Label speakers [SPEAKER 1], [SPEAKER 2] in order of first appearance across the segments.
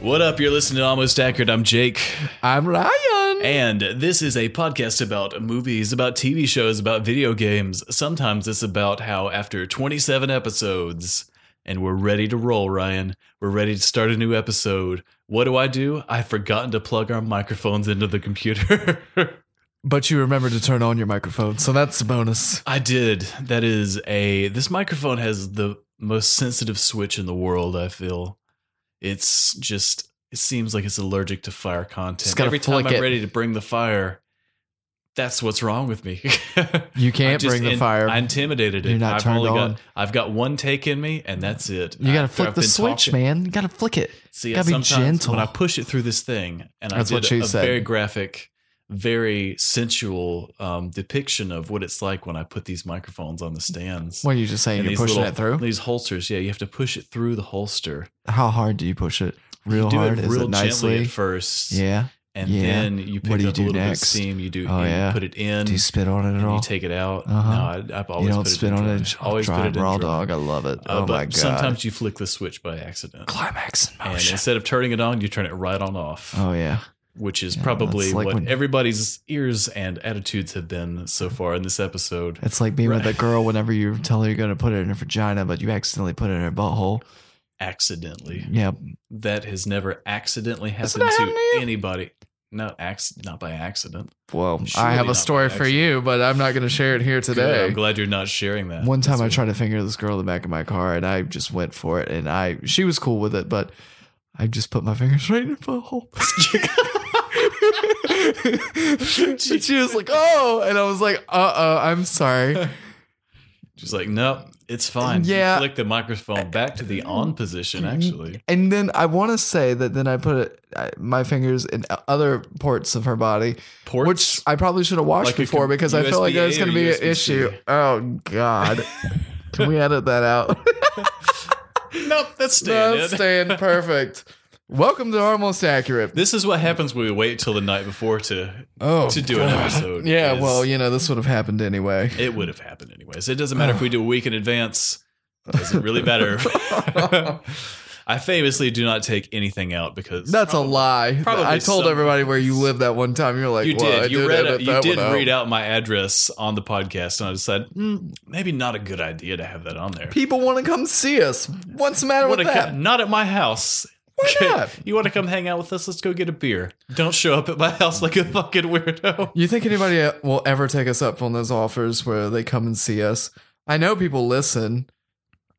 [SPEAKER 1] What up? You're listening to Almost Accurate. I'm Jake.
[SPEAKER 2] I'm Ryan.
[SPEAKER 1] And this is a podcast about movies, about TV shows, about video games. Sometimes it's about how after 27 episodes and we're ready to roll, Ryan, we're ready to start a new episode. What do I do? I've forgotten to plug our microphones into the computer.
[SPEAKER 2] But you remember to turn on your microphone, so that's a bonus.
[SPEAKER 1] I did. That is a. This microphone has the most sensitive switch in the world, I feel. It's just. It seems like it's allergic to fire content.
[SPEAKER 2] Just gotta
[SPEAKER 1] Every time
[SPEAKER 2] flick
[SPEAKER 1] I'm
[SPEAKER 2] it.
[SPEAKER 1] ready to bring the fire, that's what's wrong with me.
[SPEAKER 2] You
[SPEAKER 1] I
[SPEAKER 2] can't
[SPEAKER 1] just
[SPEAKER 2] bring the
[SPEAKER 1] in-
[SPEAKER 2] fire.
[SPEAKER 1] I intimidated it.
[SPEAKER 2] You're not
[SPEAKER 1] I've
[SPEAKER 2] turned
[SPEAKER 1] only
[SPEAKER 2] on.
[SPEAKER 1] got I've got one take in me, and that's it.
[SPEAKER 2] you gotta
[SPEAKER 1] I've-
[SPEAKER 2] flick
[SPEAKER 1] I've
[SPEAKER 2] the
[SPEAKER 1] been
[SPEAKER 2] switch,
[SPEAKER 1] talking-
[SPEAKER 2] man. You gotta flick it.
[SPEAKER 1] See,
[SPEAKER 2] Gotta be
[SPEAKER 1] sometimes
[SPEAKER 2] gentle.
[SPEAKER 1] when I push it through this thing, and
[SPEAKER 2] That's
[SPEAKER 1] I
[SPEAKER 2] what
[SPEAKER 1] did
[SPEAKER 2] she
[SPEAKER 1] a
[SPEAKER 2] said.
[SPEAKER 1] very graphic, very sensual um, depiction of what it's like when I put these microphones on the stands.
[SPEAKER 2] What are you just saying?
[SPEAKER 1] And
[SPEAKER 2] You're
[SPEAKER 1] these
[SPEAKER 2] pushing
[SPEAKER 1] little-
[SPEAKER 2] it through?
[SPEAKER 1] these holsters. Yeah, you have to push it through the holster.
[SPEAKER 2] How hard do you push it? Real
[SPEAKER 1] you do
[SPEAKER 2] hard?
[SPEAKER 1] it
[SPEAKER 2] Is
[SPEAKER 1] real
[SPEAKER 2] it
[SPEAKER 1] gently
[SPEAKER 2] nicely?
[SPEAKER 1] at first,
[SPEAKER 2] Yeah.
[SPEAKER 1] and
[SPEAKER 2] yeah.
[SPEAKER 1] then you pick
[SPEAKER 2] What do you
[SPEAKER 1] up
[SPEAKER 2] do
[SPEAKER 1] a little
[SPEAKER 2] next?
[SPEAKER 1] bit of steam. You do.
[SPEAKER 2] Oh,
[SPEAKER 1] you
[SPEAKER 2] yeah.
[SPEAKER 1] put it in.
[SPEAKER 2] Do you spit on it
[SPEAKER 1] and
[SPEAKER 2] at all?
[SPEAKER 1] you take it out.
[SPEAKER 2] Uh-huh.
[SPEAKER 1] No, I, I've
[SPEAKER 2] You
[SPEAKER 1] always
[SPEAKER 2] don't
[SPEAKER 1] put
[SPEAKER 2] spit
[SPEAKER 1] it in
[SPEAKER 2] on
[SPEAKER 1] dry.
[SPEAKER 2] it. Oh,
[SPEAKER 1] Always
[SPEAKER 2] dry
[SPEAKER 1] put it in
[SPEAKER 2] raw
[SPEAKER 1] dry.
[SPEAKER 2] dog. I love it.
[SPEAKER 1] Uh,
[SPEAKER 2] oh
[SPEAKER 1] but
[SPEAKER 2] my god.
[SPEAKER 1] Sometimes you flick the switch by accident.
[SPEAKER 2] climax in
[SPEAKER 1] And
[SPEAKER 2] motion.
[SPEAKER 1] instead of turning it on, you turn it right on off,
[SPEAKER 2] Oh yeah.
[SPEAKER 1] which is
[SPEAKER 2] Yeah,
[SPEAKER 1] probably
[SPEAKER 2] that's like
[SPEAKER 1] what
[SPEAKER 2] when-
[SPEAKER 1] everybody's ears and attitudes have been so far in this episode.
[SPEAKER 2] It's like being with
[SPEAKER 1] Right.
[SPEAKER 2] a girl whenever you tell her you're gonna put it in her vagina, but you accidentally put it in her butthole.
[SPEAKER 1] Accidentally,
[SPEAKER 2] Yeah.
[SPEAKER 1] that has never accidentally
[SPEAKER 2] Hasn't
[SPEAKER 1] happened
[SPEAKER 2] that
[SPEAKER 1] to
[SPEAKER 2] happened to you?
[SPEAKER 1] anybody. Not acc- not by accident.
[SPEAKER 2] Well,
[SPEAKER 1] Surely
[SPEAKER 2] I
[SPEAKER 1] not by
[SPEAKER 2] have a story for
[SPEAKER 1] accident.
[SPEAKER 2] you, but I'm not gonna share it here
[SPEAKER 1] Good,
[SPEAKER 2] today.
[SPEAKER 1] I'm glad you're not sharing that.
[SPEAKER 2] One time
[SPEAKER 1] That's
[SPEAKER 2] I
[SPEAKER 1] what-
[SPEAKER 2] tried to finger this girl in the back of my car and I just went for it and I she was cool with it, but I just put my fingers right in her butthole. and she was like, "Oh," and I was like, "Uh oh, I'm sorry."
[SPEAKER 1] She's like, nope, it's fine. You
[SPEAKER 2] Yeah. Mm-hmm.
[SPEAKER 1] flick the microphone back to the on position. Actually,
[SPEAKER 2] And then I want to say that then I put it, I, my fingers in other parts of her body,
[SPEAKER 1] ports.
[SPEAKER 2] which I probably should have washed
[SPEAKER 1] Like a
[SPEAKER 2] before
[SPEAKER 1] com-
[SPEAKER 2] because I felt like
[SPEAKER 1] USB-A
[SPEAKER 2] that was going
[SPEAKER 1] or
[SPEAKER 2] to be an
[SPEAKER 1] USB-C?
[SPEAKER 2] issue. Oh God, can we edit that out?
[SPEAKER 1] nope, that's staying.
[SPEAKER 2] That's
[SPEAKER 1] in.
[SPEAKER 2] staying perfect. Welcome to Almost Accurate.
[SPEAKER 1] This is what happens when we wait till the night before to
[SPEAKER 2] oh,
[SPEAKER 1] to do an episode
[SPEAKER 2] Yeah,
[SPEAKER 1] is-
[SPEAKER 2] well, you know, this would have happened anyway.
[SPEAKER 1] It would have happened anyways. It doesn't matter if we do a week in advance. Doesn't really matter. I famously do not take anything out because
[SPEAKER 2] That's a lie.
[SPEAKER 1] probably
[SPEAKER 2] I told
[SPEAKER 1] some-
[SPEAKER 2] everybody where you lived that one time. You were like,
[SPEAKER 1] You
[SPEAKER 2] well,
[SPEAKER 1] did.
[SPEAKER 2] I
[SPEAKER 1] you
[SPEAKER 2] did
[SPEAKER 1] read.
[SPEAKER 2] edit
[SPEAKER 1] you
[SPEAKER 2] that
[SPEAKER 1] did
[SPEAKER 2] one out.
[SPEAKER 1] read out my address on the podcast, and I decided mm, maybe not a good idea to have that on there.
[SPEAKER 2] People want to come see us. What's the matter
[SPEAKER 1] Wanna
[SPEAKER 2] with that?
[SPEAKER 1] come- not at my house.
[SPEAKER 2] Why not?
[SPEAKER 1] You want to come hang out with us? Let's go get a beer. Don't show up at my house like a fucking weirdo.
[SPEAKER 2] You think anybody uh, will ever take us up on those offers where they come and see us? I know people listen.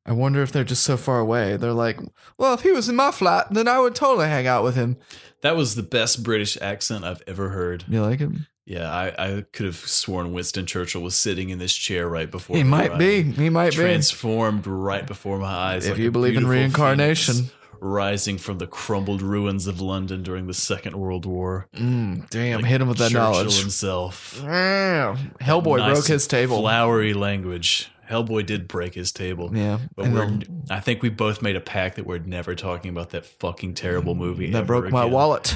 [SPEAKER 2] I wonder if they're just so far away. They're like, well, if he was in my flat, then I would totally hang out with him.
[SPEAKER 1] That was the best British accent I've ever heard.
[SPEAKER 2] You like him?
[SPEAKER 1] Yeah, I, I could have sworn Winston Churchill was sitting in this chair right before.
[SPEAKER 2] He
[SPEAKER 1] me,
[SPEAKER 2] might
[SPEAKER 1] Ryan.
[SPEAKER 2] be. He might
[SPEAKER 1] transformed right before my
[SPEAKER 2] be.
[SPEAKER 1] eyes.
[SPEAKER 2] If
[SPEAKER 1] like
[SPEAKER 2] you
[SPEAKER 1] a
[SPEAKER 2] believe in
[SPEAKER 1] beautiful
[SPEAKER 2] reincarnation.
[SPEAKER 1] phoenix rising from the crumbled ruins of London during the Second World War.
[SPEAKER 2] Mm, damn,
[SPEAKER 1] Like
[SPEAKER 2] hit him with that
[SPEAKER 1] Churchill
[SPEAKER 2] knowledge.
[SPEAKER 1] himself.
[SPEAKER 2] Damn. Hellboy
[SPEAKER 1] Nice
[SPEAKER 2] broke his table.
[SPEAKER 1] Flowery language. Hellboy did break his table.
[SPEAKER 2] yeah.
[SPEAKER 1] But
[SPEAKER 2] and
[SPEAKER 1] we're,
[SPEAKER 2] the-
[SPEAKER 1] I think we both made a pact that we're never talking about that fucking terrible movie
[SPEAKER 2] Mm, that
[SPEAKER 1] ever
[SPEAKER 2] broke my
[SPEAKER 1] again.
[SPEAKER 2] wallet.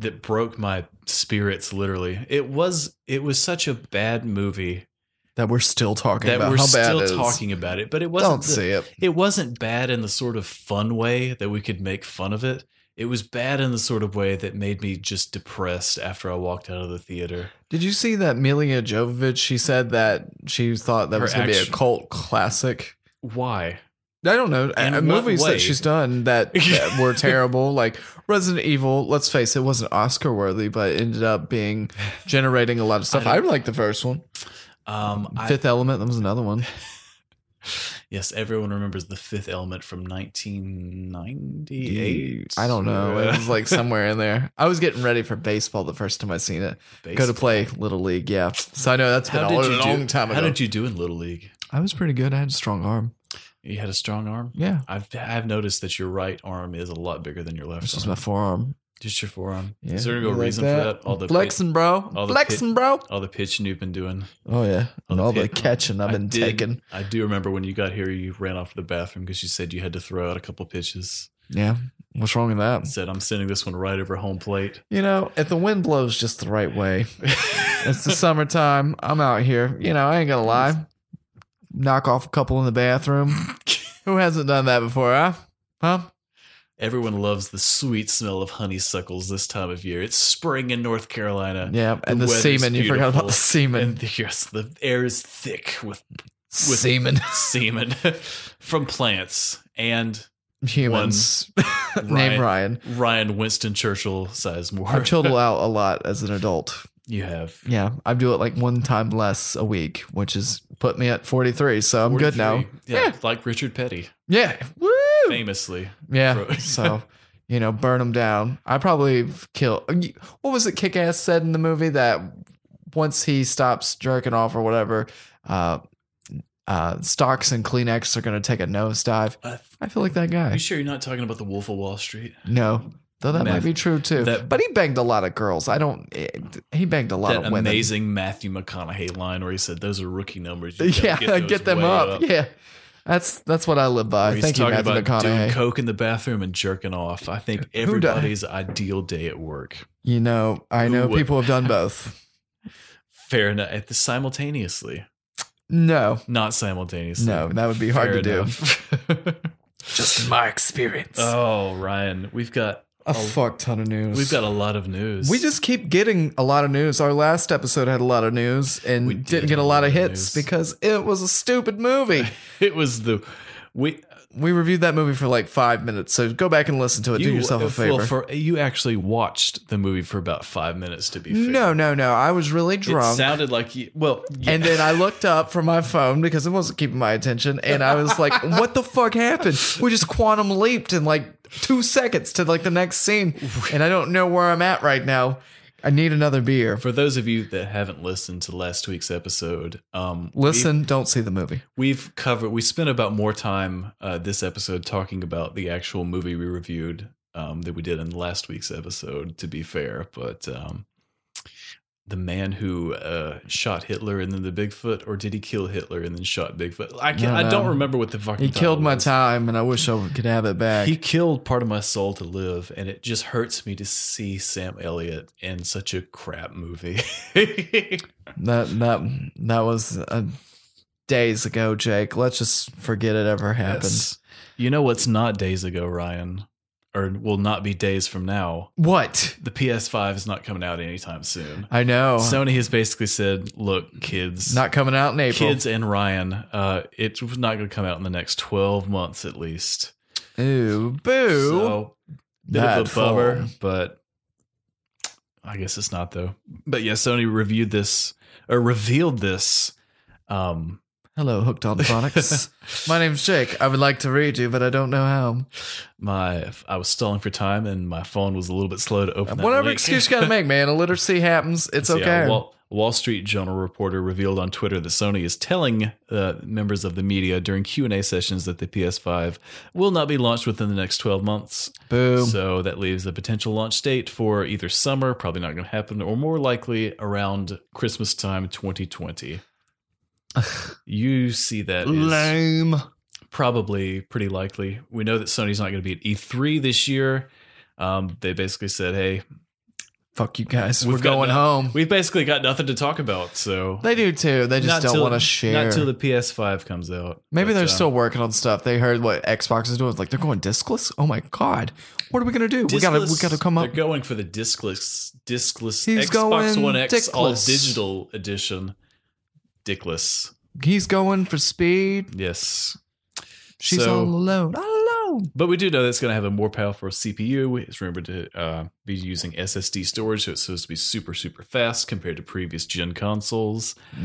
[SPEAKER 1] That broke my spirits. Literally, it was it was such a bad movie
[SPEAKER 2] That we're still talking
[SPEAKER 1] that
[SPEAKER 2] about.
[SPEAKER 1] we're
[SPEAKER 2] How bad
[SPEAKER 1] still
[SPEAKER 2] it is.
[SPEAKER 1] talking about it. But it wasn't
[SPEAKER 2] Don't
[SPEAKER 1] the-
[SPEAKER 2] see it.
[SPEAKER 1] it wasn't bad in the sort of fun way that we could make fun of it. It was bad in the sort of way that made me just depressed after I walked out of the theater.
[SPEAKER 2] Did you see that Milia Jovovich? She said that she thought that
[SPEAKER 1] Her
[SPEAKER 2] was going to be a
[SPEAKER 1] action-
[SPEAKER 2] cult classic.
[SPEAKER 1] Why?
[SPEAKER 2] I don't know.
[SPEAKER 1] In
[SPEAKER 2] uh,
[SPEAKER 1] what
[SPEAKER 2] movies
[SPEAKER 1] way?
[SPEAKER 2] that she's done that, that were terrible, like Resident Evil. Let's face it, wasn't Oscar worthy, but it ended up being generating a lot of stuff.
[SPEAKER 1] don't-
[SPEAKER 2] I, like the first one.
[SPEAKER 1] Um, I-
[SPEAKER 2] Fifth Element, that was another one.
[SPEAKER 1] yes, everyone remembers the Fifth Element from 1998.
[SPEAKER 2] I don't know. It
[SPEAKER 1] Uh,
[SPEAKER 2] was like somewhere in there. I was getting ready for baseball the first time I seen it. Go
[SPEAKER 1] baseball.
[SPEAKER 2] to play Little League, yeah. So I know that's been
[SPEAKER 1] How
[SPEAKER 2] a
[SPEAKER 1] did
[SPEAKER 2] long,
[SPEAKER 1] you do?
[SPEAKER 2] time
[SPEAKER 1] How
[SPEAKER 2] ago.
[SPEAKER 1] did you do in Little League?
[SPEAKER 2] I was pretty good. I had a strong arm.
[SPEAKER 1] You had a strong arm.
[SPEAKER 2] Yeah.
[SPEAKER 1] I've I've noticed that your right arm is a lot bigger than your left.
[SPEAKER 2] This was
[SPEAKER 1] arm.
[SPEAKER 2] my forearm.
[SPEAKER 1] Just your forearm.
[SPEAKER 2] Yeah.
[SPEAKER 1] Is there any real
[SPEAKER 2] Like
[SPEAKER 1] reason for that? All the
[SPEAKER 2] flexing, bro.
[SPEAKER 1] all the
[SPEAKER 2] flexing, bro.
[SPEAKER 1] all the pitching you've been doing.
[SPEAKER 2] Oh yeah,
[SPEAKER 1] All
[SPEAKER 2] and
[SPEAKER 1] the
[SPEAKER 2] all the
[SPEAKER 1] pit-
[SPEAKER 2] catching I've
[SPEAKER 1] I
[SPEAKER 2] been
[SPEAKER 1] did-
[SPEAKER 2] taking.
[SPEAKER 1] I do remember when you got here, you ran off to the bathroom because you said you had to throw out a couple pitches.
[SPEAKER 2] Yeah, what's wrong with
[SPEAKER 1] And
[SPEAKER 2] that?
[SPEAKER 1] said, "I'm sending this one right over home plate."
[SPEAKER 2] You know, if the wind blows just the right way, it's the summertime. I'm out here. You know, I ain't gonna lie. Knock off a couple in the bathroom. Who hasn't done that before, huh? Huh?
[SPEAKER 1] Everyone loves the sweet smell of honeysuckles this time of year. It's spring in North Carolina.
[SPEAKER 2] Yeah, and
[SPEAKER 1] The
[SPEAKER 2] the,
[SPEAKER 1] weather's
[SPEAKER 2] semen. You forgot about
[SPEAKER 1] beautiful.
[SPEAKER 2] the semen.
[SPEAKER 1] And the, yes, the air is thick with with-
[SPEAKER 2] semen.
[SPEAKER 1] semen from plants. And
[SPEAKER 2] Humans.
[SPEAKER 1] Ryan.
[SPEAKER 2] Name Ryan.
[SPEAKER 1] Ryan Winston Churchill size more.
[SPEAKER 2] I've chilled out a lot as an adult.
[SPEAKER 1] you have.
[SPEAKER 2] Yeah, I do it like one time less a week, which has put me at 43. So I'm good now.
[SPEAKER 1] 43. Yeah, like Richard Petty,
[SPEAKER 2] Yeah. Woo!
[SPEAKER 1] famously.
[SPEAKER 2] Yeah.
[SPEAKER 1] Bro.
[SPEAKER 2] so, you know, burn them down. I probably kill. uh, What was it Kick Ass said in the movie that once he stops jerking off or whatever, uh, uh, stocks and Kleenex are going to take a nosedive?
[SPEAKER 1] Uh,
[SPEAKER 2] I feel like that
[SPEAKER 1] are you
[SPEAKER 2] guy.
[SPEAKER 1] sure you're not talking about the Wolf of Wall Street?
[SPEAKER 2] No. Though that
[SPEAKER 1] Math-
[SPEAKER 2] might be true too.
[SPEAKER 1] that-
[SPEAKER 2] but he banged a lot of girls. I don't. It, he banged a lot
[SPEAKER 1] that
[SPEAKER 2] of women.
[SPEAKER 1] amazing Matthew McConaughey line where he said, "Those are rookie numbers. You gotta
[SPEAKER 2] yeah, get,
[SPEAKER 1] those
[SPEAKER 2] them
[SPEAKER 1] way
[SPEAKER 2] up. Yeah, that's that's what I live
[SPEAKER 1] Where
[SPEAKER 2] by.
[SPEAKER 1] he's
[SPEAKER 2] Thank you,
[SPEAKER 1] talking
[SPEAKER 2] Matthew
[SPEAKER 1] about doing
[SPEAKER 2] McConaughey.
[SPEAKER 1] coke in the bathroom and jerking off. I think
[SPEAKER 2] Who di-
[SPEAKER 1] everybody's ideal day at work.
[SPEAKER 2] you know, I
[SPEAKER 1] Who
[SPEAKER 2] know
[SPEAKER 1] would-
[SPEAKER 2] people have done both.
[SPEAKER 1] Fair enough. At the simultaneously,
[SPEAKER 2] No,
[SPEAKER 1] not simultaneously.
[SPEAKER 2] no, that would be hard
[SPEAKER 1] Fair
[SPEAKER 2] to
[SPEAKER 1] enough.
[SPEAKER 2] do. Just in my experience,
[SPEAKER 1] oh, Ryan, we've got
[SPEAKER 2] a fuck ton of news.
[SPEAKER 1] oh, we've got a lot of news.
[SPEAKER 2] we just keep getting a lot of news. Our last episode had a lot of news and
[SPEAKER 1] We did
[SPEAKER 2] didn't
[SPEAKER 1] have
[SPEAKER 2] get
[SPEAKER 1] a
[SPEAKER 2] a lot of
[SPEAKER 1] lot of
[SPEAKER 2] hits
[SPEAKER 1] news.
[SPEAKER 2] because it was a stupid movie.
[SPEAKER 1] it was the we
[SPEAKER 2] we reviewed that movie for like five minutes, so go back and listen to it. do yourself a
[SPEAKER 1] uh, well,
[SPEAKER 2] favor.
[SPEAKER 1] for you actually watched the movie for about five minutes. To be fair,
[SPEAKER 2] no, no, no. I was really
[SPEAKER 1] It
[SPEAKER 2] drunk.
[SPEAKER 1] sounded like you. Well, yeah.
[SPEAKER 2] And then I looked up from my phone because it wasn't keeping my attention. And I was like, what the fuck happened? We just quantum leaped in like two seconds to like the next scene. And I don't know where I'm at right now. I need another beer.
[SPEAKER 1] for those of you that haven't listened to last week's episode, um, we-
[SPEAKER 2] Listen, don't see the movie.
[SPEAKER 1] we've covered. We spent about more time uh, this episode talking about the actual movie we reviewed um, that we did in last week's episode. To be fair, but um, the man who uh, shot Hitler and then the Bigfoot, or did he kill Hitler and then shot Bigfoot? I can,
[SPEAKER 2] No,
[SPEAKER 1] I don't
[SPEAKER 2] no.
[SPEAKER 1] remember what the fucking
[SPEAKER 2] He killed
[SPEAKER 1] title
[SPEAKER 2] my
[SPEAKER 1] was.
[SPEAKER 2] time and I wish I could have it back.
[SPEAKER 1] He killed part of my soul to live, and it just hurts me to see Sam Elliott in such a crap movie.
[SPEAKER 2] That, that, that was uh days ago, Jake. Let's just forget it ever happened.
[SPEAKER 1] Yes. You know what's not days ago, Ryan, or will not be days from now?
[SPEAKER 2] What?
[SPEAKER 1] The PS5 is not coming out anytime soon.
[SPEAKER 2] I know.
[SPEAKER 1] Sony has basically said, "Look, kids,
[SPEAKER 2] Oh. Not coming out in April.
[SPEAKER 1] kids and Ryan, uh, it's not going to come out in the next twelve months at least."
[SPEAKER 2] Ooh, boo.
[SPEAKER 1] So, bit
[SPEAKER 2] Bad
[SPEAKER 1] of a bummer,
[SPEAKER 2] form.
[SPEAKER 1] but I guess it's not though. But yeah, Sony reviewed this or revealed this. Um,
[SPEAKER 2] Hello, Hooked on Phonics. my name's Jake. I would like to read you, but I don't know how.
[SPEAKER 1] my I was stalling for time and my phone was a little bit slow to open. that
[SPEAKER 2] Whatever
[SPEAKER 1] link.
[SPEAKER 2] excuse you gotta make, man. Illiteracy happens. It's
[SPEAKER 1] So, yeah,
[SPEAKER 2] okay.
[SPEAKER 1] uh, Wall, Wall Street Journal reporter revealed on Twitter that Sony is telling uh, members of the media during Q and A sessions that the PS5 will not be launched within the next twelve months.
[SPEAKER 2] Boom.
[SPEAKER 1] So that leaves a potential launch date for either summer, probably not going to happen, or more likely around Christmas time 2020. you see that is
[SPEAKER 2] Lame.
[SPEAKER 1] probably pretty likely. We know that Sony's not going to be at E3 this year. Um, they basically said, hey,
[SPEAKER 2] Fuck you guys.
[SPEAKER 1] We've
[SPEAKER 2] We're
[SPEAKER 1] got
[SPEAKER 2] going
[SPEAKER 1] no-
[SPEAKER 2] home.
[SPEAKER 1] we've basically got nothing to talk about. So
[SPEAKER 2] they do too. They just don't
[SPEAKER 1] till-
[SPEAKER 2] want to share.
[SPEAKER 1] Not till the PS5 comes out.
[SPEAKER 2] Maybe
[SPEAKER 1] But,
[SPEAKER 2] they're
[SPEAKER 1] uh,
[SPEAKER 2] still working on stuff. They heard what Xbox is doing. It's like they're going discless. Oh my god. What are we gonna do? we gotta we
[SPEAKER 1] discless-
[SPEAKER 2] gotta come up.
[SPEAKER 1] They're going for the discless, discless
[SPEAKER 2] He's
[SPEAKER 1] Xbox
[SPEAKER 2] going
[SPEAKER 1] One X all
[SPEAKER 2] dickless.
[SPEAKER 1] digital edition. Dickless.
[SPEAKER 2] He's going for speed.
[SPEAKER 1] Yes.
[SPEAKER 2] She's
[SPEAKER 1] So-
[SPEAKER 2] all alone. Alone.
[SPEAKER 1] But we do know that's going to have a more powerful CPU. It's rumored to uh, be using SSD storage, so it's supposed to be super, super fast compared to previous gen consoles. Uh,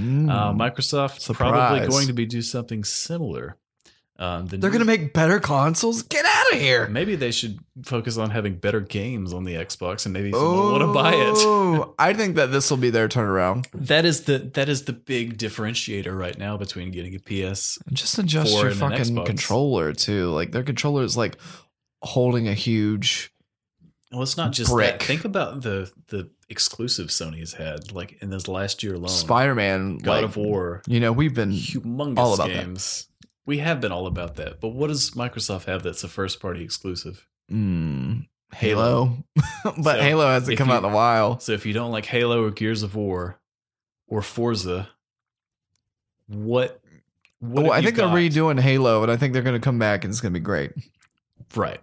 [SPEAKER 1] Microsoft's probably
[SPEAKER 2] Hmm. Surprise.
[SPEAKER 1] going to be do something similar. Um, the
[SPEAKER 2] They're
[SPEAKER 1] new-
[SPEAKER 2] gonna make better consoles. Get out of here.
[SPEAKER 1] Maybe they should focus on having better games on the Xbox, and maybe someone will want to buy it.
[SPEAKER 2] Oh, I think that this will be their turnaround.
[SPEAKER 1] That is the that is the big differentiator right now between getting a PS.
[SPEAKER 2] And Just adjust
[SPEAKER 1] Four
[SPEAKER 2] your
[SPEAKER 1] and an
[SPEAKER 2] fucking
[SPEAKER 1] Xbox.
[SPEAKER 2] controller too. Like their controller is like holding a huge.
[SPEAKER 1] Well, it's not just
[SPEAKER 2] Brick.
[SPEAKER 1] that. Think about the the exclusive Sony's had, like in this last year alone.
[SPEAKER 2] Spider-Man,
[SPEAKER 1] God
[SPEAKER 2] like,
[SPEAKER 1] of War,
[SPEAKER 2] You know, we've been
[SPEAKER 1] humongous
[SPEAKER 2] all about that.
[SPEAKER 1] games. We have been all about that, but what does Microsoft have that's a first party exclusive?
[SPEAKER 2] mm, Halo, but
[SPEAKER 1] So,
[SPEAKER 2] Halo hasn't
[SPEAKER 1] if
[SPEAKER 2] come
[SPEAKER 1] you-
[SPEAKER 2] out in a while.
[SPEAKER 1] So if you don't like Halo or Gears of War or Forza, what? what
[SPEAKER 2] Well,
[SPEAKER 1] have
[SPEAKER 2] Oh, I
[SPEAKER 1] you
[SPEAKER 2] think
[SPEAKER 1] got?
[SPEAKER 2] they're redoing Halo, and I think they're going to come back, and it's going to be great.
[SPEAKER 1] right.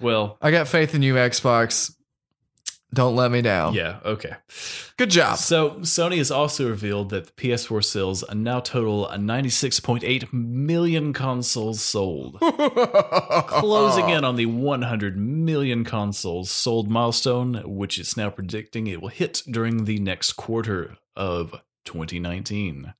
[SPEAKER 1] Well,
[SPEAKER 2] I got faith in you, Xbox. Don't let me down.
[SPEAKER 1] yeah, okay.
[SPEAKER 2] Good job.
[SPEAKER 1] So Sony has also revealed that the PS4 sales now total 96.8 million consoles sold. closing
[SPEAKER 2] Uh-huh.
[SPEAKER 1] in on the 100 million consoles sold milestone, which it's now predicting it will hit during the next quarter of 2019.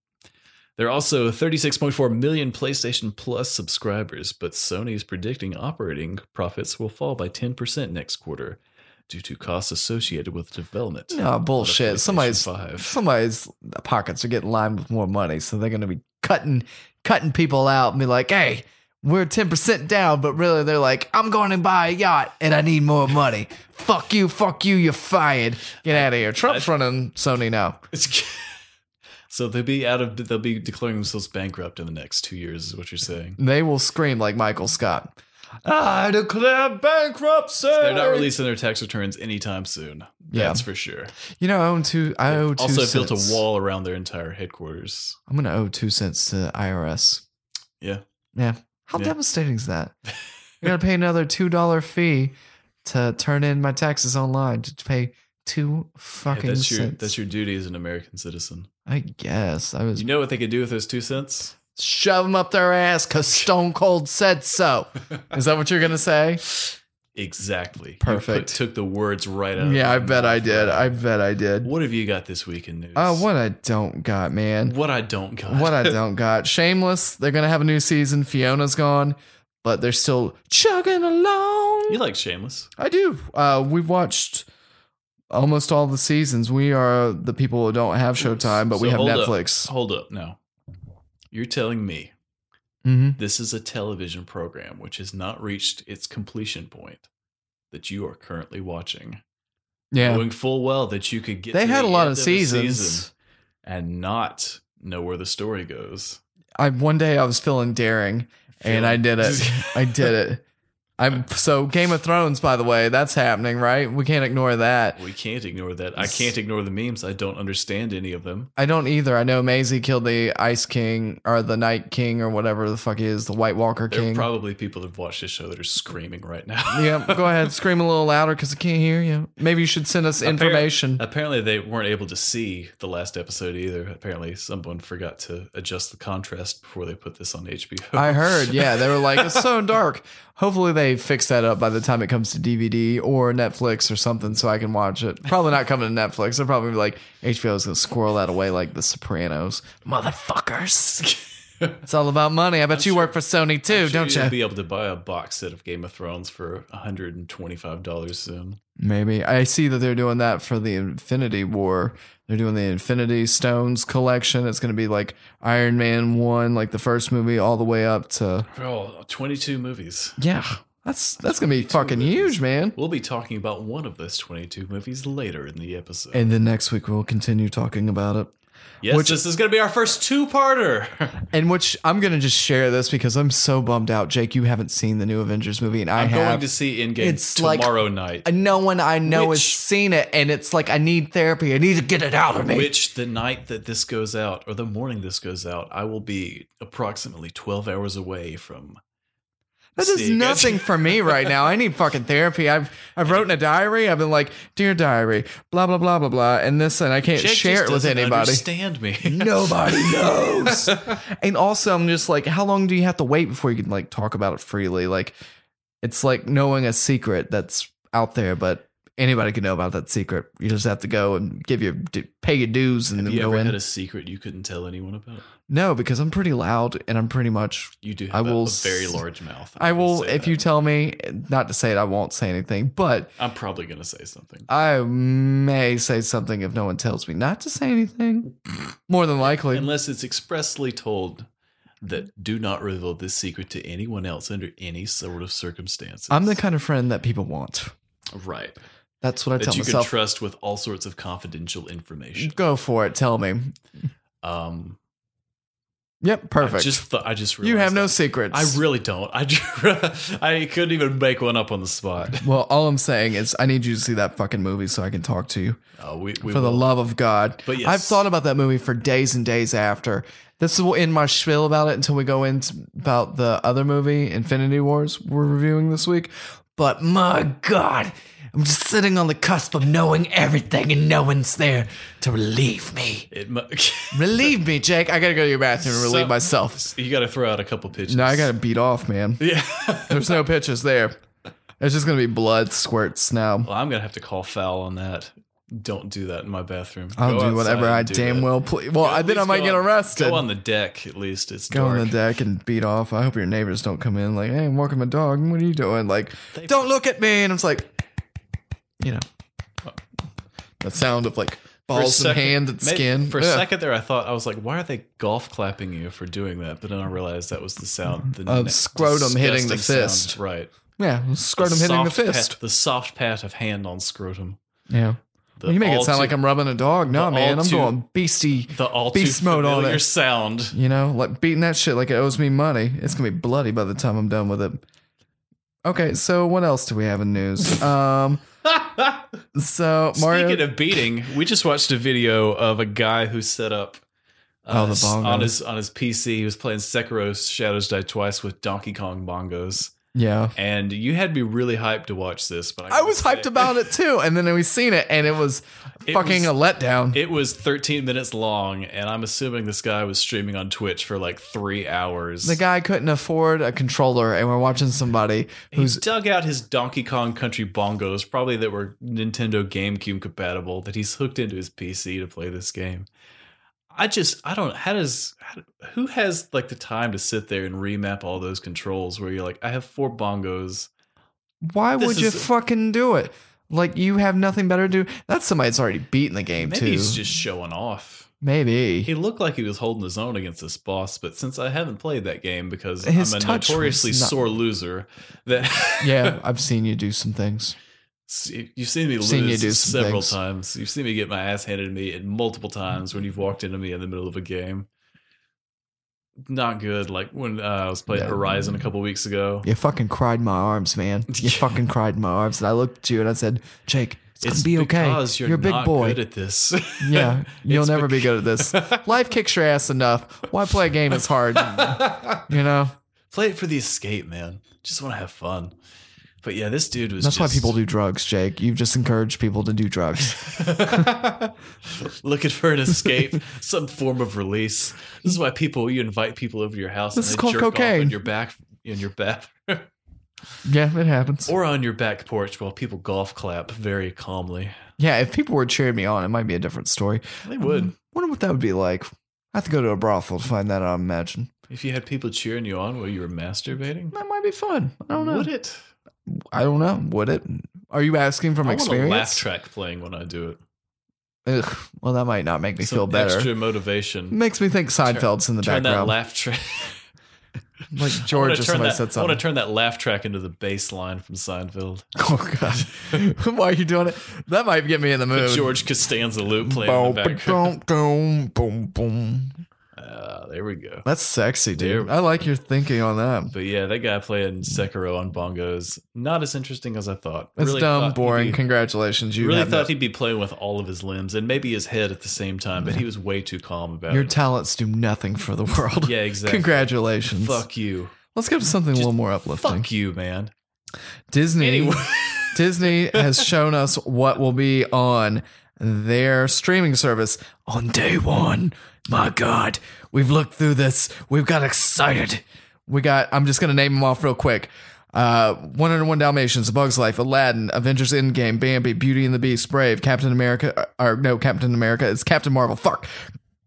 [SPEAKER 1] There are also 36.4 million PlayStation Plus subscribers, but Sony is predicting operating profits will fall by 10% next quarter due to costs associated with development.
[SPEAKER 2] No
[SPEAKER 1] PlayStation
[SPEAKER 2] bullshit. Somebody's
[SPEAKER 1] 5.
[SPEAKER 2] somebody's pockets are getting lined with more money, so they're going to be cutting cutting people out and be like, "Hey, we're ten percent down," but really they're like, "I'm going to buy a yacht and I need more money." fuck you, fuck you, you're fired. Get out of here. Trump's running Sony now.
[SPEAKER 1] so they'll be out of they'll be declaring themselves bankrupt in the next 2 years is what you're
[SPEAKER 2] Mm-hmm.
[SPEAKER 1] saying.
[SPEAKER 2] They will scream like Michael Scott. I declare bankruptcy.
[SPEAKER 1] They're not releasing their tax returns anytime soon.
[SPEAKER 2] Yeah.
[SPEAKER 1] That's for sure.
[SPEAKER 2] You know, I own two. I owe two.
[SPEAKER 1] also
[SPEAKER 2] cents.
[SPEAKER 1] built a wall around their entire headquarters.
[SPEAKER 2] I'm gonna owe two cents to IRS.
[SPEAKER 1] Yeah.
[SPEAKER 2] Yeah. How
[SPEAKER 1] Yeah.
[SPEAKER 2] devastating is that? I gotta pay another two dollar fee to turn in my taxes online to pay two
[SPEAKER 1] Yeah,
[SPEAKER 2] fucking
[SPEAKER 1] that's your
[SPEAKER 2] cents.
[SPEAKER 1] that's your duty as an American citizen.
[SPEAKER 2] I guess I was
[SPEAKER 1] You
[SPEAKER 2] shove 'em
[SPEAKER 1] know what they could do with those two cents?
[SPEAKER 2] shove them up their ass because Stone Cold said so. is that what you're gonna say?
[SPEAKER 1] Exactly. You
[SPEAKER 2] Perfect.
[SPEAKER 1] put- took the words right out. of
[SPEAKER 2] Yeah, I
[SPEAKER 1] my
[SPEAKER 2] bet I
[SPEAKER 1] mouth.
[SPEAKER 2] did. I bet I did.
[SPEAKER 1] What have you got this week in news?
[SPEAKER 2] Oh, what I don't got, man.
[SPEAKER 1] What I don't got.
[SPEAKER 2] What I don't got. Shameless. They're gonna have a new season. Fiona's gone, but they're still chugging along.
[SPEAKER 1] you like Shameless?
[SPEAKER 2] I do. Uh, we've watched almost all the seasons. We are the people who don't have Showtime, but we
[SPEAKER 1] So
[SPEAKER 2] have
[SPEAKER 1] hold up.
[SPEAKER 2] Netflix.
[SPEAKER 1] Hold up, no. You're telling me
[SPEAKER 2] hmm
[SPEAKER 1] this is a television program which has not reached its completion point that you are currently watching.
[SPEAKER 2] Yeah,
[SPEAKER 1] knowing full well that you could get.
[SPEAKER 2] they
[SPEAKER 1] to
[SPEAKER 2] had a
[SPEAKER 1] the
[SPEAKER 2] lot
[SPEAKER 1] end
[SPEAKER 2] of
[SPEAKER 1] the
[SPEAKER 2] seasons.
[SPEAKER 1] season and not know where the story goes.
[SPEAKER 2] I one day I was feeling daring, and I did it. I did it. I'm so Game of Thrones. By the way, that's happening, right? We can't ignore that.
[SPEAKER 1] we can't ignore that. I can't ignore the memes. I don't understand any of them.
[SPEAKER 2] I don't either. I know Maisie killed the Ice King or the Night King or whatever the fuck he is the White Walker
[SPEAKER 1] There are
[SPEAKER 2] King.
[SPEAKER 1] probably people that have watched this show that are screaming right now.
[SPEAKER 2] yeah, go ahead, scream a little louder because I can't hear you. Maybe you should send us
[SPEAKER 1] Apparent-
[SPEAKER 2] information.
[SPEAKER 1] Apparently, they weren't able to see the last episode either. Apparently, someone forgot to adjust the contrast before they put this on HBO.
[SPEAKER 2] I heard. Yeah, they were like, it's so dark. Hopefully, they fix that up by the time it comes to DVD or Netflix or something, so I can watch it. Probably not coming to Netflix. They're probably like HBO's gonna squirrel that away like The Sopranos, motherfuckers. it's all about money. I bet you work for Sony too,
[SPEAKER 1] Sure
[SPEAKER 2] don't
[SPEAKER 1] you'll
[SPEAKER 2] you?
[SPEAKER 1] be able to buy a box set of Game of Thrones for $125 soon.
[SPEAKER 2] Maybe I see that they're doing that for the Infinity War. They're doing the Infinity Stones collection. It's gonna be like Iron Man one, like the first movie, all the way up to
[SPEAKER 1] Bro, 22 movies.
[SPEAKER 2] yeah. That's that's gonna be fucking huge, man.
[SPEAKER 1] We'll be talking about one of those 22 movies later in the episode.
[SPEAKER 2] And then next week we'll continue talking about it.
[SPEAKER 1] yes,
[SPEAKER 2] which-
[SPEAKER 1] this is going to be our first two-parter.
[SPEAKER 2] And which I'm gonna just share this because I'm so bummed out, Jake. You haven't seen the new Avengers movie, and I
[SPEAKER 1] I'm
[SPEAKER 2] have.
[SPEAKER 1] going to see Endgame
[SPEAKER 2] It's like-
[SPEAKER 1] tomorrow night,
[SPEAKER 2] And no one I know has
[SPEAKER 1] Which-
[SPEAKER 2] seen it, and it's like I need therapy. I need to get it out of me.
[SPEAKER 1] which the night that this goes out, or the morning this goes out, I will be approximately 12 hours away from
[SPEAKER 2] That does
[SPEAKER 1] See, gotcha.
[SPEAKER 2] nothing for me right now. I need fucking therapy. I've I've wrote in a diary. I've been like, dear diary, blah blah blah blah blah, and this, and I can't
[SPEAKER 1] Jake
[SPEAKER 2] share
[SPEAKER 1] just
[SPEAKER 2] it with
[SPEAKER 1] doesn't
[SPEAKER 2] anybody.
[SPEAKER 1] Understand me?
[SPEAKER 2] Nobody knows. and also, I'm just like, how long do you have to wait before you can like talk about it freely? Like, it's like knowing a secret that's out there, but anybody can know about that secret. You just have to go and give your d- pay your dues and
[SPEAKER 1] Have
[SPEAKER 2] then
[SPEAKER 1] you
[SPEAKER 2] go
[SPEAKER 1] ever
[SPEAKER 2] in.
[SPEAKER 1] had a secret you couldn't tell anyone about?
[SPEAKER 2] no, because I'm pretty loud and I'm pretty much.
[SPEAKER 1] You do
[SPEAKER 2] I
[SPEAKER 1] have a-
[SPEAKER 2] will
[SPEAKER 1] a, very
[SPEAKER 2] s-
[SPEAKER 1] large mouth.
[SPEAKER 2] I
[SPEAKER 1] I'm gonna
[SPEAKER 2] will
[SPEAKER 1] say
[SPEAKER 2] if
[SPEAKER 1] that.
[SPEAKER 2] you tell me not to say it. I won't say anything, but
[SPEAKER 1] I'm probably going to say something.
[SPEAKER 2] I may say something if no one tells me not to say anything. More than likely,
[SPEAKER 1] Unless it's expressly told that do not reveal this secret to anyone else under any sort of circumstances.
[SPEAKER 2] I'm the kind of friend that people want.
[SPEAKER 1] right
[SPEAKER 2] That's what I tell
[SPEAKER 1] that you
[SPEAKER 2] myself.
[SPEAKER 1] can trust with all sorts of confidential information.
[SPEAKER 2] Go for it. Tell me.
[SPEAKER 1] Um,
[SPEAKER 2] Yep.
[SPEAKER 1] I
[SPEAKER 2] Perfect.
[SPEAKER 1] just thought I just
[SPEAKER 2] you have
[SPEAKER 1] realized
[SPEAKER 2] no
[SPEAKER 1] that.
[SPEAKER 2] secrets.
[SPEAKER 1] I really don't. I I couldn't even make one up on the spot.
[SPEAKER 2] well, all I'm saying is I need you to see that fucking movie so I can talk to you.
[SPEAKER 1] Uh, we, we
[SPEAKER 2] for the
[SPEAKER 1] will-
[SPEAKER 2] love of God.
[SPEAKER 1] But yes.
[SPEAKER 2] I've thought about that movie for days and days after. This will end my spiel about it until we go into about the other movie, Infinity Wars, we're reviewing this week. But my God, I'm just sitting on the cusp of knowing everything and no one's there to relieve me.
[SPEAKER 1] It, mu-
[SPEAKER 2] Relieve me, Jake. I gotta go to your bathroom and relieve
[SPEAKER 1] So-
[SPEAKER 2] myself.
[SPEAKER 1] you got to throw out a couple pitches.
[SPEAKER 2] Now I gotta beat off, man.
[SPEAKER 1] Yeah.
[SPEAKER 2] There's no pitches there. It's just gonna be blood squirts now.
[SPEAKER 1] well, I'm gonna have to call foul on that. Don't do that in my bathroom.
[SPEAKER 2] I'll
[SPEAKER 1] Go
[SPEAKER 2] do whatever
[SPEAKER 1] outside
[SPEAKER 2] I
[SPEAKER 1] and do
[SPEAKER 2] damn
[SPEAKER 1] that.
[SPEAKER 2] well please. Well, I
[SPEAKER 1] At
[SPEAKER 2] then I
[SPEAKER 1] least
[SPEAKER 2] might
[SPEAKER 1] go
[SPEAKER 2] get
[SPEAKER 1] on-
[SPEAKER 2] arrested.
[SPEAKER 1] Go on the deck at least. It's
[SPEAKER 2] Go
[SPEAKER 1] dark.
[SPEAKER 2] on the deck and beat off. I hope your neighbors don't come in like, hey, I'm walking my dog. What are you doing? Like,
[SPEAKER 1] They-
[SPEAKER 2] don't look at me. And it's like, you know, the sound of like
[SPEAKER 1] For a
[SPEAKER 2] balls and
[SPEAKER 1] second-
[SPEAKER 2] hand and
[SPEAKER 1] ma-
[SPEAKER 2] skin.
[SPEAKER 1] For a
[SPEAKER 2] Ugh.
[SPEAKER 1] second there, I thought I was like, "Why are they golf clapping you for doing that?" But then I realized that was the sound the
[SPEAKER 2] Of
[SPEAKER 1] ne-
[SPEAKER 2] scrotum hitting the
[SPEAKER 1] disgusting
[SPEAKER 2] fist.
[SPEAKER 1] sound. Right,
[SPEAKER 2] Yeah, scrotum hitting the
[SPEAKER 1] soft pat-
[SPEAKER 2] fist.
[SPEAKER 1] the soft pat of hand on scrotum.
[SPEAKER 2] Yeah.
[SPEAKER 1] The
[SPEAKER 2] you make it
[SPEAKER 1] all
[SPEAKER 2] sound
[SPEAKER 1] too-
[SPEAKER 2] like I'm rubbing a dog. No,
[SPEAKER 1] the
[SPEAKER 2] man,
[SPEAKER 1] all
[SPEAKER 2] I'm
[SPEAKER 1] too-
[SPEAKER 2] going beastie.
[SPEAKER 1] the all
[SPEAKER 2] beast
[SPEAKER 1] too
[SPEAKER 2] mode on
[SPEAKER 1] familiar
[SPEAKER 2] it.
[SPEAKER 1] sound.
[SPEAKER 2] You know, like beating that shit like it owes me money. It's gonna be bloody by the time I'm done with it. Okay, so what else do we have in news? Um, so Mario.
[SPEAKER 1] Speaking of beating, we just watched a video of a guy who set up uh,
[SPEAKER 2] Oh, the
[SPEAKER 1] s-
[SPEAKER 2] bongos.
[SPEAKER 1] on his on his PC. He was playing Sekiro Shadows Die Twice with Donkey Kong bongos,
[SPEAKER 2] yeah,
[SPEAKER 1] and you had me really hyped to watch this. But I,
[SPEAKER 2] I was
[SPEAKER 1] gotta
[SPEAKER 2] hyped
[SPEAKER 1] say,
[SPEAKER 2] about it too, and then we seen it, and it was
[SPEAKER 1] It
[SPEAKER 2] fucking
[SPEAKER 1] was-
[SPEAKER 2] a letdown.
[SPEAKER 1] It was 13 minutes long, and I'm assuming this guy was streaming on Twitch for like three hours.
[SPEAKER 2] the guy couldn't afford a controller, and we're watching somebody
[SPEAKER 1] he
[SPEAKER 2] who's
[SPEAKER 1] dug out his Donkey Kong Country bongos, probably that were Nintendo GameCube compatible, that he's hooked into his PC to play this game. I just, I don't, how does, how, do- who has like the time to sit there and remap all those controls where you're like, I have four bongos.
[SPEAKER 2] why
[SPEAKER 1] this
[SPEAKER 2] would you
[SPEAKER 1] is-
[SPEAKER 2] fucking do it? Like you have nothing better to do. That's somebody that's already beaten the game
[SPEAKER 1] Maybe
[SPEAKER 2] too.
[SPEAKER 1] he's just showing off.
[SPEAKER 2] Maybe
[SPEAKER 1] He looked like he was holding his own against this boss, but since I haven't played that game because
[SPEAKER 2] His
[SPEAKER 1] I'm a
[SPEAKER 2] touch was
[SPEAKER 1] notoriously
[SPEAKER 2] not-
[SPEAKER 1] sore loser, that
[SPEAKER 2] yeah, I've seen you do some things.
[SPEAKER 1] S- You've seen me lose
[SPEAKER 2] Seen you do some
[SPEAKER 1] several
[SPEAKER 2] things.
[SPEAKER 1] times. You've seen me get my ass handed to me at multiple times when you've walked into me in the middle of a game. Not good. Like when uh, I was playing
[SPEAKER 2] Yeah.
[SPEAKER 1] Horizon a couple weeks ago.
[SPEAKER 2] You fucking cried in my arms, man. You
[SPEAKER 1] Yeah.
[SPEAKER 2] fucking cried in my arms, and I looked at you and I said, "Jake, it's, gonna be okay.
[SPEAKER 1] because you're,
[SPEAKER 2] a big
[SPEAKER 1] not
[SPEAKER 2] boy.
[SPEAKER 1] good at this.
[SPEAKER 2] yeah, you'll
[SPEAKER 1] It's
[SPEAKER 2] never be
[SPEAKER 1] bec-
[SPEAKER 2] good at this. Life kicks your ass enough. Why play a game that's hard? you know."
[SPEAKER 1] Play it for the escape, man. Just want to have fun. But yeah, this dude was.
[SPEAKER 2] That's why
[SPEAKER 1] just-
[SPEAKER 2] people do drugs, Jake. You've just encouraged people to do drugs.
[SPEAKER 1] looking for an escape, some form of release. This is why people you invite people over to your house.
[SPEAKER 2] This
[SPEAKER 1] and
[SPEAKER 2] is
[SPEAKER 1] they
[SPEAKER 2] called
[SPEAKER 1] jerk off
[SPEAKER 2] cocaine.
[SPEAKER 1] In your back, in your bathroom.
[SPEAKER 2] yeah, it happens.
[SPEAKER 1] or on your back porch while people golf clap very calmly.
[SPEAKER 2] yeah, if people were cheering me on, it might be a different story. Mm,
[SPEAKER 1] They would
[SPEAKER 2] Wonder what that would be like. I have to go to a brothel to find that out, I imagine.
[SPEAKER 1] if you had people cheering you on while you were masturbating.
[SPEAKER 2] That might be fun. I don't know.
[SPEAKER 1] Would it?
[SPEAKER 2] I don't know. Would it? Are you asking from
[SPEAKER 1] I want a
[SPEAKER 2] experience?
[SPEAKER 1] laugh track playing when I do it.
[SPEAKER 2] Ugh, well, that might not make me
[SPEAKER 1] Some
[SPEAKER 2] feel better.
[SPEAKER 1] Extra motivation.
[SPEAKER 2] Makes me think Seinfeld's in the
[SPEAKER 1] turn that
[SPEAKER 2] background.
[SPEAKER 1] laugh track.
[SPEAKER 2] like
[SPEAKER 1] I wanna
[SPEAKER 2] George or
[SPEAKER 1] turn
[SPEAKER 2] somebody
[SPEAKER 1] that-
[SPEAKER 2] said
[SPEAKER 1] I want
[SPEAKER 2] something.
[SPEAKER 1] to turn that laugh track into the bass line from Seinfeld.
[SPEAKER 2] oh, God. why are you doing it? That might get me in the
[SPEAKER 1] The
[SPEAKER 2] mood.
[SPEAKER 1] George Costanza loop playing in the background.
[SPEAKER 2] Boom, boom, boom, boom.
[SPEAKER 1] Ah, there we go.
[SPEAKER 2] That's sexy, dude.
[SPEAKER 1] There-
[SPEAKER 2] I like your thinking on that.
[SPEAKER 1] But yeah, that guy playing Sekiro on bongos, not as interesting as I thought.
[SPEAKER 2] It's
[SPEAKER 1] Really thought
[SPEAKER 2] dumb,
[SPEAKER 1] he'd
[SPEAKER 2] boring.
[SPEAKER 1] be-
[SPEAKER 2] Congratulations, you
[SPEAKER 1] really
[SPEAKER 2] have
[SPEAKER 1] thought he'd be playing with all of his limbs and maybe his head at the same time, but he was way too calm
[SPEAKER 2] no-
[SPEAKER 1] about
[SPEAKER 2] your
[SPEAKER 1] it.
[SPEAKER 2] talents do nothing for the world.
[SPEAKER 1] yeah, exactly.
[SPEAKER 2] Congratulations.
[SPEAKER 1] Fuck you.
[SPEAKER 2] Let's go to something a
[SPEAKER 1] Just
[SPEAKER 2] little more uplifting.
[SPEAKER 1] Fuck you, man.
[SPEAKER 2] Disney.
[SPEAKER 1] Anyway.
[SPEAKER 2] Disney has shown us what will be on their streaming service on day one. My God, we've looked through this. We've got excited. We got. I'm just gonna name them off real quick. Uh, 101 Dalmatians, A Bug's Life, Aladdin, Avengers Endgame, Bambi, Beauty and the Beast, Brave, Captain America, uh, or no, Captain America, it's Captain Marvel. Fuck.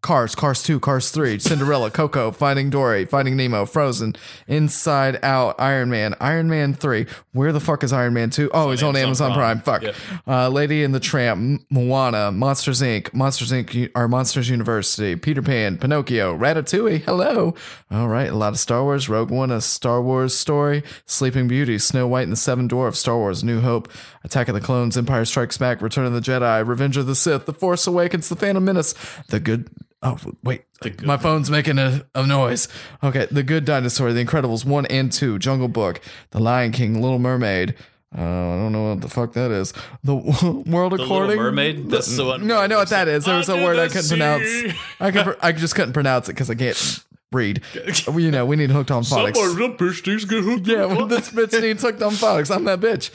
[SPEAKER 2] Cars, Cars 2, Cars 3, Cinderella, Coco, Finding Dory, Finding Nemo, Frozen, Inside Out, Iron Man, Iron Man 3. Where the fuck is Iron Man 2? Oh, it's on Amazon, Prime. Fuck. Uh, Lady and the Tramp, M- Moana, Monsters Inc., Monsters Inc., U- or Monsters University, Peter Pan, Pinocchio, Ratatouille. Hello. All right. A lot of Star Wars, Rogue One, a Star Wars story, Sleeping Beauty, Snow White and the Seven Dwarfs, Star Wars, New Hope, Attack of the Clones, Empire Strikes Back, Return of the Jedi, Revenge of the Sith, The Force Awakens, The Phantom Menace, The Good. Oh, wait.
[SPEAKER 1] The Good-
[SPEAKER 2] My phone's making a, a noise. Okay. The Good Dinosaur, The Incredibles 1 and 2, Jungle Book, The Lion King, Little Mermaid. Uh, I don't know what the fuck that is. The World
[SPEAKER 1] The
[SPEAKER 2] According.
[SPEAKER 1] Little Mermaid. That's the one.
[SPEAKER 2] Mm. No, I know what that is. There
[SPEAKER 1] I
[SPEAKER 2] was a
[SPEAKER 1] do
[SPEAKER 2] word I
[SPEAKER 1] the
[SPEAKER 2] couldn't
[SPEAKER 1] sea.
[SPEAKER 2] pronounce. I could, pr- I just couldn't pronounce it because I can't read. You know, we need hooked on phonics.
[SPEAKER 1] up your sticks, get hooked
[SPEAKER 2] Yeah,
[SPEAKER 1] up.
[SPEAKER 2] when this bitch needs hooked on phonics. I'm that bitch.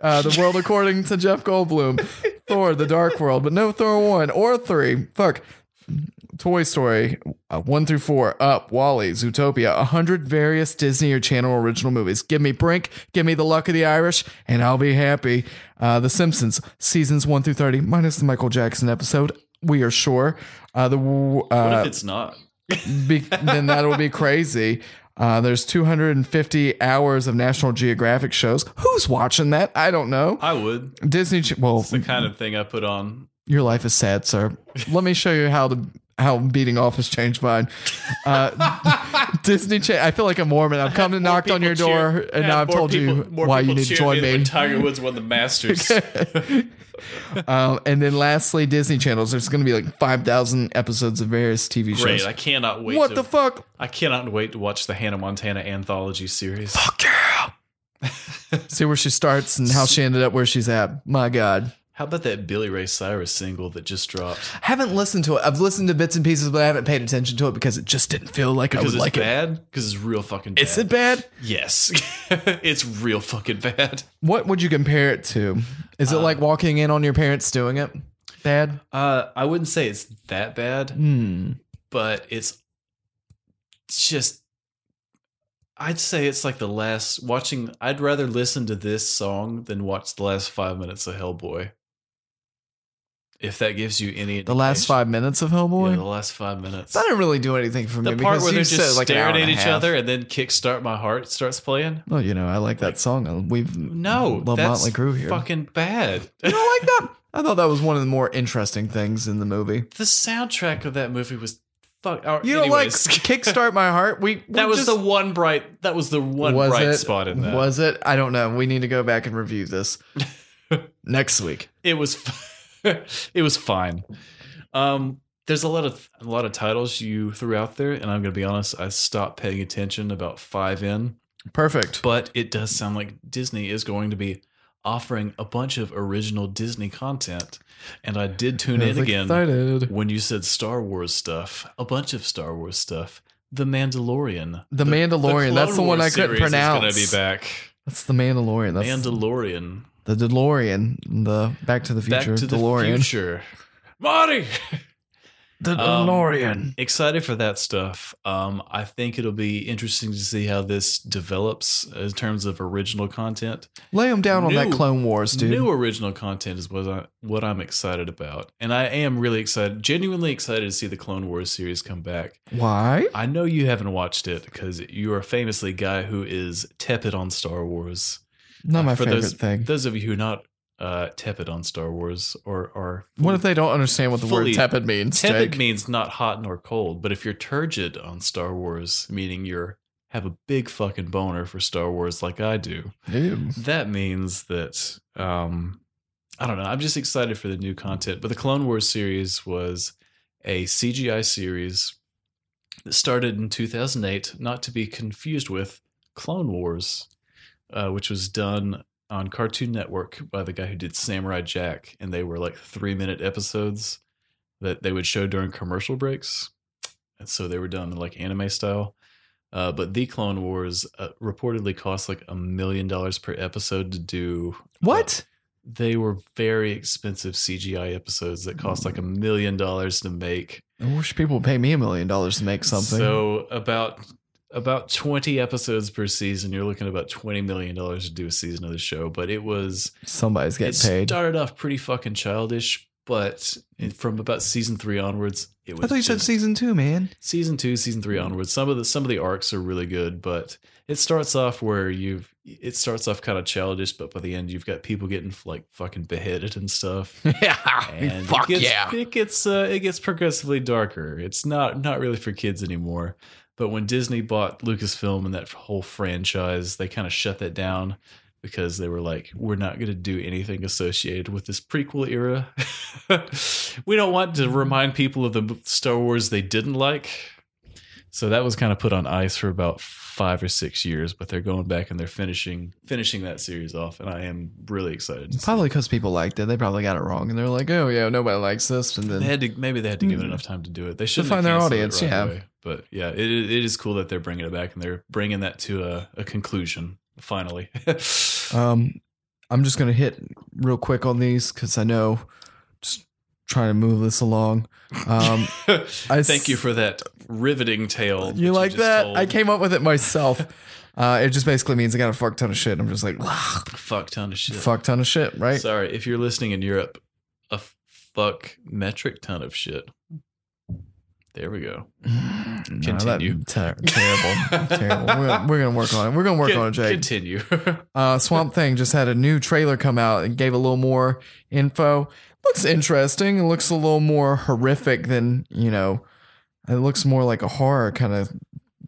[SPEAKER 2] Uh, the world according to Jeff Goldblum, Thor: The Dark World, but no Thor one or three. Fuck. Toy Story uh, one through four, Up, Wally, Zootopia, a hundred various Disney or Channel original movies. Give me Brink, give me The Luck of the Irish, and I'll be happy. Uh, the Simpsons seasons one through thirty, minus the Michael Jackson episode. We are sure. Uh, the w- uh,
[SPEAKER 1] What if it's not?
[SPEAKER 2] be, then that will be crazy. Uh, there's 250 hours of National Geographic shows. Who's watching that? I don't know.
[SPEAKER 1] I would.
[SPEAKER 2] Disney. Ch- Well,
[SPEAKER 1] It's the kind of thing I put on.
[SPEAKER 2] your life is sad, sir. Let me show you how to how beating off has changed mine. Uh, Disney. Cha- I feel like a Mormon. I've come and knocked on your door, and now I've told you why you need to join me.
[SPEAKER 1] Tiger Woods won the Masters.
[SPEAKER 2] Um, and then lastly, Disney channels. There's going to be like 5,000 episodes of various TV
[SPEAKER 1] Great!
[SPEAKER 2] shows.
[SPEAKER 1] I cannot wait.
[SPEAKER 2] What
[SPEAKER 1] to,
[SPEAKER 2] the fuck?
[SPEAKER 1] I cannot wait to watch the Hannah Montana anthology series.
[SPEAKER 2] See where she starts and how she ended up where she's at. My God.
[SPEAKER 1] How about that Billy Ray Cyrus single that just dropped?
[SPEAKER 2] haven't listened to it. I've listened to bits and pieces, but I haven't paid attention to it because it just didn't feel like I
[SPEAKER 1] Because
[SPEAKER 2] would
[SPEAKER 1] it's
[SPEAKER 2] like it.
[SPEAKER 1] bad. Because it's real fucking. Bad.
[SPEAKER 2] Is it bad?
[SPEAKER 1] Yes, it's real fucking bad.
[SPEAKER 2] What would you compare it to? Is it like walking in on your parents doing it? Bad?
[SPEAKER 1] Uh, I wouldn't say it's that bad.
[SPEAKER 2] Hmm.
[SPEAKER 1] but it's just I'd say it's like the last watching I'd rather listen to this song than watch the last 5 minutes of Hellboy. If that gives you any
[SPEAKER 2] The last
[SPEAKER 1] indication.
[SPEAKER 2] five minutes of
[SPEAKER 1] yeah,
[SPEAKER 2] Hellboy?
[SPEAKER 1] the last 5 minutes.
[SPEAKER 2] that didn't really do anything for
[SPEAKER 1] The
[SPEAKER 2] me
[SPEAKER 1] part
[SPEAKER 2] because
[SPEAKER 1] where they're
[SPEAKER 2] you
[SPEAKER 1] just
[SPEAKER 2] said like an hour
[SPEAKER 1] staring
[SPEAKER 2] and
[SPEAKER 1] at
[SPEAKER 2] a
[SPEAKER 1] each
[SPEAKER 2] half.
[SPEAKER 1] other and then Kickstart My Heart starts playing.
[SPEAKER 2] Well, you know, I like that song. We've
[SPEAKER 1] No,
[SPEAKER 2] love
[SPEAKER 1] that's
[SPEAKER 2] Motley Crue here.
[SPEAKER 1] fucking bad.
[SPEAKER 2] You don't like that? I thought that was one of the more interesting things in the movie.
[SPEAKER 1] the soundtrack of that movie was fuck. oh,
[SPEAKER 2] You don't like
[SPEAKER 1] anyways.
[SPEAKER 2] "Kickstart My Heart"? We, we
[SPEAKER 1] that was
[SPEAKER 2] just-
[SPEAKER 1] the one bright. That was the one bright spot in that.
[SPEAKER 2] Was it? I don't know. We need to go back and review this next week.
[SPEAKER 1] it was it was fine. Um, there's a lot of a lot of titles you threw out there, and I'm gonna be honest, I stopped paying attention about five in.
[SPEAKER 2] Perfect.
[SPEAKER 1] But it does sound like Disney is going to be offering a bunch of original Disney content, and I did tune in again
[SPEAKER 2] Excited.
[SPEAKER 1] when you said Star Wars stuff, a bunch of Star Wars stuff, The Mandalorian,
[SPEAKER 2] The Mandalorian,
[SPEAKER 1] Clone
[SPEAKER 2] that's the one
[SPEAKER 1] Wars
[SPEAKER 2] I couldn't
[SPEAKER 1] series is gonna
[SPEAKER 2] pronounce.
[SPEAKER 1] be back.
[SPEAKER 2] That's the Mandalorian. That's
[SPEAKER 1] Mandalorian,
[SPEAKER 2] the DeLorean. The Back to the Future
[SPEAKER 1] back to the
[SPEAKER 2] DeLorean.
[SPEAKER 1] future, Marty.
[SPEAKER 2] The
[SPEAKER 1] Um,
[SPEAKER 2] DeLorean.
[SPEAKER 1] excited for that stuff. Um, I think it'll be interesting to see how this develops in terms of original content.
[SPEAKER 2] Lay him down on that
[SPEAKER 1] New-
[SPEAKER 2] Clone Wars, dude.
[SPEAKER 1] New original content is what I what I'm excited about, and I am really excited, genuinely excited to see the Clone Wars series come back.
[SPEAKER 2] Why?
[SPEAKER 1] I know you haven't watched it because you are famously a guy who is tepid on Star Wars.
[SPEAKER 2] Not my
[SPEAKER 1] Uh, For
[SPEAKER 2] favorite
[SPEAKER 1] those,
[SPEAKER 2] thing.
[SPEAKER 1] Those of you who are not uh, tepid on Star Wars or are
[SPEAKER 2] what if they don't understand what the word
[SPEAKER 1] fully-
[SPEAKER 2] tepid means,
[SPEAKER 1] Tepid
[SPEAKER 2] Jake?
[SPEAKER 1] means not hot nor cold, but if you're turgid on Star Wars, meaning you're have a big fucking boner for Star Wars like I do,
[SPEAKER 2] Ew.
[SPEAKER 1] that means that um I don't know. I'm just excited for the new content. But the Clone Wars series was a CGI series that started in 2008, not to be confused with Clone Wars, uh, which was done on Cartoon Network by the guy who did Samurai Jack, and they were like three minute episodes that they would show during commercial breaks. And so they were done in like anime style. Uh, but the Clone Wars uh, reportedly cost like a million dollars per episode to do.
[SPEAKER 2] What?
[SPEAKER 1] They were very expensive CGI episodes that cost like a
[SPEAKER 2] Mm.
[SPEAKER 1] million dollars to make.
[SPEAKER 2] I wish people would pay me a million dollars to make something.
[SPEAKER 1] So about about 20 episodes per season, you're looking at about 20 million dollars to do a season of the show, but it was
[SPEAKER 2] Somebody's getting
[SPEAKER 1] it
[SPEAKER 2] paid. Mm.
[SPEAKER 1] started off pretty fucking childish, but it- from about season 3 onwards, it was
[SPEAKER 2] I thought you said
[SPEAKER 1] just-
[SPEAKER 2] season two, man.
[SPEAKER 1] season two, season three onwards, some of the some of the arcs are really good, but it starts off where you've it starts off kind of childish, but by the end you've got people getting like fucking beheaded and stuff.
[SPEAKER 2] yeah.
[SPEAKER 1] And it gets, It gets uh, it gets progressively darker. It's not not really for kids anymore. But when Disney bought Lucasfilm and that whole franchise, they kind of shut that down because they were like, "We're not going to do anything associated with this prequel era. we don't want to remind people of the Star Wars they didn't like." So that was kind of put on ice for about five or six years, but they're going back and they're finishing finishing that series off, and I am really excited. To see
[SPEAKER 2] Probably because people liked it. They probably got it wrong, and they're like, "Oh yeah, nobody likes this." And
[SPEAKER 1] They
[SPEAKER 2] then
[SPEAKER 1] had to maybe they had to give it
[SPEAKER 2] Hmm.
[SPEAKER 1] enough time to do it. They should
[SPEAKER 2] find their audience, yeah.
[SPEAKER 1] but yeah, it it is cool that they're bringing it back and they're bringing that to a, a conclusion finally.
[SPEAKER 2] um, I'm just gonna hit real quick on these because I know. Just trying to move this along.
[SPEAKER 1] Oh,
[SPEAKER 2] Um, I
[SPEAKER 1] Thank you for that riveting tale. that
[SPEAKER 2] you like
[SPEAKER 1] just
[SPEAKER 2] that?
[SPEAKER 1] told.
[SPEAKER 2] I came up with it myself. uh, it just basically means I got a fuck ton of shit. I'm just like, "Wow,
[SPEAKER 1] Fuck ton of shit.
[SPEAKER 2] fuck ton of shit, right?
[SPEAKER 1] Sorry, if you're listening in Europe, a fuck metric ton of shit. There we go.
[SPEAKER 2] No, that-
[SPEAKER 1] Continue.
[SPEAKER 2] ter- terrible, terrible. We're, gonna- we're gonna work on it. We're gonna work
[SPEAKER 1] Con-
[SPEAKER 2] on it, Jake.
[SPEAKER 1] Continue.
[SPEAKER 2] Uh, Swamp Thing just had a new trailer come out and gave a little more info. Looks interesting. It looks a little more horrific than you know. It looks more like a horror kind of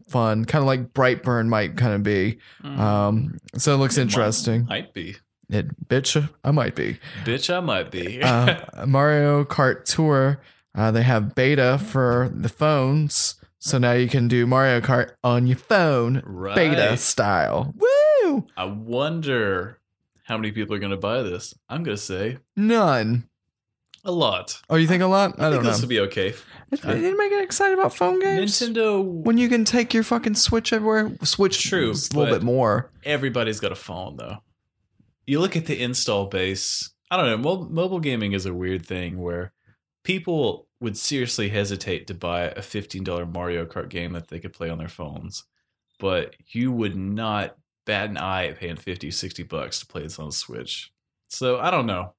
[SPEAKER 2] fun, kind of like Brightburn might kind of be. Um, so it looks
[SPEAKER 1] Mm-hmm. It might-
[SPEAKER 2] interesting.
[SPEAKER 1] might be,
[SPEAKER 2] It bitch, I might be.
[SPEAKER 1] bitch. I might be.
[SPEAKER 2] uh, Mario Kart Tour. Uh, they have beta for the phones, so now you can do Mario Kart on your phone,
[SPEAKER 1] right.
[SPEAKER 2] beta style. Woo!
[SPEAKER 1] I wonder how many people are going to buy this. I'm going to say
[SPEAKER 2] None.
[SPEAKER 1] a lot.
[SPEAKER 2] Oh, you think a lot? I,
[SPEAKER 1] I,
[SPEAKER 2] don't
[SPEAKER 1] think
[SPEAKER 2] know.
[SPEAKER 1] this will be okay.
[SPEAKER 2] Did anybody get excited about phone games?
[SPEAKER 1] Nintendo,
[SPEAKER 2] When you can take your fucking Switch everywhere, Switch
[SPEAKER 1] True,
[SPEAKER 2] is a little
[SPEAKER 1] but-
[SPEAKER 2] bit more.
[SPEAKER 1] everybody's got a phone though. You look at the install base. I don't know. Mo- mobile gaming is a weird thing where people would seriously hesitate to buy a $15 Mario Kart game that they could play on their phones, but you would not bat an eye at paying 50, 60 bucks to play this on Switch. So I don't know.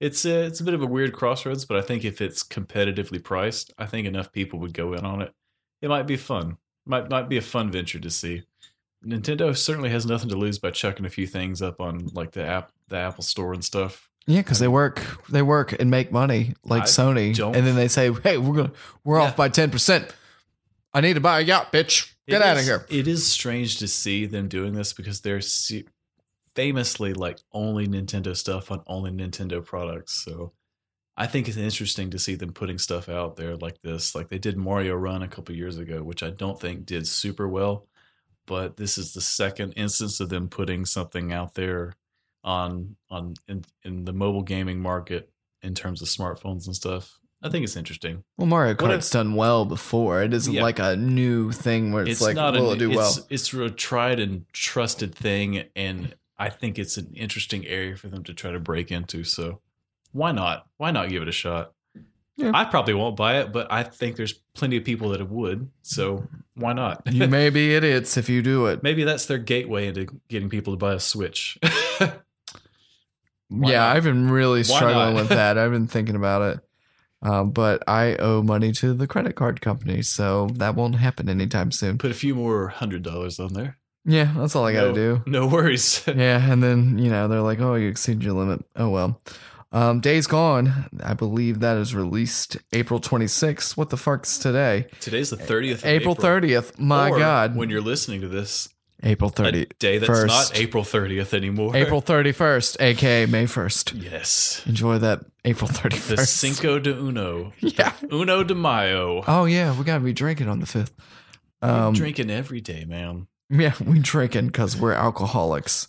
[SPEAKER 1] It's a, it's a bit of a weird crossroads, but I think if it's competitively priced, I think enough people would go in on it. It might be fun. Might might be a fun venture to see. Nintendo certainly has nothing to lose by chucking a few things up on like the app, the Apple Store and stuff.
[SPEAKER 2] Yeah, because they work, they work and make money like
[SPEAKER 1] I
[SPEAKER 2] Sony,
[SPEAKER 1] don't-
[SPEAKER 2] and then they say, "Hey, we're gonna, we're
[SPEAKER 1] Yeah.
[SPEAKER 2] off by ten percent. I need to buy a yacht, bitch. Get
[SPEAKER 1] It
[SPEAKER 2] out of
[SPEAKER 1] is-
[SPEAKER 2] here."
[SPEAKER 1] It is strange to see them doing this because they're se- famously like only Nintendo stuff on only Nintendo products. So I think it's interesting to see them putting stuff out there like this. Like they did Mario Run a couple years ago, which I don't think did super well, but this is the second instance of them putting something out there on on in, in the mobile gaming market in terms of smartphones and stuff. I think it's interesting.
[SPEAKER 2] Well, Mario
[SPEAKER 1] What
[SPEAKER 2] Kart's
[SPEAKER 1] if-
[SPEAKER 2] done well before. It isn't
[SPEAKER 1] Yeah.
[SPEAKER 2] like a new thing where it's, like, will
[SPEAKER 1] a,
[SPEAKER 2] it do well?
[SPEAKER 1] it's, It's a tried and trusted thing, and I think it's an interesting area for them to try to break into. So why not? Why not give it a shot?
[SPEAKER 2] Yeah.
[SPEAKER 1] I probably won't buy it, but I think there's plenty of people that would. So why not?
[SPEAKER 2] You may be idiots if you do it.
[SPEAKER 1] Maybe that's their gateway into getting people to buy a Switch. why
[SPEAKER 2] yeah,
[SPEAKER 1] not?
[SPEAKER 2] I've been really
[SPEAKER 1] Why not?
[SPEAKER 2] struggling with that. I've been thinking about it. Um, but I owe money to the credit card company, so that won't happen anytime soon.
[SPEAKER 1] Put a few more hundred dollars on there.
[SPEAKER 2] Yeah, that's all I got to
[SPEAKER 1] No-
[SPEAKER 2] do.
[SPEAKER 1] No worries.
[SPEAKER 2] Yeah, and then, you know, they're like, oh, you exceed your limit. Oh, well. Um, Days Gone, I believe that is released April 26th. What the fuck's today?
[SPEAKER 1] Today's the thirtieth.
[SPEAKER 2] April, 30th. My
[SPEAKER 1] Or
[SPEAKER 2] God.
[SPEAKER 1] When you're listening to this,
[SPEAKER 2] April
[SPEAKER 1] a
[SPEAKER 2] 30th.
[SPEAKER 1] day that's
[SPEAKER 2] first.
[SPEAKER 1] not April thirtieth anymore.
[SPEAKER 2] April 31st, aka May 1st.
[SPEAKER 1] Yes.
[SPEAKER 2] Enjoy that April
[SPEAKER 1] The
[SPEAKER 2] 31st.
[SPEAKER 1] Cinco de Uno.
[SPEAKER 2] Yeah.
[SPEAKER 1] Uno de Mayo.
[SPEAKER 2] Oh yeah, we gotta be drinking on the fifth.
[SPEAKER 1] I'm
[SPEAKER 2] Um,
[SPEAKER 1] drinking every day, man.
[SPEAKER 2] Yeah, we drinking because we're alcoholics.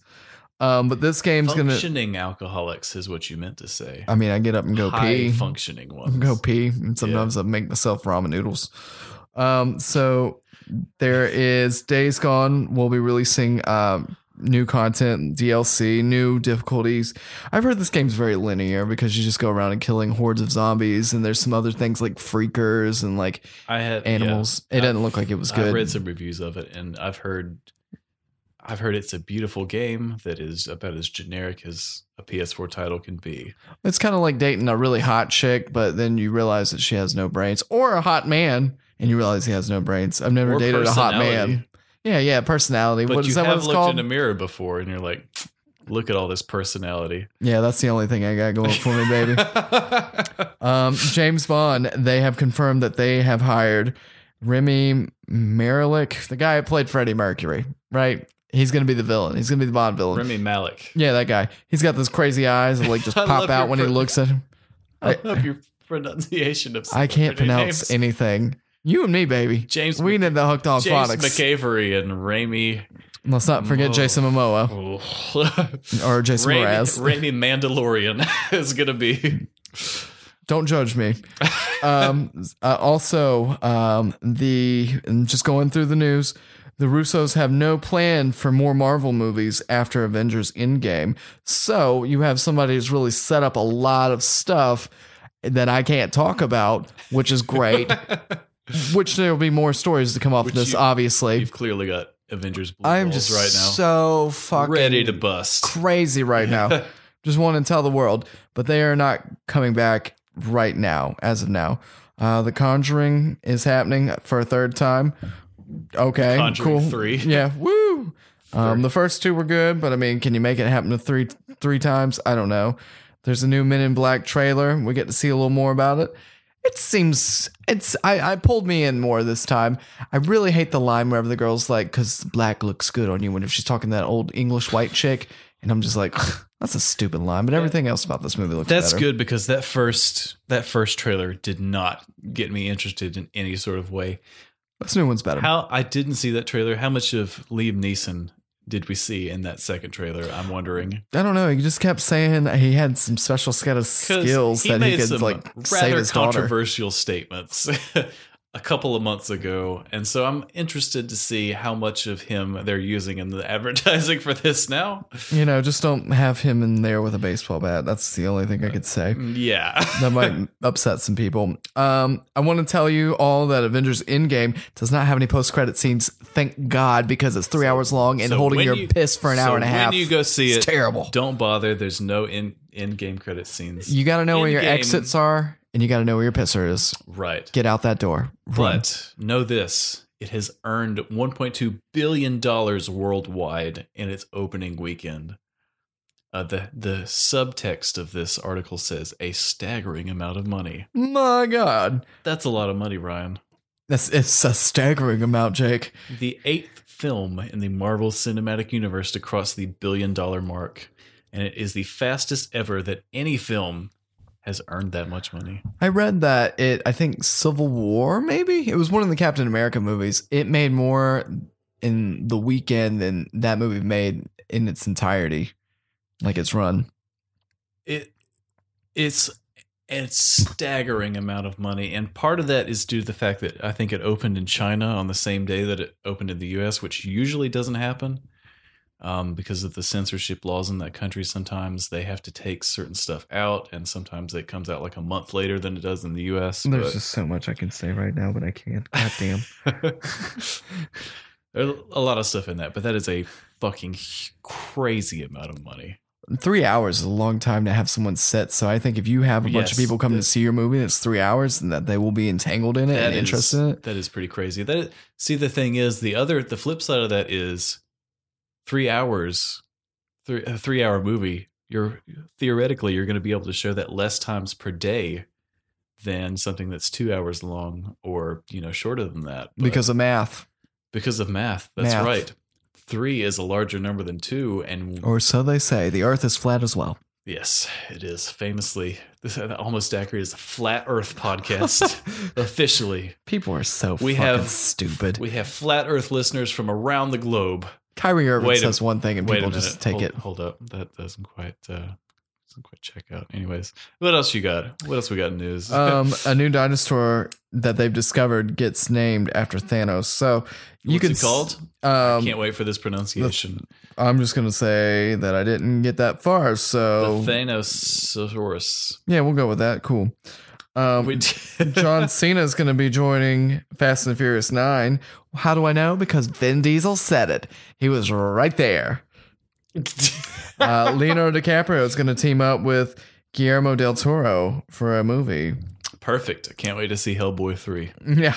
[SPEAKER 2] Um, but this game's gonna.
[SPEAKER 1] Functioning alcoholics is what you meant to say.
[SPEAKER 2] I mean, I get up and go
[SPEAKER 1] High
[SPEAKER 2] pee.
[SPEAKER 1] functioning ones.
[SPEAKER 2] Go pee, and sometimes I make myself ramen noodles. Um, so there is Days Gone. We'll be releasing um, new content, DLC, new difficulties. I've heard this game's very linear because you just go around and killing hordes of zombies, and there's some other things like freakers and like
[SPEAKER 1] I had yeah.
[SPEAKER 2] animals. it doesn't look like it was
[SPEAKER 1] I've
[SPEAKER 2] good.
[SPEAKER 1] read some reviews of it, and I've heard, I've heard it's a beautiful game that is about as generic as a PS4 title can be.
[SPEAKER 2] It's kind of like dating a really hot chick, but then you realize that she has no brains, or a hot man, and you realize he has no brains. I've never
[SPEAKER 1] Or
[SPEAKER 2] dated a hot man.
[SPEAKER 1] personality.
[SPEAKER 2] Yeah, yeah, personality.
[SPEAKER 1] But
[SPEAKER 2] what
[SPEAKER 1] you
[SPEAKER 2] is that? What
[SPEAKER 1] have
[SPEAKER 2] it's
[SPEAKER 1] looked
[SPEAKER 2] called?
[SPEAKER 1] in a mirror before, and you're like, look at all this personality.
[SPEAKER 2] yeah, that's the only thing I got going for me, baby. Um, James Bond, they have confirmed that they have hired Remy Merrick, the guy who played Freddie Mercury, right? He's going to be the villain. He's going to be the Bond villain.
[SPEAKER 1] Remy Malik.
[SPEAKER 2] Yeah, that guy. He's got those crazy eyes that like just
[SPEAKER 1] I
[SPEAKER 2] pop
[SPEAKER 1] love
[SPEAKER 2] out
[SPEAKER 1] your
[SPEAKER 2] when he
[SPEAKER 1] pro-
[SPEAKER 2] looks at him.
[SPEAKER 1] I
[SPEAKER 2] I-
[SPEAKER 1] love your pronunciation of.
[SPEAKER 2] I
[SPEAKER 1] celebrity
[SPEAKER 2] can't pronounce
[SPEAKER 1] names.
[SPEAKER 2] anything. You and me, baby.
[SPEAKER 1] James.
[SPEAKER 2] We
[SPEAKER 1] Mc-
[SPEAKER 2] need the hooked on
[SPEAKER 1] James
[SPEAKER 2] phonics.
[SPEAKER 1] McAvery and Rami.
[SPEAKER 2] Let's not forget
[SPEAKER 1] Momoa.
[SPEAKER 2] Jason Momoa or Jason
[SPEAKER 1] Rami,
[SPEAKER 2] Mraz.
[SPEAKER 1] Rami Mandalorian is gonna be.
[SPEAKER 2] Don't judge me. um, uh, also, um, the and just going through the news, the Russos have no plan for more Marvel movies after Avengers Endgame. So you have somebody who's really set up a lot of stuff that I can't talk about, which is great. which there will be more stories to come off
[SPEAKER 1] Which
[SPEAKER 2] this,
[SPEAKER 1] you-
[SPEAKER 2] obviously.
[SPEAKER 1] You've clearly got Avengers. Blue
[SPEAKER 2] I'm
[SPEAKER 1] balls
[SPEAKER 2] just
[SPEAKER 1] right now.
[SPEAKER 2] so fucking
[SPEAKER 1] ready to bust.
[SPEAKER 2] crazy right now. Just want to tell the world, but they are not coming back right now, as of now. Uh, the Conjuring is happening for a third time. Okay,
[SPEAKER 1] Conjuring
[SPEAKER 2] cool.
[SPEAKER 1] three.
[SPEAKER 2] Yeah, woo. Um, the first two were good, but I mean, can you make it happen to three three times? I don't know. There's a new Men in Black trailer. We get to see a little more about it. It seems it's I, I pulled me in more this time. I really hate the line wherever the girl's like, "Cause black looks good on you," when if she's talking to that old English white chick, and I'm just like, "That's a stupid line." But everything else about this movie looks
[SPEAKER 1] That's
[SPEAKER 2] better.
[SPEAKER 1] good because that first that first trailer did not get me interested in any sort of way.
[SPEAKER 2] This new one's better.
[SPEAKER 1] How I didn't see that trailer. How much of Liam Neeson did we see in that second trailer? I'm wondering.
[SPEAKER 2] I don't know. He just kept saying he had some special set of
[SPEAKER 1] 'Cause
[SPEAKER 2] skills that he could like save
[SPEAKER 1] rather
[SPEAKER 2] his daughter.
[SPEAKER 1] controversial statements a couple of months ago, and so I'm interested to see how much of him they're using in the advertising for this now.
[SPEAKER 2] You know, just don't have him in there with a baseball bat. That's the only thing I could say.
[SPEAKER 1] Yeah,
[SPEAKER 2] That might upset some people. Um, I want to tell you all that Avengers Endgame does not have any post credit scenes. Thank God, because it's three hours long and
[SPEAKER 1] So
[SPEAKER 2] holding
[SPEAKER 1] when
[SPEAKER 2] your
[SPEAKER 1] you-
[SPEAKER 2] piss for an
[SPEAKER 1] so
[SPEAKER 2] hour and a
[SPEAKER 1] when
[SPEAKER 2] half.
[SPEAKER 1] you go see
[SPEAKER 2] it's
[SPEAKER 1] it,
[SPEAKER 2] terrible.
[SPEAKER 1] Don't bother. There's no in in game credit scenes.
[SPEAKER 2] You got to know where your
[SPEAKER 1] Endgame-
[SPEAKER 2] exits are, and you got to know where your pisser is.
[SPEAKER 1] right.
[SPEAKER 2] Get out that door. Run.
[SPEAKER 1] But know this it has earned $1.2 billion worldwide in its opening weekend. Uh, the, the subtext of this article says a staggering amount of money.
[SPEAKER 2] my God,
[SPEAKER 1] That's a lot of money, Ryan.
[SPEAKER 2] that's it's a staggering amount, Jake.
[SPEAKER 1] The eighth film in the Marvel Cinematic Universe to cross the billion dollar mark. And it is the fastest ever that any film has earned that much money.
[SPEAKER 2] I read that it, I think Civil War, maybe it was one of the Captain America movies. It made more in the weekend than that movie made in its entirety, like its run.
[SPEAKER 1] it it's a staggering amount of money and part of that is due to the fact that i think it opened in china on the same day that it opened in the us which usually doesn't happen um, because of the censorship laws in that country sometimes they have to take certain stuff out and sometimes it comes out like a month later than it does in the us but-
[SPEAKER 2] so much I can say right now, but I can't. God damn.
[SPEAKER 1] there's a lot of stuff in that but that is a fucking crazy amount of money
[SPEAKER 2] Three hours is a long time to have someone sit. So I think if you have a bunch of
[SPEAKER 1] Yes.
[SPEAKER 2] people come to see your movie that's three hours and that they will be entangled in it
[SPEAKER 1] That
[SPEAKER 2] and
[SPEAKER 1] is-
[SPEAKER 2] interested in it.
[SPEAKER 1] That is pretty crazy. That is- see the thing is the other the flip side of that is three hours, three a three hour movie. You're theoretically you're going to be able to show that less times per day than something that's two hours long or you know shorter than that But
[SPEAKER 2] Because of math,
[SPEAKER 1] because of math. That's
[SPEAKER 2] Math.
[SPEAKER 1] right. Three is a larger number than two, and
[SPEAKER 2] or so they say, the earth is flat as well.
[SPEAKER 1] yes, it is famously this almost accurate is a flat Earth podcast officially.
[SPEAKER 2] People are so
[SPEAKER 1] We
[SPEAKER 2] fucking
[SPEAKER 1] have-
[SPEAKER 2] stupid.
[SPEAKER 1] We have flat Earth listeners from around the globe.
[SPEAKER 2] Kyrie Irving
[SPEAKER 1] Wait a-
[SPEAKER 2] says one thing and
[SPEAKER 1] Wait a
[SPEAKER 2] people
[SPEAKER 1] minute.
[SPEAKER 2] just take
[SPEAKER 1] hold,
[SPEAKER 2] it.
[SPEAKER 1] Hold up, that doesn't quite uh, Doesn't quite check out. Anyways, what else you got? What else we got in news?
[SPEAKER 2] Um, a new dinosaur that they've discovered gets named after Thanos. So you
[SPEAKER 1] What's
[SPEAKER 2] can
[SPEAKER 1] it called?
[SPEAKER 2] Um,
[SPEAKER 1] Can't wait for this pronunciation.
[SPEAKER 2] I'm just gonna say that I didn't get that far. So
[SPEAKER 1] The Thanosaurus.
[SPEAKER 2] yeah, we'll go with that. Cool. Um,
[SPEAKER 1] We
[SPEAKER 2] John Cena is going to be joining Fast and Furious 9. How do I know? Because Vin Diesel said it. He was right there. Uh, Leonardo DiCaprio is going to team up with Guillermo del Toro for a movie.
[SPEAKER 1] Perfect. I can't wait to see Hellboy 3.
[SPEAKER 2] Yeah.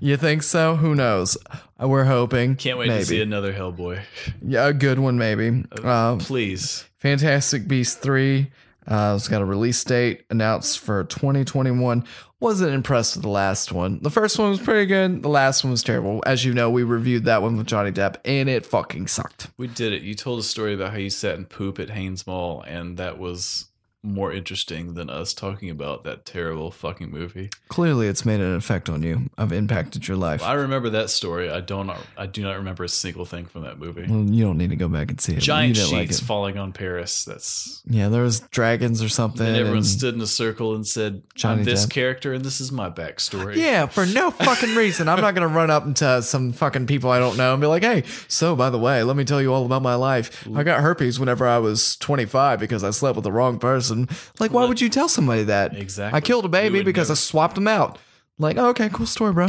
[SPEAKER 2] You think so? Who knows? Uh, We're hoping.
[SPEAKER 1] Can't wait
[SPEAKER 2] maybe.
[SPEAKER 1] to see another Hellboy.
[SPEAKER 2] Yeah, a good one, maybe. Uh,
[SPEAKER 1] Please.
[SPEAKER 2] Fantastic Beast 3. Uh, it's got a release date announced for 2021. Wasn't impressed with the last one. The first one was pretty good. The last one was terrible. As you know, we reviewed that one with Johnny Depp and it fucking sucked.
[SPEAKER 1] We did it. You told a story about how you sat and poop at Haynes Mall, and that was more interesting than us talking about that terrible fucking movie.
[SPEAKER 2] Clearly, it's made an effect on you. I've impacted your life.
[SPEAKER 1] I remember that story. I don't. I do not remember a single thing from that movie.
[SPEAKER 2] Well, you don't need to go back and see it.
[SPEAKER 1] Giant
[SPEAKER 2] you
[SPEAKER 1] sheets
[SPEAKER 2] didn't like it.
[SPEAKER 1] falling on Paris. That's
[SPEAKER 2] Yeah, there was dragons or something.
[SPEAKER 1] and everyone
[SPEAKER 2] and-
[SPEAKER 1] stood in a circle and said,
[SPEAKER 2] Johnny
[SPEAKER 1] "I'm this
[SPEAKER 2] Depp.
[SPEAKER 1] character, and this is my backstory."
[SPEAKER 2] yeah, for no fucking reason. I'm not going to run up into some fucking people I don't know and be like, hey, so by the way, let me tell you all about my life. I got herpes whenever I was 25 because I slept with the wrong person. Like, why would you tell somebody that?
[SPEAKER 1] Exactly.
[SPEAKER 2] I killed a
[SPEAKER 1] You
[SPEAKER 2] baby
[SPEAKER 1] would
[SPEAKER 2] because I
[SPEAKER 1] never-
[SPEAKER 2] swapped him out. Like, oh, okay, cool story, bro.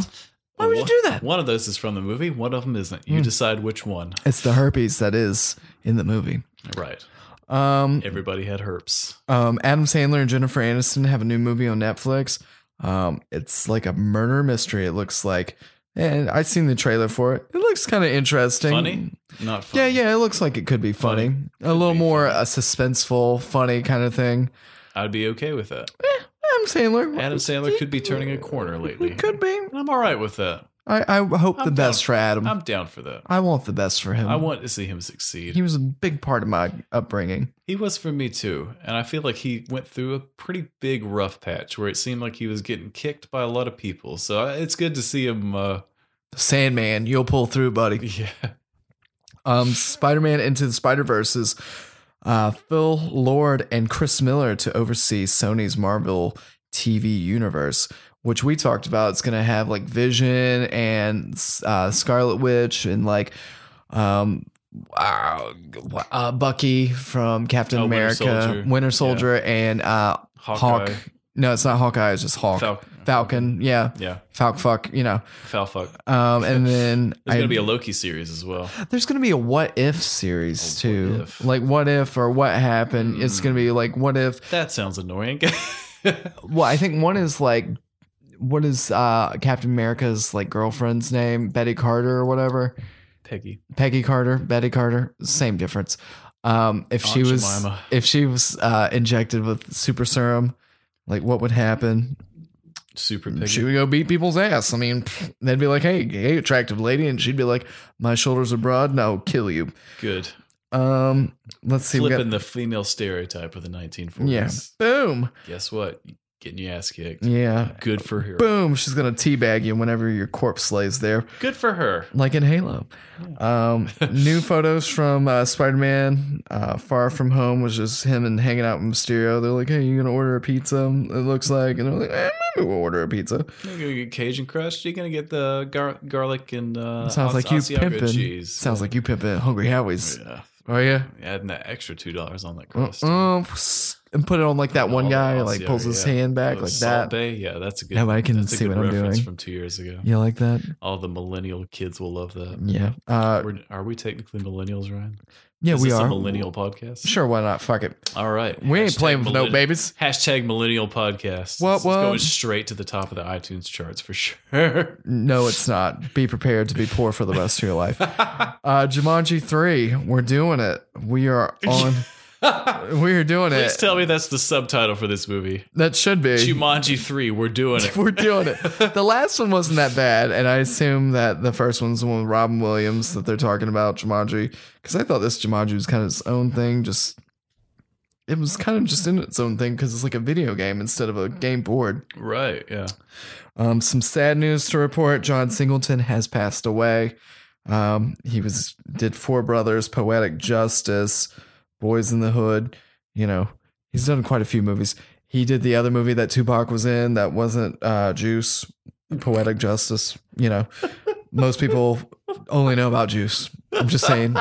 [SPEAKER 2] Why would you
[SPEAKER 1] One-
[SPEAKER 2] do that? Hmm.
[SPEAKER 1] One of those is from the movie. One of them isn't. You decide which one.
[SPEAKER 2] It's the herpes that is in the movie.
[SPEAKER 1] Right.
[SPEAKER 2] Um,
[SPEAKER 1] Everybody had herpes.
[SPEAKER 2] um, Adam Sandler and Jennifer Aniston have a new movie on Netflix. Um, it's like a murder mystery. It looks like, and I've seen the trailer for it. It looks kind of interesting.
[SPEAKER 1] Funny? Not
[SPEAKER 2] Yeah,
[SPEAKER 1] funny.
[SPEAKER 2] yeah, it looks like it could be funny.
[SPEAKER 1] Funny.
[SPEAKER 2] A little
[SPEAKER 1] be
[SPEAKER 2] more a suspenseful, funny kind of thing.
[SPEAKER 1] I'd be okay with that.
[SPEAKER 2] Adam Sandler.
[SPEAKER 1] Adam Sandler could be turning a corner lately.
[SPEAKER 2] It could be.
[SPEAKER 1] And I'm all right with that.
[SPEAKER 2] I, I hope the
[SPEAKER 1] I'm
[SPEAKER 2] best
[SPEAKER 1] down.
[SPEAKER 2] for Adam.
[SPEAKER 1] I'm down for that.
[SPEAKER 2] I want the best for him.
[SPEAKER 1] I want to see him succeed.
[SPEAKER 2] He was a big part of my upbringing.
[SPEAKER 1] He was for me too, and I feel like he went through a pretty big rough patch where it seemed like he was getting kicked by a lot of people. So I- it's good to see him. Uh,
[SPEAKER 2] Sandman, you'll pull through, buddy.
[SPEAKER 1] yeah,
[SPEAKER 2] Um, Spider-Man into the Spider-Verses. Uh, Phil Lord and Chris Miller to oversee Sony's Marvel TV universe, which we talked about. It's going to have like Vision and uh, Scarlet Witch and like um, uh, uh, Bucky from Captain
[SPEAKER 1] Oh, Winter
[SPEAKER 2] America,
[SPEAKER 1] Soldier.
[SPEAKER 2] Winter Soldier, and uh, Hawk.
[SPEAKER 1] Hawkeye,
[SPEAKER 2] No, it's not Hawkeye. It's just Hawk.
[SPEAKER 1] Falcon.
[SPEAKER 2] Falcon. Yeah.
[SPEAKER 1] Yeah,
[SPEAKER 2] Falk. Fuck. You know.
[SPEAKER 1] Falfuck.
[SPEAKER 2] Um, and then
[SPEAKER 1] There's
[SPEAKER 2] I-
[SPEAKER 1] gonna be a Loki series as well.
[SPEAKER 2] there's gonna be a what if series
[SPEAKER 1] A what
[SPEAKER 2] too.
[SPEAKER 1] if. Mm.
[SPEAKER 2] Like what if or what happened. It's gonna be like what if
[SPEAKER 1] That sounds annoying.
[SPEAKER 2] well, I think one is like what is uh Captain America's like girlfriend's name? Betty Carter or whatever.
[SPEAKER 1] Peggy,
[SPEAKER 2] Peggy Carter, Betty Carter, same difference. Um if she
[SPEAKER 1] Aunt
[SPEAKER 2] was
[SPEAKER 1] Jemima.
[SPEAKER 2] if she was uh injected with super serum, like what would happen?
[SPEAKER 1] super Peggy.
[SPEAKER 2] She would go beat people's ass. I mean, pfft, they'd be like, "Hey, hey, attractive lady," and she'd be like, "My shoulders are broad, and I'll kill you."
[SPEAKER 1] Good.
[SPEAKER 2] Um, let's see. we got-
[SPEAKER 1] Flipping the female stereotype of the 1940s.
[SPEAKER 2] Yeah. Boom.
[SPEAKER 1] Guess what? Getting your ass kicked.
[SPEAKER 2] Yeah.
[SPEAKER 1] Good for her.
[SPEAKER 2] Boom. She's gonna teabag you whenever your corpse lays there,
[SPEAKER 1] Good for her.
[SPEAKER 2] like in Halo. Um, new photos from uh, Spider-Man: uh, Far From Home, which is him and hanging out with Mysterio. They're like, "Hey, you gonna order a pizza?" It looks like, and they're like, eh, "Maybe we'll order a pizza."
[SPEAKER 1] You're gonna get Cajun crust. You're gonna get the gar- garlic and uh,
[SPEAKER 2] Sounds like
[SPEAKER 1] Asi-
[SPEAKER 2] you
[SPEAKER 1] Asiago
[SPEAKER 2] pimping.
[SPEAKER 1] cheese.
[SPEAKER 2] Sounds like you pimping. Hungry Howie's.
[SPEAKER 1] yeah.
[SPEAKER 2] Oh yeah.
[SPEAKER 1] Adding that extra two dollars on that crust.
[SPEAKER 2] Uh, pss, and put it on like that one
[SPEAKER 1] All the
[SPEAKER 2] guy,
[SPEAKER 1] Asiago,
[SPEAKER 2] like pulls his
[SPEAKER 1] yeah.
[SPEAKER 2] hand back
[SPEAKER 1] Oh,
[SPEAKER 2] like
[SPEAKER 1] Salt
[SPEAKER 2] that.
[SPEAKER 1] Bay? Yeah, that's a good.
[SPEAKER 2] Now I can
[SPEAKER 1] that's a
[SPEAKER 2] see
[SPEAKER 1] good
[SPEAKER 2] what I'm
[SPEAKER 1] reference
[SPEAKER 2] doing.
[SPEAKER 1] from two years ago.
[SPEAKER 2] You like that?
[SPEAKER 1] All the millennial kids will love that.
[SPEAKER 2] Yeah. Uh,
[SPEAKER 1] We're, are we technically millennials, Ryan?
[SPEAKER 2] yeah,
[SPEAKER 1] Is
[SPEAKER 2] we
[SPEAKER 1] this
[SPEAKER 2] are.
[SPEAKER 1] A millennial podcast.
[SPEAKER 2] Sure, why not? Fuck it.
[SPEAKER 1] All right.
[SPEAKER 2] We ain't
[SPEAKER 1] Hashtag
[SPEAKER 2] playing with no
[SPEAKER 1] millenn-
[SPEAKER 2] babies.
[SPEAKER 1] Hashtag millennial podcast.
[SPEAKER 2] What,
[SPEAKER 1] This is
[SPEAKER 2] what?
[SPEAKER 1] going straight to the top of the iTunes charts for sure.
[SPEAKER 2] No, it's not. Be prepared to be poor for the rest of your life. Uh, Jumanji three, we're doing it. We are on. we are doing
[SPEAKER 1] Please
[SPEAKER 2] it.
[SPEAKER 1] tell me that's the subtitle for this movie.
[SPEAKER 2] that should be.
[SPEAKER 1] Jumanji 3, we're doing it.
[SPEAKER 2] we're doing it. The last one wasn't that bad, and I assume that the first one's the one with Robin Williams that they're talking about Jumanji, because I thought this Jumanji was kind of its own thing. Just it was kind of just in its own thing because it's like a video game instead of a game board.
[SPEAKER 1] Right, yeah.
[SPEAKER 2] Um, some sad news to report: John Singleton has passed away. Um, he was did Four Brothers, Poetic Justice, Boys in the Hood. You know, He's done quite a few movies. He did the other movie that Tupac was in that wasn't uh, Juice, Poetic Justice. You know, most people only know about Juice. I'm just saying,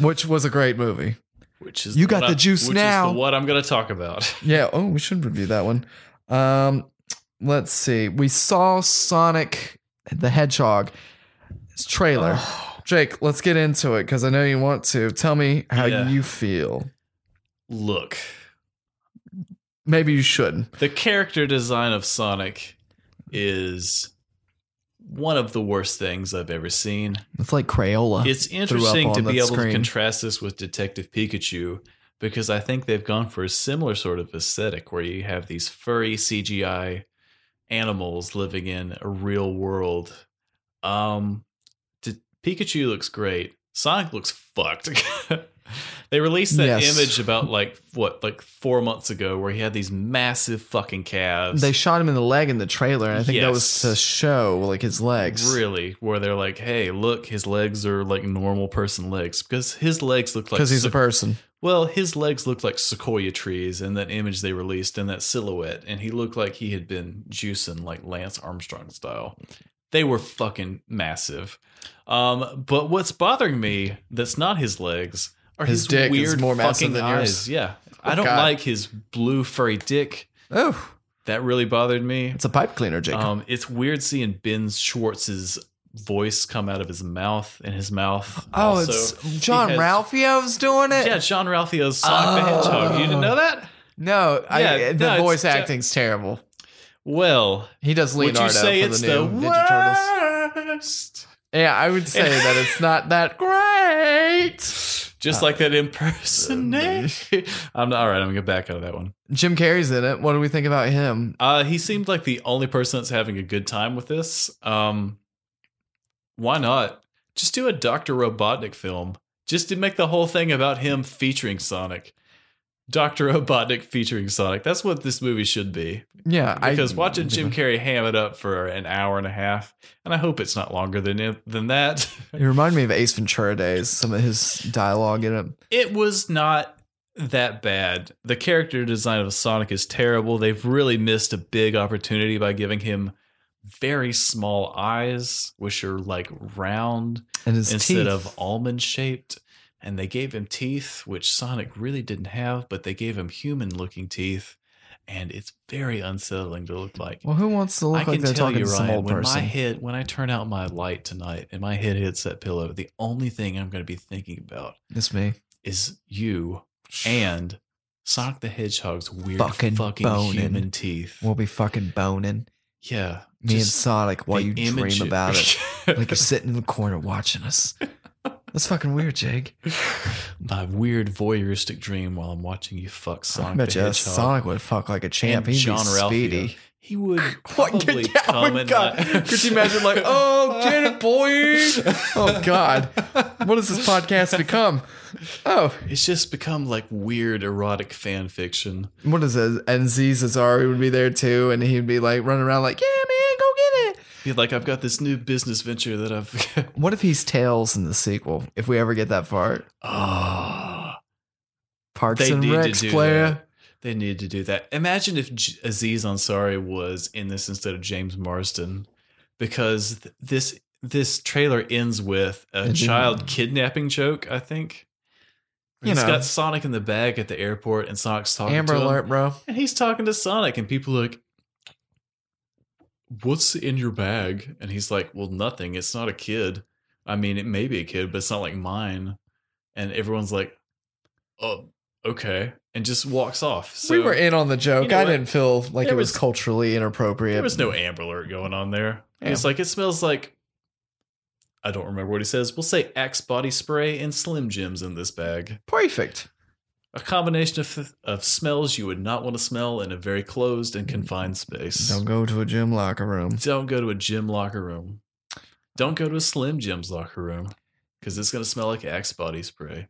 [SPEAKER 2] which was a great movie.
[SPEAKER 1] Which is
[SPEAKER 2] You
[SPEAKER 1] what
[SPEAKER 2] got the juice
[SPEAKER 1] which
[SPEAKER 2] now.
[SPEAKER 1] Is the what I'm going to talk about.
[SPEAKER 2] Yeah. Oh, we should review that one. Um, let's see. We saw Sonic the Hedgehog trailer. Jake, let's get into it because I know you want to. Tell me how
[SPEAKER 1] Yeah.
[SPEAKER 2] you feel.
[SPEAKER 1] Look,
[SPEAKER 2] Maybe you shouldn't.
[SPEAKER 1] the character design of Sonic is one of the worst things I've ever seen.
[SPEAKER 2] It's like Crayola.
[SPEAKER 1] It's interesting
[SPEAKER 2] on
[SPEAKER 1] to be
[SPEAKER 2] that
[SPEAKER 1] able to
[SPEAKER 2] screen.
[SPEAKER 1] contrast this with Detective Pikachu because I think they've gone for a similar sort of aesthetic where you have these furry CGI animals living in a real world. Um, De- Pikachu looks great. Sonic looks fucked. they released that
[SPEAKER 2] Yes.
[SPEAKER 1] image about like what, like four months ago, where he had these massive fucking calves.
[SPEAKER 2] they shot him in the leg in the trailer, and I think that
[SPEAKER 1] Yes.
[SPEAKER 2] was to show like his legs.
[SPEAKER 1] Really, where they're like, "Hey, look, his legs are like normal person legs because his legs look like
[SPEAKER 2] Because he's
[SPEAKER 1] so-
[SPEAKER 2] a person.
[SPEAKER 1] Well, his legs looked like sequoia trees in that image they released in that silhouette, and he looked like he had been juicing like Lance Armstrong style. They were fucking massive. Um, but what's bothering me that's not his legs are his,
[SPEAKER 2] His dick is
[SPEAKER 1] weird
[SPEAKER 2] more massive
[SPEAKER 1] fucking
[SPEAKER 2] than
[SPEAKER 1] eyes.
[SPEAKER 2] yours.
[SPEAKER 1] Yeah,
[SPEAKER 2] Oh,
[SPEAKER 1] I don't
[SPEAKER 2] God.
[SPEAKER 1] like his blue furry dick.
[SPEAKER 2] Oh,
[SPEAKER 1] That really bothered me.
[SPEAKER 2] it's a pipe cleaner, Jacob.
[SPEAKER 1] Um, it's weird seeing Ben Schwartz's voice come out of his mouth, and his mouth.
[SPEAKER 2] oh,
[SPEAKER 1] also-
[SPEAKER 2] it's John
[SPEAKER 1] has-
[SPEAKER 2] Ralphio's doing it.
[SPEAKER 1] Yeah, John Ralphio's Sonic the
[SPEAKER 2] Oh.
[SPEAKER 1] Hedgehog. You didn't know that?
[SPEAKER 2] No,
[SPEAKER 1] Yeah,
[SPEAKER 2] I, the
[SPEAKER 1] no, it's
[SPEAKER 2] voice
[SPEAKER 1] Jo-
[SPEAKER 2] acting's terrible.
[SPEAKER 1] Well,
[SPEAKER 2] He does Leonardo
[SPEAKER 1] would you say
[SPEAKER 2] for
[SPEAKER 1] it's
[SPEAKER 2] the
[SPEAKER 1] the
[SPEAKER 2] new Ninja Turtles.
[SPEAKER 1] worst?
[SPEAKER 2] Yeah, I would say that it's not that great.
[SPEAKER 1] Just like that impersonation. I'm not, all right. I'm gonna back out of that one.
[SPEAKER 2] Jim Carrey's in it. What do we think about him?
[SPEAKER 1] Uh, he seemed like the only person that's having a good time with this. Um, why not just do a Doctor Robotnik film? Just to make the whole thing about him featuring Sonic. Doctor Robotnik featuring Sonic. That's what this movie should be.
[SPEAKER 2] Yeah,
[SPEAKER 1] because
[SPEAKER 2] I,
[SPEAKER 1] watching Jim Carrey ham it up for an hour and a half, and I hope it's not longer than than that.
[SPEAKER 2] It reminded me of Ace Ventura days. Some of his dialogue in it.
[SPEAKER 1] it was not that bad. The character design of Sonic is terrible. They've really missed a big opportunity by giving him very small eyes, which are like round
[SPEAKER 2] and his
[SPEAKER 1] instead
[SPEAKER 2] teeth.
[SPEAKER 1] of almond shaped. And they gave him teeth, which Sonic really didn't have, but they gave him human looking teeth. And it's very unsettling to look like.
[SPEAKER 2] Well, who wants to
[SPEAKER 1] I
[SPEAKER 2] look
[SPEAKER 1] can
[SPEAKER 2] like they're
[SPEAKER 1] tell
[SPEAKER 2] talking
[SPEAKER 1] you,
[SPEAKER 2] to some
[SPEAKER 1] Ryan,
[SPEAKER 2] old
[SPEAKER 1] when my
[SPEAKER 2] person?
[SPEAKER 1] head, when I turn out my light tonight and my head hits that pillow, the only thing I'm going to be thinking about
[SPEAKER 2] it's me.
[SPEAKER 1] is you and Sonic the Hedgehog's weird fucking,
[SPEAKER 2] Fucking boning.
[SPEAKER 1] human teeth.
[SPEAKER 2] We'll be fucking boning.
[SPEAKER 1] yeah,
[SPEAKER 2] Me and
[SPEAKER 1] just
[SPEAKER 2] Sonic while
[SPEAKER 1] the
[SPEAKER 2] you
[SPEAKER 1] image-
[SPEAKER 2] dream about it. like you're sitting in the corner watching us. That's fucking weird, Jake.
[SPEAKER 1] my weird voyeuristic dream while I'm watching you fuck Sonic
[SPEAKER 2] I bet
[SPEAKER 1] the
[SPEAKER 2] you
[SPEAKER 1] Hedgehog.
[SPEAKER 2] Sonic would fuck like a champ.
[SPEAKER 1] and
[SPEAKER 2] He'd
[SPEAKER 1] John
[SPEAKER 2] be
[SPEAKER 1] Ralphio.
[SPEAKER 2] speedy.
[SPEAKER 1] He would
[SPEAKER 2] What?
[SPEAKER 1] probably
[SPEAKER 2] Yeah, oh
[SPEAKER 1] come
[SPEAKER 2] my
[SPEAKER 1] and
[SPEAKER 2] God.
[SPEAKER 1] not-
[SPEAKER 2] Could you imagine, like, oh, get it, boy? Oh, God. What does this podcast become? Oh,
[SPEAKER 1] It's just become like weird erotic fan fiction.
[SPEAKER 2] what is it? And Z Cesari would be there too, and he'd be like running around like, yeah, man, go get it.
[SPEAKER 1] Be like, I've got this new business venture that I've
[SPEAKER 2] What if he's Tails in the sequel? If we ever get that far,
[SPEAKER 1] Oh,
[SPEAKER 2] Parks
[SPEAKER 1] they
[SPEAKER 2] and
[SPEAKER 1] need
[SPEAKER 2] Recs
[SPEAKER 1] to do
[SPEAKER 2] player.
[SPEAKER 1] that. They need to do that. Imagine if J- Aziz Ansari was in this instead of James Marsden, because th- this this trailer ends with a
[SPEAKER 2] It
[SPEAKER 1] child
[SPEAKER 2] did.
[SPEAKER 1] kidnapping joke. I think.
[SPEAKER 2] You
[SPEAKER 1] He's
[SPEAKER 2] know.
[SPEAKER 1] got Sonic in the bag at the airport, and Sonic's talking
[SPEAKER 2] Amber
[SPEAKER 1] to him,
[SPEAKER 2] Alert, bro.
[SPEAKER 1] and he's talking to Sonic, and people are like, "What's in your bag?" And he's like, "Well, nothing. It's not a kid. I mean, it may be a kid, but it's not like mine." And everyone's like, "Oh, okay," and just walks off. So
[SPEAKER 2] we were in on the joke.
[SPEAKER 1] you know
[SPEAKER 2] I
[SPEAKER 1] what?
[SPEAKER 2] didn't feel like
[SPEAKER 1] There
[SPEAKER 2] it was,
[SPEAKER 1] was-
[SPEAKER 2] culturally inappropriate.
[SPEAKER 1] There was no Amber Alert going on there.
[SPEAKER 2] Yeah.
[SPEAKER 1] It's like it smells like. I don't remember what he says. We'll say Axe body spray and Slim Jims in this bag.
[SPEAKER 2] perfect.
[SPEAKER 1] A combination of, of smells you would not want to smell in a very closed and confined space.
[SPEAKER 2] Don't go to a gym locker room.
[SPEAKER 1] Don't go to a gym locker room. Don't go to a Slim Jim's locker room because it's going to smell like Axe body spray.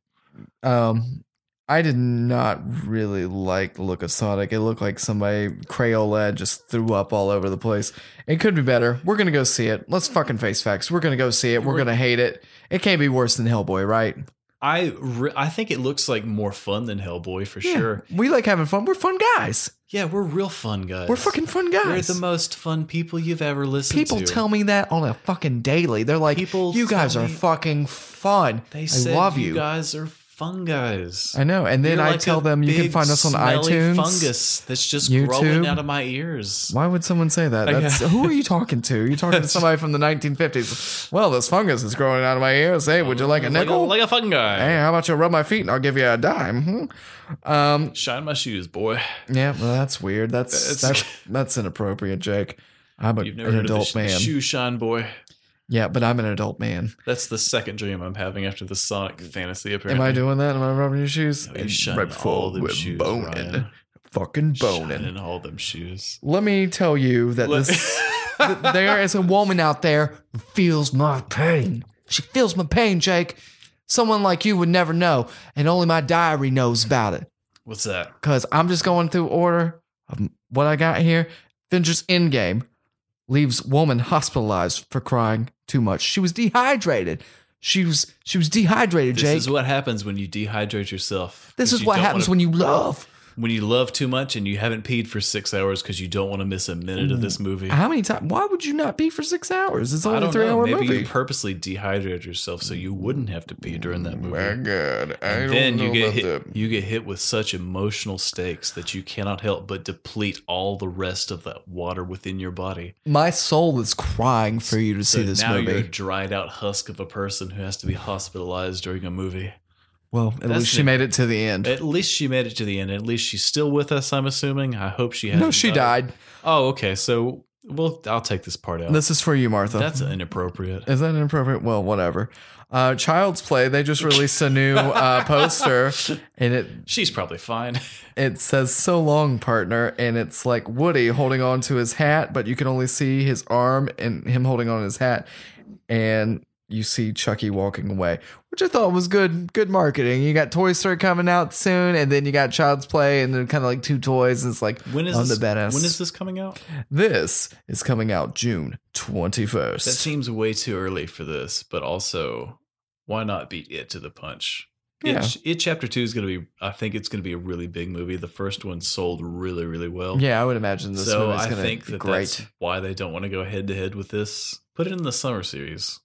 [SPEAKER 2] Um, I did not really like the look of Sonic. It looked like somebody Crayola just threw up all over the place. It could be better. We're gonna go see it. Let's fucking face facts. We're gonna go see it. We're
[SPEAKER 1] We're-
[SPEAKER 2] gonna hate it. It can't be worse than Hellboy, right?
[SPEAKER 1] I re- I think it looks like more fun than Hellboy for
[SPEAKER 2] Yeah,
[SPEAKER 1] sure.
[SPEAKER 2] We like having fun. We're fun guys.
[SPEAKER 1] Yeah, we're real fun guys.
[SPEAKER 2] We're fucking fun
[SPEAKER 1] We're
[SPEAKER 2] guys.
[SPEAKER 1] the most fun people you've ever listened
[SPEAKER 2] People
[SPEAKER 1] to.
[SPEAKER 2] tell me that on a fucking daily. They're like,
[SPEAKER 1] People
[SPEAKER 2] you guys
[SPEAKER 1] tell
[SPEAKER 2] are
[SPEAKER 1] me-
[SPEAKER 2] fucking fun.
[SPEAKER 1] They
[SPEAKER 2] I
[SPEAKER 1] said
[SPEAKER 2] love
[SPEAKER 1] you
[SPEAKER 2] you.
[SPEAKER 1] guys are fun guys.
[SPEAKER 2] I know. And then
[SPEAKER 1] You're
[SPEAKER 2] I
[SPEAKER 1] like
[SPEAKER 2] tell
[SPEAKER 1] a
[SPEAKER 2] them you can
[SPEAKER 1] big,
[SPEAKER 2] find us on
[SPEAKER 1] smelly
[SPEAKER 2] iTunes.
[SPEAKER 1] Fungus that's just
[SPEAKER 2] YouTube.
[SPEAKER 1] growing out of my ears.
[SPEAKER 2] Why would someone say that?
[SPEAKER 1] I
[SPEAKER 2] That's,
[SPEAKER 1] guess.
[SPEAKER 2] who are you talking to? You're talking to somebody from the 1950s. Well, this fungus is growing out of my ears. Hey, would you like a nickel?
[SPEAKER 1] Like a, like a fun guy.
[SPEAKER 2] hey, how about you rub my feet and I'll give you a dime? Hmm? Um,
[SPEAKER 1] Shine my shoes, boy.
[SPEAKER 2] yeah, well, that's weird. That's
[SPEAKER 1] That's-
[SPEAKER 2] that's, that's inappropriate, Jake. I'm a,
[SPEAKER 1] You've never
[SPEAKER 2] an
[SPEAKER 1] heard
[SPEAKER 2] adult
[SPEAKER 1] of the sh-
[SPEAKER 2] man.
[SPEAKER 1] shoe shine boy.
[SPEAKER 2] Yeah, but I'm an adult man.
[SPEAKER 1] That's the second dream I'm having after the Sonic fantasy.
[SPEAKER 2] Am
[SPEAKER 1] Apparently,
[SPEAKER 2] I doing that? Am I rubbing your shoes?
[SPEAKER 1] You're shining
[SPEAKER 2] right before
[SPEAKER 1] all them
[SPEAKER 2] we're
[SPEAKER 1] shoes,
[SPEAKER 2] boning,
[SPEAKER 1] Ryan.
[SPEAKER 2] fucking boning.
[SPEAKER 1] Shining all them shoes.
[SPEAKER 2] Let me tell you that
[SPEAKER 1] Let-
[SPEAKER 2] this, that there is a woman out there who feels my pain. She feels my pain, Jake. Someone like you would never know, and only my diary knows about it.
[SPEAKER 1] What's that?
[SPEAKER 2] Cause I'm just going through order of what I got here. Avengers Endgame leaves woman hospitalized for crying too much. She was dehydrated. She was she was dehydrated,
[SPEAKER 1] This
[SPEAKER 2] Jake.
[SPEAKER 1] is what happens when you dehydrate yourself.
[SPEAKER 2] this is what happens when you love.
[SPEAKER 1] when you love too much and you haven't peed for six hours because you don't want to miss a minute of this movie.
[SPEAKER 2] How many times? Why would you not be for six hours? It's
[SPEAKER 1] I
[SPEAKER 2] only Mm. a
[SPEAKER 1] don't
[SPEAKER 2] three
[SPEAKER 1] know.
[SPEAKER 2] hour
[SPEAKER 1] Maybe
[SPEAKER 2] movie.
[SPEAKER 1] you purposely dehydrated yourself so you wouldn't have to pee during that movie.
[SPEAKER 2] god, I
[SPEAKER 1] And then you get hit, you get hit with such emotional stakes that you cannot help but deplete all the rest of that water within your body.
[SPEAKER 2] My soul is crying for you to see this
[SPEAKER 1] now you're a
[SPEAKER 2] movie.
[SPEAKER 1] dried out husk of a person who has to be hospitalized during a movie.
[SPEAKER 2] Well, at
[SPEAKER 1] That's
[SPEAKER 2] least she
[SPEAKER 1] the-
[SPEAKER 2] made it to the end.
[SPEAKER 1] At least she made it to the end. At least she's still with us. I'm assuming. I hope she has.
[SPEAKER 2] no, she died.
[SPEAKER 1] Oh, okay. So, well, I'll take this part out.
[SPEAKER 2] This uh, is for you, Martha.
[SPEAKER 1] That's inappropriate.
[SPEAKER 2] Is that inappropriate? Well, whatever. Uh, Child's Play. They just released a new uh, poster, and it
[SPEAKER 1] She's probably fine.
[SPEAKER 2] it says "So long, partner," and it's like Woody holding on to his hat, but you can only see his arm and him holding on his hat, and you see Chucky walking away, which I thought was good. Good marketing. You got Toy Story coming out soon, and then you got Child's Play, and then kind of like two toys. And it's like
[SPEAKER 1] When is
[SPEAKER 2] I'm
[SPEAKER 1] this,
[SPEAKER 2] the badass.
[SPEAKER 1] When is this coming out?
[SPEAKER 2] this is coming out June twenty
[SPEAKER 1] That
[SPEAKER 2] first.
[SPEAKER 1] seems way too early for this, but also, why not beat it to the punch?
[SPEAKER 2] Yeah.
[SPEAKER 1] It, it chapter two is going to be. I think it's going to be a really big movie. The first one sold really, really well.
[SPEAKER 2] Yeah, I would imagine this
[SPEAKER 1] so
[SPEAKER 2] movie's
[SPEAKER 1] I
[SPEAKER 2] gonna
[SPEAKER 1] think
[SPEAKER 2] be
[SPEAKER 1] that
[SPEAKER 2] great.
[SPEAKER 1] that's why they don't want to go head to head with this. Put it in the summer series.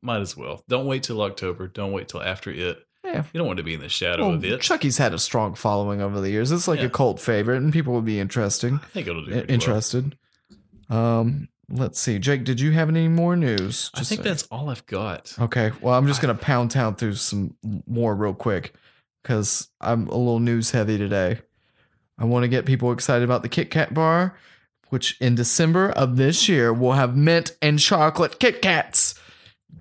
[SPEAKER 1] Might as well. Don't wait till October. Don't wait till after it.
[SPEAKER 2] Yeah.
[SPEAKER 1] You don't want to be in the shadow
[SPEAKER 2] Well,
[SPEAKER 1] of it.
[SPEAKER 2] Chucky's had a strong following over the years. It's like
[SPEAKER 1] Yeah.
[SPEAKER 2] a cult favorite, and people would be interesting,
[SPEAKER 1] I think it'll do.
[SPEAKER 2] i-
[SPEAKER 1] pretty well.
[SPEAKER 2] interested. Um, let's see, Jake, did you have any more news?
[SPEAKER 1] I think that's all I've got.
[SPEAKER 2] okay. Well, I'm just
[SPEAKER 1] I-
[SPEAKER 2] gonna pound town through some more real quick because I'm a little news heavy today. I want to get people excited about the Kit Kat bar, which in December of this year will have mint and chocolate Kit Kats.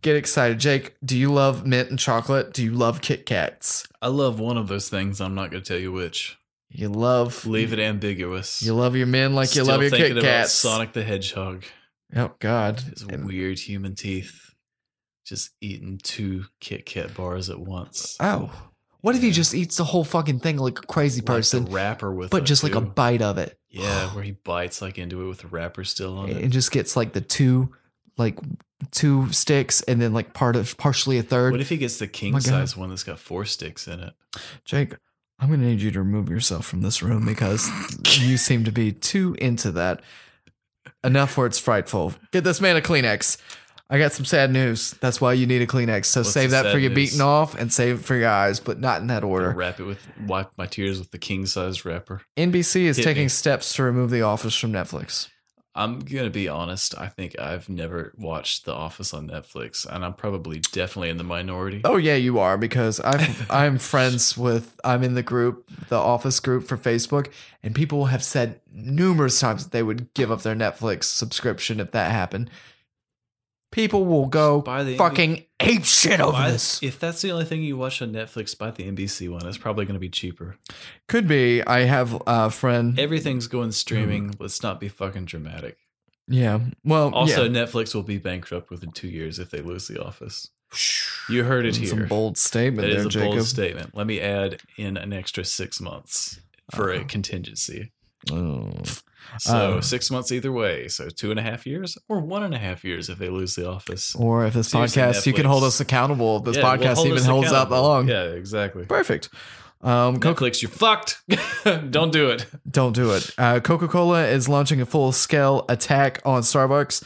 [SPEAKER 2] Get excited, Jake. Do you love mint and chocolate? Do you love Kit Kats?
[SPEAKER 1] I love one of those things. I'm not going to tell you which.
[SPEAKER 2] You love
[SPEAKER 1] Leave it ambiguous.
[SPEAKER 2] You love your men like you love your Kit Kats.
[SPEAKER 1] Sonic the Hedgehog.
[SPEAKER 2] Oh God,
[SPEAKER 1] His
[SPEAKER 2] And
[SPEAKER 1] weird human teeth, just eating two Kit Kat bars at once.
[SPEAKER 2] oh, what if he
[SPEAKER 1] Yeah.
[SPEAKER 2] just eats the whole fucking thing like a crazy
[SPEAKER 1] Like the
[SPEAKER 2] person,
[SPEAKER 1] wrapper with,
[SPEAKER 2] but
[SPEAKER 1] it,
[SPEAKER 2] just like a
[SPEAKER 1] too.
[SPEAKER 2] bite of it?
[SPEAKER 1] yeah, where he bites like into it with the wrapper still on
[SPEAKER 2] and
[SPEAKER 1] it.
[SPEAKER 2] just gets like the two, like two sticks, and then like part of partially a third.
[SPEAKER 1] What if he gets the king
[SPEAKER 2] Oh God.
[SPEAKER 1] size one that's got four sticks in it?
[SPEAKER 2] Jake, I'm gonna need you to remove yourself from this room because you seem to be too into that. Enough where it's frightful. Get this man a Kleenex. I got some sad news. That's why you need a Kleenex. So
[SPEAKER 1] What's
[SPEAKER 2] save
[SPEAKER 1] the
[SPEAKER 2] that for
[SPEAKER 1] sad
[SPEAKER 2] your
[SPEAKER 1] news?
[SPEAKER 2] beating off and save it for your eyes, but not in that
[SPEAKER 1] Or
[SPEAKER 2] order.
[SPEAKER 1] wrap it with wipe my tears with the king size wrapper.
[SPEAKER 2] NBC is
[SPEAKER 1] Hit
[SPEAKER 2] taking
[SPEAKER 1] me.
[SPEAKER 2] steps to remove The Office from Netflix.
[SPEAKER 1] I'm gonna be honest. I think I've never watched The Office on Netflix, and I'm probably definitely in the minority.
[SPEAKER 2] Oh yeah, you are because I I'm friends with I'm in the group, the Office group for Facebook, and people have said numerous times that they would give up their Netflix subscription if that happened. People will go
[SPEAKER 1] Buy the
[SPEAKER 2] fucking ape shit over
[SPEAKER 1] Buy-
[SPEAKER 2] this.
[SPEAKER 1] If that's the only thing you watch on Netflix, buy the NBC one. It's probably going to be cheaper.
[SPEAKER 2] Could be. I have a friend.
[SPEAKER 1] Everything's
[SPEAKER 2] Mm.
[SPEAKER 1] going streaming. Let's not be fucking dramatic.
[SPEAKER 2] yeah. Well.
[SPEAKER 1] Also,
[SPEAKER 2] yeah.
[SPEAKER 1] Netflix will be bankrupt within two years if they lose The Office. You heard it
[SPEAKER 2] That's a
[SPEAKER 1] here.
[SPEAKER 2] bold statement
[SPEAKER 1] That is
[SPEAKER 2] there,
[SPEAKER 1] a
[SPEAKER 2] Jacob.
[SPEAKER 1] bold statement. Let me add in an extra six months for a
[SPEAKER 2] Uh-huh. Uh,
[SPEAKER 1] contingency.
[SPEAKER 3] Oh.
[SPEAKER 1] So
[SPEAKER 3] Um,
[SPEAKER 1] six months either way. So two and a half years or one and a half years if they lose the office.
[SPEAKER 2] Or if this
[SPEAKER 1] Seriously,
[SPEAKER 2] podcast, you can hold
[SPEAKER 1] Netflix.
[SPEAKER 2] us accountable. If this
[SPEAKER 1] Yeah, we'll
[SPEAKER 2] podcast
[SPEAKER 1] hold
[SPEAKER 2] even
[SPEAKER 1] us
[SPEAKER 2] holds up
[SPEAKER 1] accountable.
[SPEAKER 2] long.
[SPEAKER 1] Yeah, exactly.
[SPEAKER 2] Perfect. Um, Coca-
[SPEAKER 1] Netflix, you're fucked. Don't do it.
[SPEAKER 2] don't do it. Uh, Coca Cola is launching a full scale attack on Starbucks.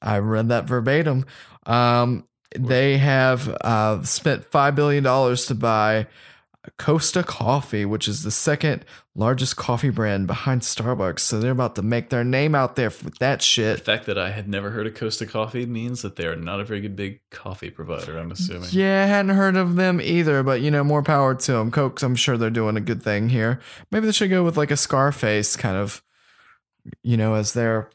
[SPEAKER 2] I read that verbatim. Um, they have uh, spent $5 billion to buy Costa Coffee, which is the second largest coffee brand behind Starbucks. So they're about to make their name out there with that
[SPEAKER 1] The
[SPEAKER 2] shit.
[SPEAKER 1] fact that I had never heard of Costa Coffee means that they are not a very good big coffee provider. I'm assuming.
[SPEAKER 2] Yeah, I hadn't heard of them either, but you know, more power to them. Cokes, I'm sure they're doing a good thing here. Maybe they should go with like a Scarface kind of, you know, as their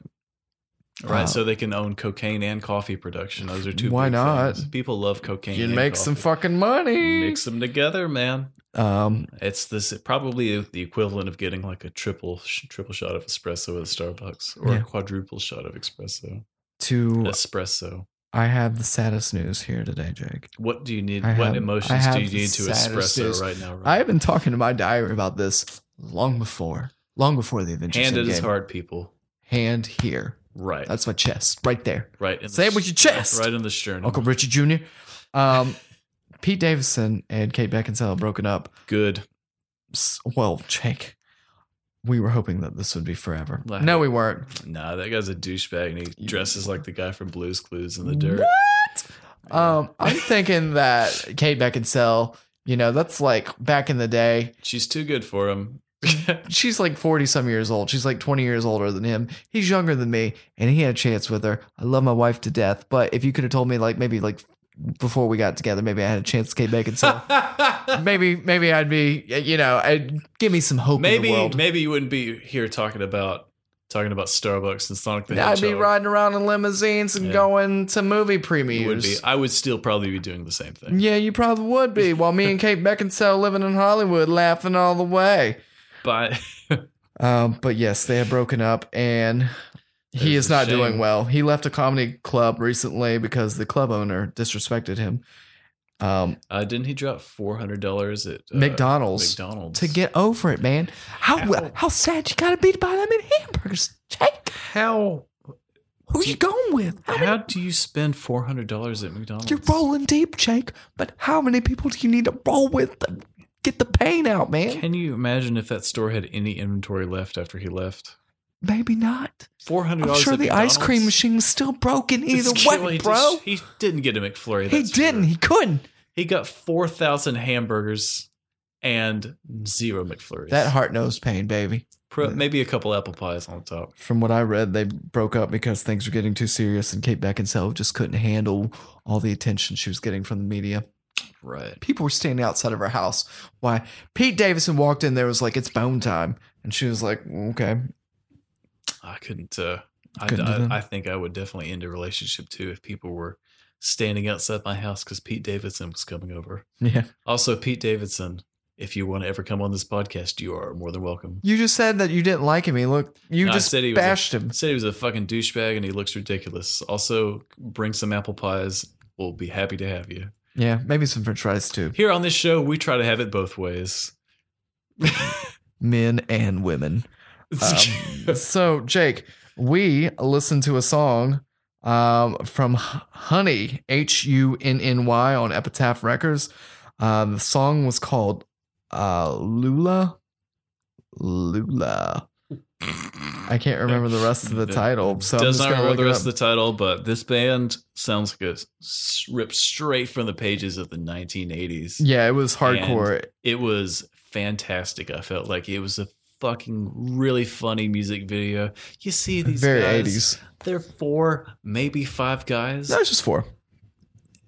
[SPEAKER 1] Right,
[SPEAKER 2] Uh,
[SPEAKER 1] so they can own cocaine and coffee production. Those are two.
[SPEAKER 2] Why
[SPEAKER 1] big
[SPEAKER 2] not?
[SPEAKER 1] things. People love cocaine.
[SPEAKER 2] You
[SPEAKER 1] and
[SPEAKER 2] make some
[SPEAKER 1] coffee.
[SPEAKER 2] fucking money.
[SPEAKER 1] Mix them together, man.
[SPEAKER 2] um,
[SPEAKER 1] It's this probably the equivalent of getting like a triple sh- triple shot of espresso at Starbucks or
[SPEAKER 2] Yeah.
[SPEAKER 1] a quadruple shot of espresso.
[SPEAKER 2] to
[SPEAKER 1] Espresso.
[SPEAKER 2] I have the saddest news here today, Jake.
[SPEAKER 1] What do you need?
[SPEAKER 2] I
[SPEAKER 1] what
[SPEAKER 2] have- I
[SPEAKER 1] emotions
[SPEAKER 2] have
[SPEAKER 1] do you need to
[SPEAKER 2] the saddest
[SPEAKER 1] espresso
[SPEAKER 2] news.
[SPEAKER 1] right now? Right?
[SPEAKER 2] I have been talking to my diary about this long before, long before the adventure.
[SPEAKER 1] hand at
[SPEAKER 2] Endgame.
[SPEAKER 1] his heart, people.
[SPEAKER 2] Hand here.
[SPEAKER 1] Right,
[SPEAKER 2] That's my chest, right there.
[SPEAKER 1] right. in the
[SPEAKER 2] Say it with your
[SPEAKER 1] sh-
[SPEAKER 2] chest.
[SPEAKER 1] Right in the sternum.
[SPEAKER 2] Uncle Richie Jr. Um, Pete Davidson and Kate Beckinsale have broken up.
[SPEAKER 1] Good.
[SPEAKER 2] S- Well, Jake, we were hoping that this would be forever.
[SPEAKER 1] Wow.
[SPEAKER 2] No, we weren't.
[SPEAKER 1] Nah, that guy's a douchebag, and he dresses like the guy from Blue's Clues in the dirt.
[SPEAKER 2] Um, I'm thinking that Kate Beckinsale. You know, that's like back in the day.
[SPEAKER 1] She's too good for him.
[SPEAKER 2] she's like 40 some years old. She's like 20 years older than him. He's younger than me, and he had a chance with her. I love my wife to death, but if you could have told me, like, maybe like before we got together, maybe I had a chance to get back and so maybe, maybe I'd be, you know, I'd give me some hope in the
[SPEAKER 1] maybe
[SPEAKER 2] world.
[SPEAKER 1] maybe you wouldn't be here talking about talking about Starbucks and Sonic the
[SPEAKER 2] I'd
[SPEAKER 1] Hedgehog.
[SPEAKER 2] be riding around in limousines and
[SPEAKER 1] Yeah.
[SPEAKER 2] going to movie
[SPEAKER 1] You would be.
[SPEAKER 2] premieres.
[SPEAKER 1] I would still probably be doing the same thing.
[SPEAKER 2] Yeah, you probably would be. While me and Kate Beckinsale living in Hollywood, laughing all the way.
[SPEAKER 1] But
[SPEAKER 2] Um, but yes, they have broken up, and he
[SPEAKER 1] It's
[SPEAKER 2] is
[SPEAKER 1] a
[SPEAKER 2] not
[SPEAKER 1] shame.
[SPEAKER 2] doing well. He left a comedy club recently because the club owner disrespected him. Um,
[SPEAKER 1] uh, didn't he drop four hundred dollars at uh,
[SPEAKER 2] McDonald's,
[SPEAKER 1] McDonald's
[SPEAKER 2] to get over it, man. How
[SPEAKER 1] Ow.
[SPEAKER 2] how sad you gotta be to buy that many hamburgers, Jake?
[SPEAKER 1] how
[SPEAKER 2] Who you going with? How many-
[SPEAKER 1] how do you spend four hundred dollars at McDonald's?
[SPEAKER 2] you're rolling deep, Jake. But how many people do you need to roll with to get the pain out, man?
[SPEAKER 1] Can you imagine if that store had any inventory left after he left?
[SPEAKER 2] Maybe not.
[SPEAKER 1] Four hundred
[SPEAKER 2] I'm
[SPEAKER 1] dollars.
[SPEAKER 2] sure the ice cream machine's still broken either way, bro.
[SPEAKER 1] he didn't get a McFlurry.
[SPEAKER 2] He
[SPEAKER 1] that's for
[SPEAKER 2] didn't.
[SPEAKER 1] sure.
[SPEAKER 2] He couldn't.
[SPEAKER 1] He got 4,000 hamburgers and zero McFlurries.
[SPEAKER 2] That heart knows pain, baby.
[SPEAKER 1] Pro- maybe a couple apple pies on top.
[SPEAKER 2] from what I read, they broke up because things were getting too serious, and Kate Beckinsale just couldn't handle all the attention she was getting from the media.
[SPEAKER 1] Right.
[SPEAKER 2] People were standing outside of her house. Why? Pete Davidson walked in there was like, "It's bone time," and she was like, "Okay."
[SPEAKER 1] I couldn't. Uh, I,
[SPEAKER 2] Couldn't do that.
[SPEAKER 1] I, I think I would definitely end a relationship too if people were standing outside my house because Pete Davidson was coming over.
[SPEAKER 2] Yeah.
[SPEAKER 1] Also, Pete Davidson, if you want to ever come on this podcast, you are more than welcome.
[SPEAKER 2] You just said that you didn't like him. He looked. You
[SPEAKER 1] No, I
[SPEAKER 2] just
[SPEAKER 1] said he was a-
[SPEAKER 2] bashed him.
[SPEAKER 1] Said he was a fucking douchebag and he looks ridiculous. Also, bring some apple pies. We'll be happy to have you.
[SPEAKER 2] Yeah, maybe some French fries too.
[SPEAKER 1] Here on this show, we try to have it both ways.
[SPEAKER 2] Men and women. Um, so Jake, we listened to a song um, from H- Honey H U N N Y on Epitaph Records. Um, the song was called uh, Lula. Lula. I can't remember the rest of the title, so
[SPEAKER 1] Does
[SPEAKER 2] I'm
[SPEAKER 1] not
[SPEAKER 2] just gonna
[SPEAKER 1] remember
[SPEAKER 2] look
[SPEAKER 1] the
[SPEAKER 2] it
[SPEAKER 1] rest of
[SPEAKER 2] up.
[SPEAKER 1] the title, but this band sounds like a s- ripped straight from the pages of the 1980s.
[SPEAKER 2] yeah, it was hardcore.
[SPEAKER 1] It was fantastic. I felt like it was a fucking really funny music video. You see these
[SPEAKER 2] Very
[SPEAKER 1] guys,
[SPEAKER 2] 80s.
[SPEAKER 1] They're four, maybe five guys.
[SPEAKER 2] No, it's just four.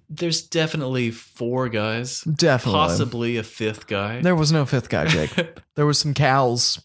[SPEAKER 1] There's definitely four guys,
[SPEAKER 2] Definitely.
[SPEAKER 1] possibly a fifth guy.
[SPEAKER 2] There was no fifth guy, Jake. there was some cows,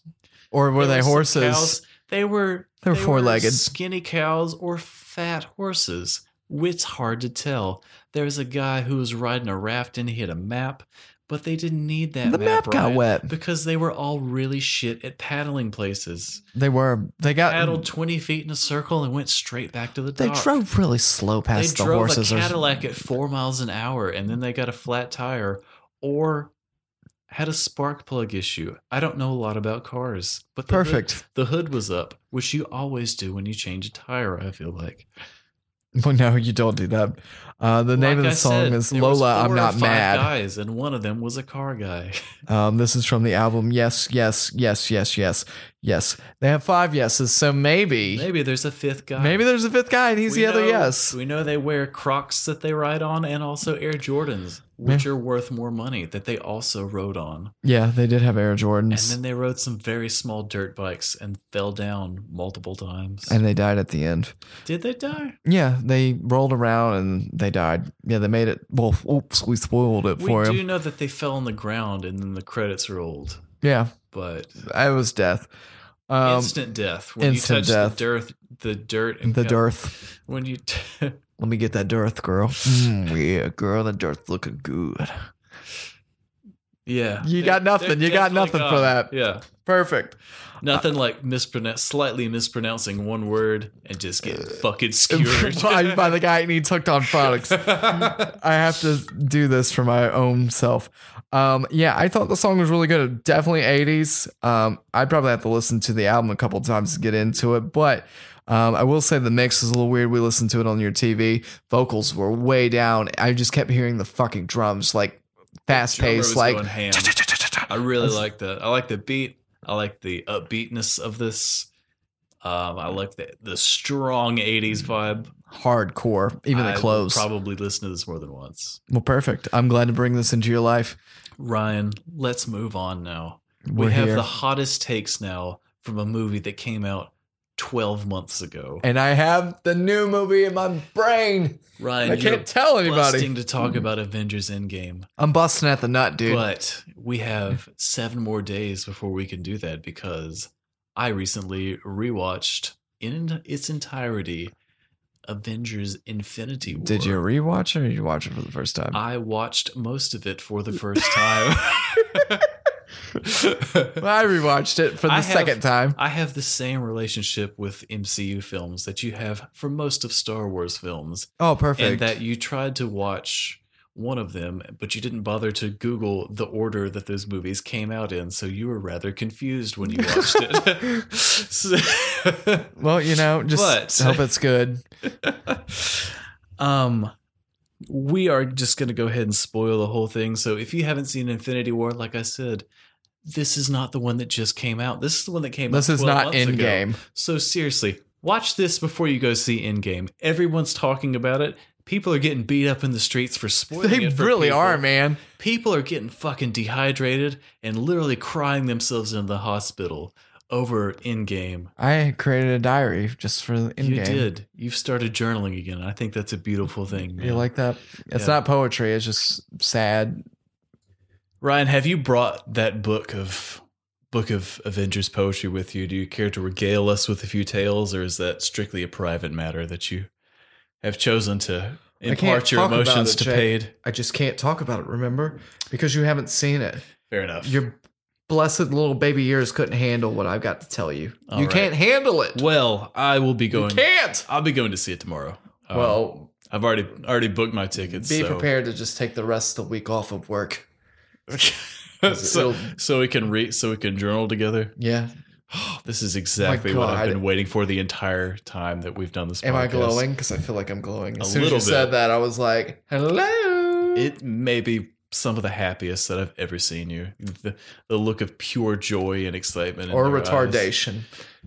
[SPEAKER 2] or were
[SPEAKER 1] There
[SPEAKER 2] they
[SPEAKER 1] some
[SPEAKER 2] horses?
[SPEAKER 1] cows. They were
[SPEAKER 2] They were four-legged.
[SPEAKER 1] skinny cows or fat horses. It's hard to tell. There's a guy who was riding a raft and he had a map, but they didn't need that.
[SPEAKER 2] The map got
[SPEAKER 1] Ryan,
[SPEAKER 2] wet.
[SPEAKER 1] because they were all really shit at paddling places.
[SPEAKER 2] They were. They got
[SPEAKER 1] Paddled twenty feet in a circle and went straight back to the
[SPEAKER 2] Uh, They
[SPEAKER 1] dock.
[SPEAKER 2] drove really slow
[SPEAKER 1] They
[SPEAKER 2] past the
[SPEAKER 1] drove
[SPEAKER 2] horses.
[SPEAKER 1] a
[SPEAKER 2] or-
[SPEAKER 1] Cadillac at four miles an hour, and then they got a flat tire, or had a spark plug issue. I don't know a lot about cars, but the hood-
[SPEAKER 2] Perfect.
[SPEAKER 1] the hood was up, which you always do when you change a tire. I feel like
[SPEAKER 2] Well, no, you don't do that. Uh, the name of
[SPEAKER 1] Like
[SPEAKER 2] the
[SPEAKER 1] I
[SPEAKER 2] song
[SPEAKER 1] said,
[SPEAKER 2] is
[SPEAKER 1] there was
[SPEAKER 2] Lola,
[SPEAKER 1] four
[SPEAKER 2] I'm
[SPEAKER 1] or
[SPEAKER 2] Not
[SPEAKER 1] five
[SPEAKER 2] Mad.
[SPEAKER 1] Guys, and one of them was a car guy.
[SPEAKER 2] Um, this is from the album Yes, Yes, Yes, Yes, Yes, Yes. They have five yeses, so maybe, maybe,
[SPEAKER 1] Maybe there's a fifth guy.
[SPEAKER 2] there's a fifth guy and he's
[SPEAKER 1] We
[SPEAKER 2] the other
[SPEAKER 1] know-
[SPEAKER 2] yes.
[SPEAKER 1] We know they wear Crocs that they ride on, and also Air Jordans, which are worth more money that they also rode on.
[SPEAKER 2] Yeah, they did have Air
[SPEAKER 1] And
[SPEAKER 2] Jordans.
[SPEAKER 1] then they rode some very small dirt bikes and fell down multiple times.
[SPEAKER 2] and they died at the end.
[SPEAKER 1] Did they die?
[SPEAKER 2] Yeah, they rolled around and they died. Yeah, they made it. Well, oops, we spoiled it
[SPEAKER 1] We
[SPEAKER 2] for
[SPEAKER 1] do
[SPEAKER 2] him.
[SPEAKER 1] know that they fell on the ground and then the credits rolled,
[SPEAKER 2] Yeah,
[SPEAKER 1] but
[SPEAKER 2] it was death. Um,
[SPEAKER 1] instant death when
[SPEAKER 2] instant
[SPEAKER 1] you touch
[SPEAKER 2] death.
[SPEAKER 1] the dirt, the dirt, and
[SPEAKER 2] the
[SPEAKER 1] come-
[SPEAKER 2] dearth.
[SPEAKER 1] When you, t-
[SPEAKER 2] Let me get that dearth, girl. Mm, yeah, girl, the dearth looking good.
[SPEAKER 1] yeah,
[SPEAKER 2] You got
[SPEAKER 1] They're-
[SPEAKER 2] nothing.
[SPEAKER 1] they're
[SPEAKER 2] You got
[SPEAKER 1] definitely
[SPEAKER 2] nothing
[SPEAKER 1] gone.
[SPEAKER 2] for that.
[SPEAKER 1] Yeah,
[SPEAKER 2] Perfect.
[SPEAKER 1] Nothing like mispronounce, slightly mispronouncing one word and just get fucking skewered.
[SPEAKER 2] Uh, by, by the guy and he hooked on products. I have to do this for my own self. Um, yeah, I thought the song was really good. Definitely 80s. Um, I'd probably have to listen to the album a couple times to get into it, but um, I will say the mix is a little weird. We listened to it on your TV. Vocals were way down. I just kept hearing the fucking drums like fast
[SPEAKER 1] Drummer
[SPEAKER 2] paced,
[SPEAKER 1] was
[SPEAKER 2] like
[SPEAKER 1] going ham. I really like the I like the beat. I like the upbeatness of this. Um, I like the the strong '80s vibe.
[SPEAKER 2] hardcore, even
[SPEAKER 1] I
[SPEAKER 2] the
[SPEAKER 1] will
[SPEAKER 2] clothes.
[SPEAKER 1] Probably listen to this more than once.
[SPEAKER 2] well, perfect. I'm glad to bring this into your life.
[SPEAKER 1] Ryan, let's move on now.
[SPEAKER 2] We're
[SPEAKER 1] we have
[SPEAKER 2] here.
[SPEAKER 1] the hottest takes now from a movie that came out 12 months ago.
[SPEAKER 2] and I have the new movie in my brain.
[SPEAKER 1] Ryan,
[SPEAKER 2] I
[SPEAKER 1] you're Mm.
[SPEAKER 2] can't tell anybody.
[SPEAKER 1] busting to talk about Avengers Endgame.
[SPEAKER 2] I'm busting at the nut, dude.
[SPEAKER 1] But we have seven more days before we can do that because I recently rewatched in its entirety Avengers Infinity War.
[SPEAKER 2] Did you rewatch it or did you watch it for the first time?
[SPEAKER 1] I watched most of it for the first time.
[SPEAKER 2] I rewatched it for the
[SPEAKER 1] I have-
[SPEAKER 2] second time.
[SPEAKER 1] I have the same relationship with MCU films that you have for most of Star Wars films.
[SPEAKER 2] Oh, perfect.
[SPEAKER 1] and that you tried to watch one of them, but you didn't bother to Google the order that those movies came out in, so you were rather confused when you watched it. So-
[SPEAKER 2] well, you know, just
[SPEAKER 1] But-
[SPEAKER 2] hope it's good.
[SPEAKER 1] um, we are just going to go ahead and spoil the whole thing. So if you haven't seen Infinity War, like I said, this is not the one that just came out. This is the one that came
[SPEAKER 2] This
[SPEAKER 1] out.
[SPEAKER 2] is
[SPEAKER 1] 12
[SPEAKER 2] not
[SPEAKER 1] months
[SPEAKER 2] in
[SPEAKER 1] ago.
[SPEAKER 2] game.
[SPEAKER 1] So seriously, watch this before you go see Endgame. Everyone's talking about it. People are getting beat up in the streets for spoiling
[SPEAKER 2] They
[SPEAKER 1] it for
[SPEAKER 2] really
[SPEAKER 1] people.
[SPEAKER 2] are, man.
[SPEAKER 1] People are getting fucking dehydrated and literally crying themselves into the hospital over Endgame.
[SPEAKER 2] I created a diary just for in
[SPEAKER 1] you
[SPEAKER 2] game.
[SPEAKER 1] did. You've started journaling again. I think that's a beautiful thing.
[SPEAKER 2] You
[SPEAKER 1] Man.
[SPEAKER 2] like that? It's
[SPEAKER 1] Yeah.
[SPEAKER 2] not poetry. It's just sad.
[SPEAKER 1] Ryan, have you brought that book of book of Avengers poetry with you? Do you care to regale us with a few tales, or is that strictly a private matter that you have chosen to
[SPEAKER 2] can't
[SPEAKER 1] impart your
[SPEAKER 2] talk about
[SPEAKER 1] emotions
[SPEAKER 2] it,
[SPEAKER 1] to
[SPEAKER 2] Jake.
[SPEAKER 1] paid?
[SPEAKER 2] I just can't talk about it. Remember, because you haven't seen it.
[SPEAKER 1] Fair enough.
[SPEAKER 2] Your blessed little baby ears couldn't handle what I've got to tell you.
[SPEAKER 1] All
[SPEAKER 2] you
[SPEAKER 1] right.
[SPEAKER 2] can't handle it.
[SPEAKER 1] well, I will be
[SPEAKER 2] you
[SPEAKER 1] going.
[SPEAKER 2] can't.
[SPEAKER 1] I'll be going to see it tomorrow. Um,
[SPEAKER 2] well,
[SPEAKER 1] I've already already booked my tickets.
[SPEAKER 2] be
[SPEAKER 1] so.
[SPEAKER 2] prepared to just take the rest of the week off of work.
[SPEAKER 1] so,
[SPEAKER 2] It'll-
[SPEAKER 1] so we can read. So we can journal together.
[SPEAKER 2] Yeah.
[SPEAKER 1] This is exactly what I've
[SPEAKER 2] God.
[SPEAKER 1] been waiting for the entire time that we've done this.
[SPEAKER 2] Am I
[SPEAKER 1] podcast.
[SPEAKER 2] glowing? Because I feel like I'm glowing. As
[SPEAKER 1] A
[SPEAKER 2] soon as you
[SPEAKER 1] little
[SPEAKER 2] said
[SPEAKER 1] bit.
[SPEAKER 2] that, I was like, hello.
[SPEAKER 1] It may be some of the happiest that I've ever seen you. The, the look of pure joy and excitement. in
[SPEAKER 2] or
[SPEAKER 1] their eyes.
[SPEAKER 2] retardation.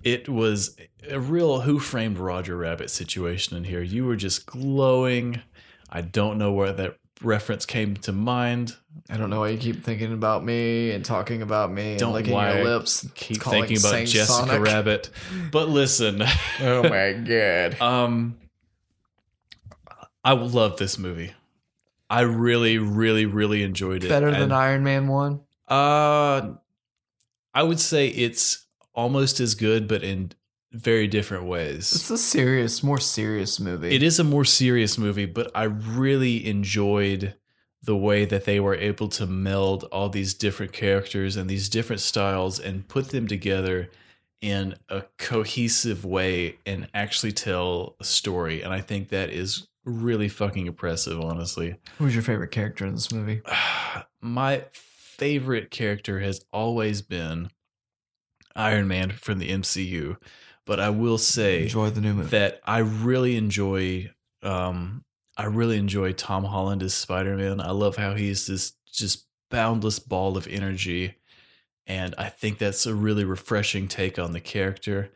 [SPEAKER 1] It was a real Who Framed Roger Rabbit situation in here. You were just glowing. I don't know where that reference came to mind.
[SPEAKER 2] I don't know why you keep thinking about me and talking about me
[SPEAKER 1] Don't
[SPEAKER 2] and licking
[SPEAKER 1] why I
[SPEAKER 2] your lips.
[SPEAKER 1] Keep
[SPEAKER 2] calling
[SPEAKER 1] thinking about
[SPEAKER 2] saying
[SPEAKER 1] Jessica
[SPEAKER 2] Sonic.
[SPEAKER 1] Rabbit. But listen,
[SPEAKER 2] oh my god.
[SPEAKER 1] um, I love this movie. I really, really, really enjoyed it.
[SPEAKER 2] Better than
[SPEAKER 1] And-
[SPEAKER 2] Iron Man 1?
[SPEAKER 1] Uh, I would say it's almost as good, but in very different ways.
[SPEAKER 2] It's a serious, more serious movie.
[SPEAKER 1] It is a more serious movie, but I really enjoyed the way that they were able to meld all these different characters and these different styles and put them together in a cohesive way and actually tell a story. And I think that is really fucking impressive, honestly.
[SPEAKER 2] Who's your favorite character in this movie?
[SPEAKER 1] my favorite character has always been Iron Man from the MCU. But I will say
[SPEAKER 2] Enjoy the new movie.
[SPEAKER 1] that I really enjoy um I really enjoy Tom Holland as Spider-Man. I love how he's this just boundless ball of energy and I think that's a really refreshing take on the character.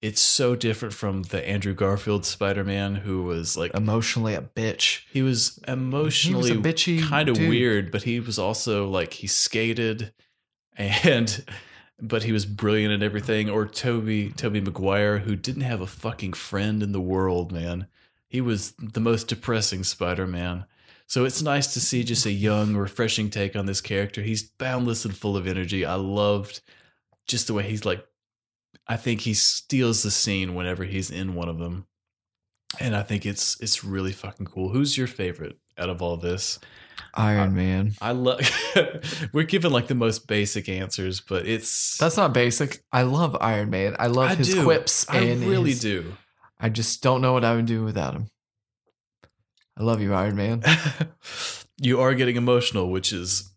[SPEAKER 1] It's so different from the Andrew Garfield Spider-Man who was like
[SPEAKER 2] Emotionally a bitch.
[SPEAKER 1] he was emotionally
[SPEAKER 2] he was a bitchy
[SPEAKER 1] kind of
[SPEAKER 2] dude.
[SPEAKER 1] weird, but he was also like he skated and but he was brilliant at everything. Or Toby Toby Maguire, who didn't have a fucking friend in the world, man. He was the most depressing Spider Man. So it's nice to see just a young, refreshing take on this character. He's boundless and full of energy. I loved just the way he's like I think he steals the scene whenever he's in one of them. And I think it's it's really fucking cool. Who's your favorite out of all this?
[SPEAKER 2] Iron Man.
[SPEAKER 1] I love. we're given like the most basic answers, but it's.
[SPEAKER 2] That's not basic. I love Iron Man. I love
[SPEAKER 1] I
[SPEAKER 2] his
[SPEAKER 1] do.
[SPEAKER 2] quips.
[SPEAKER 1] I
[SPEAKER 2] and
[SPEAKER 1] really
[SPEAKER 2] his-
[SPEAKER 1] do.
[SPEAKER 2] I just don't know what I would do without him. I love you, Iron Man.
[SPEAKER 1] you are getting emotional, which is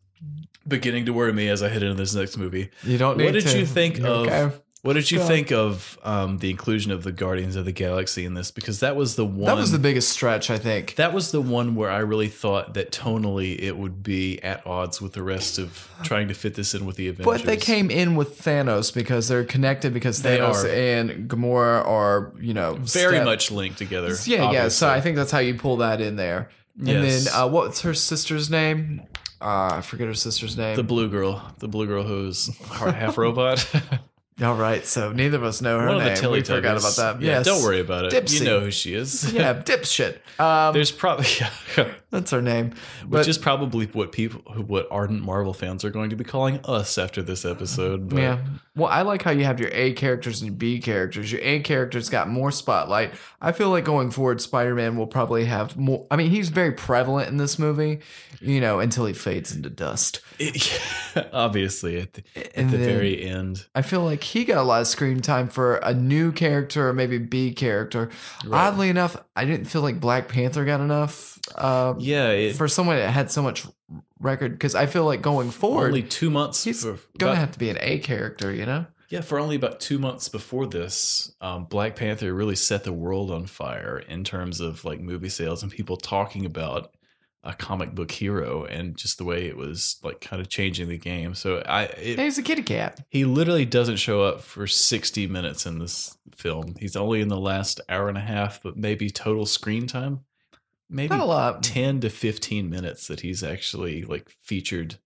[SPEAKER 1] beginning to worry me as I head into this next movie.
[SPEAKER 2] You don't
[SPEAKER 1] What
[SPEAKER 2] need
[SPEAKER 1] did
[SPEAKER 2] to.
[SPEAKER 1] you think
[SPEAKER 2] You're
[SPEAKER 1] of-
[SPEAKER 2] okay.
[SPEAKER 1] What did you
[SPEAKER 2] God.
[SPEAKER 1] think of um, the inclusion of the Guardians of the Galaxy in this? Because that was the one.
[SPEAKER 2] That was the biggest stretch, I think.
[SPEAKER 1] that was the one where I really thought that tonally it would be at odds with the rest of trying to fit this in with the Avengers.
[SPEAKER 2] But they came in with Thanos because they're connected because
[SPEAKER 1] They
[SPEAKER 2] Thanos
[SPEAKER 1] are.
[SPEAKER 2] and Gamora are, you know,
[SPEAKER 1] very
[SPEAKER 2] step-
[SPEAKER 1] much linked together.
[SPEAKER 2] Yeah, yeah.
[SPEAKER 1] obviously.
[SPEAKER 2] So I think that's how you pull that in there. And
[SPEAKER 1] Yes.
[SPEAKER 2] then uh, what's her sister's name? Uh, I forget her sister's name.
[SPEAKER 1] the blue girl, the blue girl who's ha- half robot.
[SPEAKER 2] All right, so neither of us know her
[SPEAKER 1] One
[SPEAKER 2] name.
[SPEAKER 1] of the Teletubbies.
[SPEAKER 2] we forgot about that.
[SPEAKER 1] Yeah,
[SPEAKER 2] Yes.
[SPEAKER 1] don't worry about it.
[SPEAKER 2] Dipsy.
[SPEAKER 1] You know who she is.
[SPEAKER 2] yeah, dipshit. Um,
[SPEAKER 1] There's probably yeah,
[SPEAKER 2] that's her name. But
[SPEAKER 1] which is probably what people, what ardent Marvel fans are going to be calling us after this episode. But
[SPEAKER 2] yeah, well, I like how you have your A characters and your B characters. Your A characters got more spotlight. I feel like going forward, Spider Man will probably have more. I mean, he's very prevalent in this movie, you know, until he fades into dust.
[SPEAKER 1] it- obviously at the,
[SPEAKER 2] And
[SPEAKER 1] at the
[SPEAKER 2] then-
[SPEAKER 1] very end,
[SPEAKER 2] I feel like he got a lot of screen time for a new character or maybe B character.
[SPEAKER 1] Right.
[SPEAKER 2] Oddly enough, I didn't feel like Black Panther got enough. Uh,
[SPEAKER 1] yeah, it,
[SPEAKER 2] for someone that had so much record, because I feel like going forward,
[SPEAKER 1] only two months.
[SPEAKER 2] He's
[SPEAKER 1] for,
[SPEAKER 2] gonna
[SPEAKER 1] about-
[SPEAKER 2] have to be an A character, you know?
[SPEAKER 1] Yeah, for only about two months before this, um, Black Panther really set the world on fire in terms of like movie sales and people talking about a comic book hero and just the way it was like kind of changing the game. So I,
[SPEAKER 2] Yeah,
[SPEAKER 1] it,
[SPEAKER 2] he's a kitty cat.
[SPEAKER 1] he literally doesn't show up for sixty minutes in this film. He's only in the last hour and a half, but maybe total screen time, maybe
[SPEAKER 2] Not a lot.
[SPEAKER 1] ten to fifteen minutes that he's actually like featured.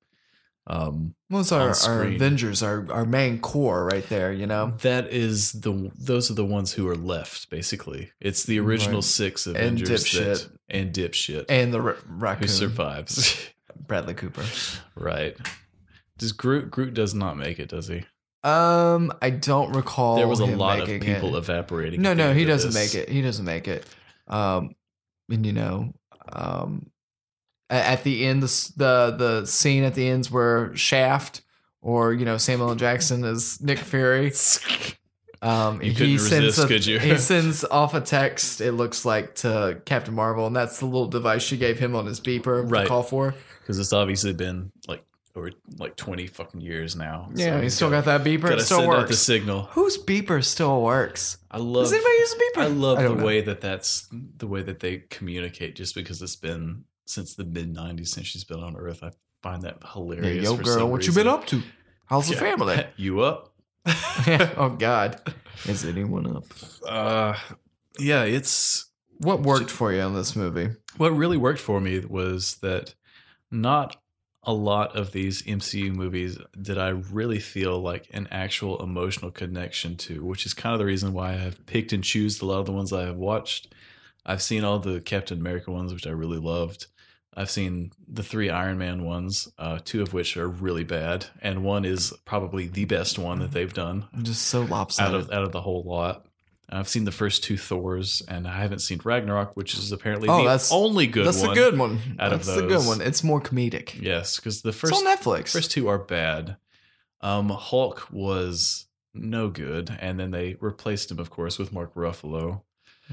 [SPEAKER 1] Um,
[SPEAKER 2] Most
[SPEAKER 1] on
[SPEAKER 2] our, our
[SPEAKER 1] screen.
[SPEAKER 2] Avengers, our our main core, right there, you know.
[SPEAKER 1] That is the those are the ones who are left. Basically, it's the original
[SPEAKER 2] Right.
[SPEAKER 1] six Avengers that
[SPEAKER 2] dipshit.
[SPEAKER 1] and dipshit
[SPEAKER 2] And the r-
[SPEAKER 1] who
[SPEAKER 2] raccoon,
[SPEAKER 1] survives.
[SPEAKER 2] Bradley Cooper.
[SPEAKER 1] right? Does Groot? Groot does not make it, does he?
[SPEAKER 2] Um, I don't recall.
[SPEAKER 1] there was a
[SPEAKER 2] him
[SPEAKER 1] lot of
[SPEAKER 2] making
[SPEAKER 1] people
[SPEAKER 2] it.
[SPEAKER 1] evaporating.
[SPEAKER 2] No,
[SPEAKER 1] at the
[SPEAKER 2] no, he
[SPEAKER 1] end of
[SPEAKER 2] doesn't
[SPEAKER 1] this.
[SPEAKER 2] make it. He doesn't make it. Um, and you know, um, a- at the end, the s- the the scene at the ends where Shaft or you know Samuel L. Jackson is Nick Fury. Um,
[SPEAKER 1] You couldn't
[SPEAKER 2] he sends
[SPEAKER 1] resist,
[SPEAKER 2] a,
[SPEAKER 1] could you?
[SPEAKER 2] he sends off a text. It looks like to Captain Marvel, and that's the little device she gave him on his beeper
[SPEAKER 1] Right.
[SPEAKER 2] to call for.
[SPEAKER 1] because it's obviously been like over like twenty fucking years now.
[SPEAKER 2] Yeah,
[SPEAKER 1] So
[SPEAKER 2] he still
[SPEAKER 1] gotta-
[SPEAKER 2] got that beeper.
[SPEAKER 1] Gotta
[SPEAKER 2] It still
[SPEAKER 1] send out the
[SPEAKER 2] works.
[SPEAKER 1] signal.
[SPEAKER 2] Whose beeper still works?
[SPEAKER 1] I love.
[SPEAKER 2] Does anybody use a beeper?
[SPEAKER 1] I love
[SPEAKER 2] don't
[SPEAKER 1] the
[SPEAKER 2] know.
[SPEAKER 1] way that that's the way that they communicate. Just because it's been since the mid '90s since she's been on Earth, I find that
[SPEAKER 2] Yeah,
[SPEAKER 1] hilarious.
[SPEAKER 2] yo,
[SPEAKER 1] for
[SPEAKER 2] girl,
[SPEAKER 1] some
[SPEAKER 2] what
[SPEAKER 1] reason.
[SPEAKER 2] you been up to? How's the
[SPEAKER 1] Yeah.
[SPEAKER 2] family?
[SPEAKER 1] you up?
[SPEAKER 2] oh God, is anyone up?
[SPEAKER 1] Uh, yeah, it's
[SPEAKER 2] What worked for you on this movie?
[SPEAKER 1] what really worked for me was that not a lot of these MCU movies did I really feel like an actual emotional connection to, which is kind of the reason why I have picked and choose a lot of the ones I have watched. I've seen all the Captain America ones, which I really loved. I've seen the three Iron Man ones, uh, two of which are really bad, and one is probably the best one that they've done
[SPEAKER 2] I'm just so
[SPEAKER 1] out
[SPEAKER 2] lopsided.
[SPEAKER 1] of out of the whole lot. I've seen the first two Thors, and I haven't seen Ragnarok, which is apparently
[SPEAKER 2] Oh,
[SPEAKER 1] the
[SPEAKER 2] that's-
[SPEAKER 1] only good
[SPEAKER 2] That's
[SPEAKER 1] one.
[SPEAKER 2] the good one.
[SPEAKER 1] out of
[SPEAKER 2] That's the good
[SPEAKER 1] those.
[SPEAKER 2] one. It's more comedic.
[SPEAKER 1] Yes, because the first
[SPEAKER 2] it's on Netflix.
[SPEAKER 1] first two are bad. Um, Hulk was no good, and then they replaced him, of course, with Mark Ruffalo.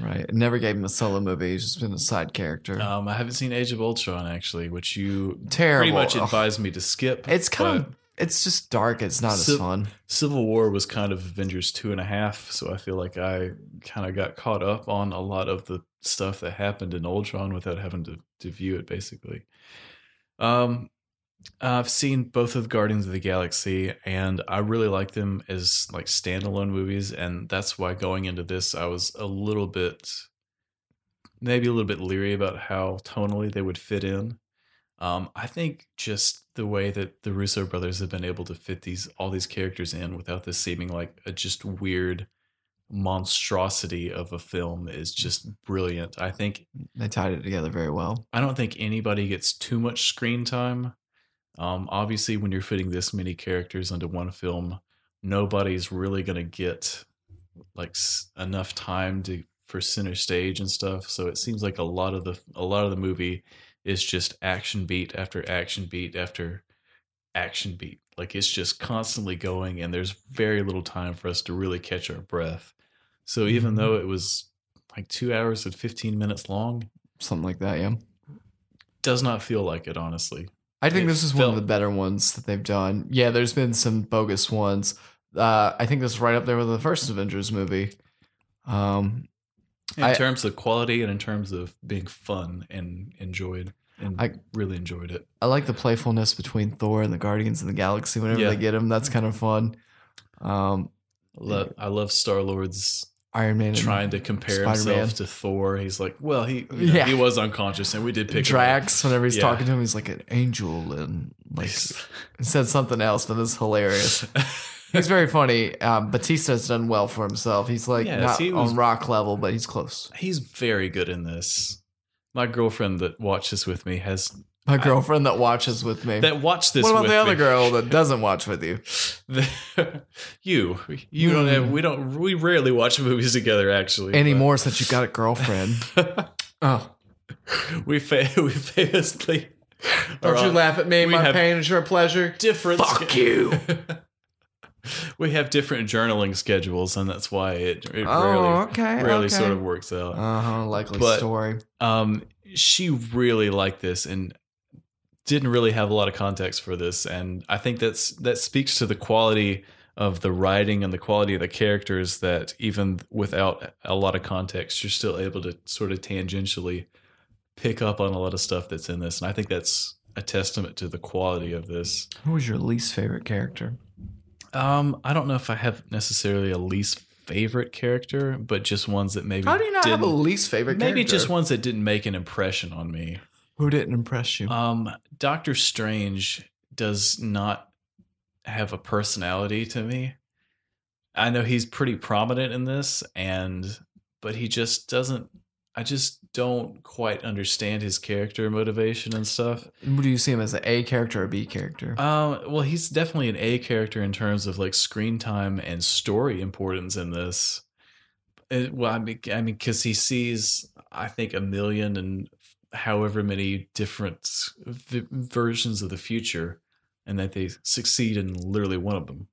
[SPEAKER 2] Right. It never gave him a solo movie. He's just been a side character.
[SPEAKER 1] Um, I haven't seen Age of Ultron actually, which you pretty
[SPEAKER 2] Terrible.
[SPEAKER 1] much
[SPEAKER 2] Ugh.
[SPEAKER 1] advised me to skip.
[SPEAKER 2] It's kind
[SPEAKER 1] but
[SPEAKER 2] of. It's just dark. It's not
[SPEAKER 1] So-
[SPEAKER 2] as fun.
[SPEAKER 1] Civil War was kind of Avengers two and a half, so I feel like I kind of got caught up on a lot of the stuff that happened in Ultron without having to, to view it. Basically, um, I've seen both of Guardians of the Galaxy, and I really like them as like standalone movies, and that's why going into this, I was a little bit, maybe a little bit leery about how tonally they would fit in. Um, I think just the way that the Russo brothers have been able to fit these all these characters in without this seeming like a just weird monstrosity of a film is just brilliant. I think
[SPEAKER 2] They tied it together very well.
[SPEAKER 1] I don't think anybody gets too much screen time. Um, obviously, when you're fitting this many characters into one film, nobody's really going to get like s- enough time to for center stage and stuff. So it seems like a lot of the a lot of the movie is just action beat after action beat after action beat. Like it's just constantly going, and there's very little time for us to really catch our breath. So even
[SPEAKER 2] Mhm.
[SPEAKER 1] though it was like two hours and fifteen minutes long,
[SPEAKER 2] Something like that. Yeah.
[SPEAKER 1] does not feel like it, honestly.
[SPEAKER 2] I think
[SPEAKER 1] It
[SPEAKER 2] this is one of the
[SPEAKER 1] felt-
[SPEAKER 2] better ones that they've done. Yeah, there's been some bogus ones. Uh, I think this is right up there with the first Avengers movie. Um,
[SPEAKER 1] In
[SPEAKER 2] I-
[SPEAKER 1] terms of quality and in terms of being fun and enjoyed. And I
[SPEAKER 2] I-
[SPEAKER 1] really enjoyed it.
[SPEAKER 2] I like the playfulness between Thor and the Guardians of the Galaxy whenever
[SPEAKER 1] Yeah.
[SPEAKER 2] they get him. That's kind of fun. Um,
[SPEAKER 1] I love, I love Star Lord's
[SPEAKER 2] Iron Man and
[SPEAKER 1] trying to compare
[SPEAKER 2] Spider-Man.
[SPEAKER 1] himself to Thor. He's like, well, he you know,
[SPEAKER 2] Yeah.
[SPEAKER 1] he was unconscious, and we did pick
[SPEAKER 2] Drax. Whenever he's
[SPEAKER 1] Yeah.
[SPEAKER 2] talking to him, he's like an angel and
[SPEAKER 1] Him
[SPEAKER 2] like
[SPEAKER 1] up.
[SPEAKER 2] he said something else, but it's hilarious. He's very funny. Um, Batista's done well for himself. He's like
[SPEAKER 1] Yes,
[SPEAKER 2] not
[SPEAKER 1] he was-
[SPEAKER 2] on rock level, but he's close.
[SPEAKER 1] He's very good in this. My girlfriend that watches with me has
[SPEAKER 2] My girlfriend that watches with me.
[SPEAKER 1] that watched this.
[SPEAKER 2] what about
[SPEAKER 1] with
[SPEAKER 2] the other
[SPEAKER 1] me.
[SPEAKER 2] girl that doesn't watch with you?
[SPEAKER 1] you, you don't have.
[SPEAKER 2] Hmm.
[SPEAKER 1] We don't. We rarely watch movies together, actually. but-
[SPEAKER 2] Anymore since you've got a girlfriend. oh.
[SPEAKER 1] we fa- we famously are
[SPEAKER 2] Don't you
[SPEAKER 1] on
[SPEAKER 2] laugh at me.
[SPEAKER 1] uh, we
[SPEAKER 2] My
[SPEAKER 1] have-
[SPEAKER 2] pain is your pleasure.
[SPEAKER 1] different
[SPEAKER 2] Fuck you.
[SPEAKER 1] we have different journaling schedules and that's why it, it
[SPEAKER 2] Oh,
[SPEAKER 1] rarely
[SPEAKER 2] okay.
[SPEAKER 1] rarely
[SPEAKER 2] okay.
[SPEAKER 1] sort of works out
[SPEAKER 2] Uh huh. Likely
[SPEAKER 1] But-
[SPEAKER 2] story.
[SPEAKER 1] um she really liked this and didn't really have a lot of context for this and i think that's that speaks to the quality of the writing and the quality of the characters that even without a lot of context you're still able to sort of tangentially pick up on a lot of stuff that's in this and i think that's a testament to the quality of this
[SPEAKER 2] Who was your least favorite character?
[SPEAKER 1] um i don't know if i have necessarily a least favorite character but just ones that maybe
[SPEAKER 2] How do you not have a
[SPEAKER 1] didn't-
[SPEAKER 2] least favorite
[SPEAKER 1] maybe
[SPEAKER 2] character?
[SPEAKER 1] just ones that didn't make an impression on me
[SPEAKER 2] Who didn't impress you?
[SPEAKER 1] Um, Doctor Strange does not have a personality to me. I know he's pretty prominent in this, and but he just doesn't. I just don't quite understand his character motivation and stuff.
[SPEAKER 2] do you see him as? An A character or a B character?
[SPEAKER 1] Um, well, he's definitely an A character in terms of like screen time and story importance in this. It- well, I mean, I mean, because he sees, I think, a million and however many different v- versions of the future, and that they succeed in literally one of them.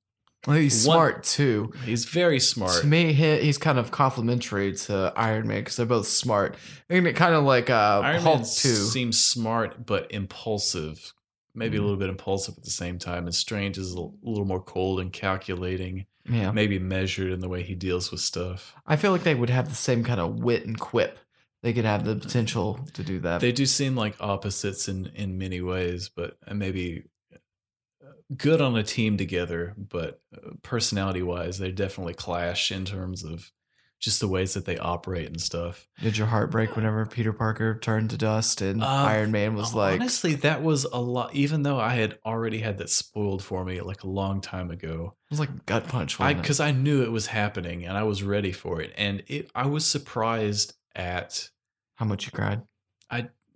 [SPEAKER 2] Well, he's
[SPEAKER 1] one-
[SPEAKER 2] smart too.
[SPEAKER 1] He's very smart.
[SPEAKER 2] To me, he, he's kind of complimentary to Iron Man because they're both smart. And it kind of like uh,
[SPEAKER 1] Iron
[SPEAKER 2] Hulk
[SPEAKER 1] Man
[SPEAKER 2] too.
[SPEAKER 1] seems smart but impulsive, maybe a
[SPEAKER 2] Mhm.
[SPEAKER 1] little bit impulsive at the same time. And Strange is a little more cold and calculating,
[SPEAKER 2] yeah,
[SPEAKER 1] maybe measured in the way he deals with stuff.
[SPEAKER 2] I feel like they would have the same kind of wit and quip. They could have the potential to do that.
[SPEAKER 1] they do seem like opposites in in many ways but and maybe uh, good on a team together but personality wise they definitely clash in terms of just the ways that they operate and stuff
[SPEAKER 2] Did your heart break whenever Peter Parker turned to dust and
[SPEAKER 1] Uh,
[SPEAKER 2] Iron Man was like,
[SPEAKER 1] honestly that was a lot even though i had already had that spoiled for me like a long time ago
[SPEAKER 2] it was like gut punch.
[SPEAKER 1] I
[SPEAKER 2] wasn't it?
[SPEAKER 1] because I knew it was happening and I was ready for it and it I was surprised at
[SPEAKER 2] How much you cried?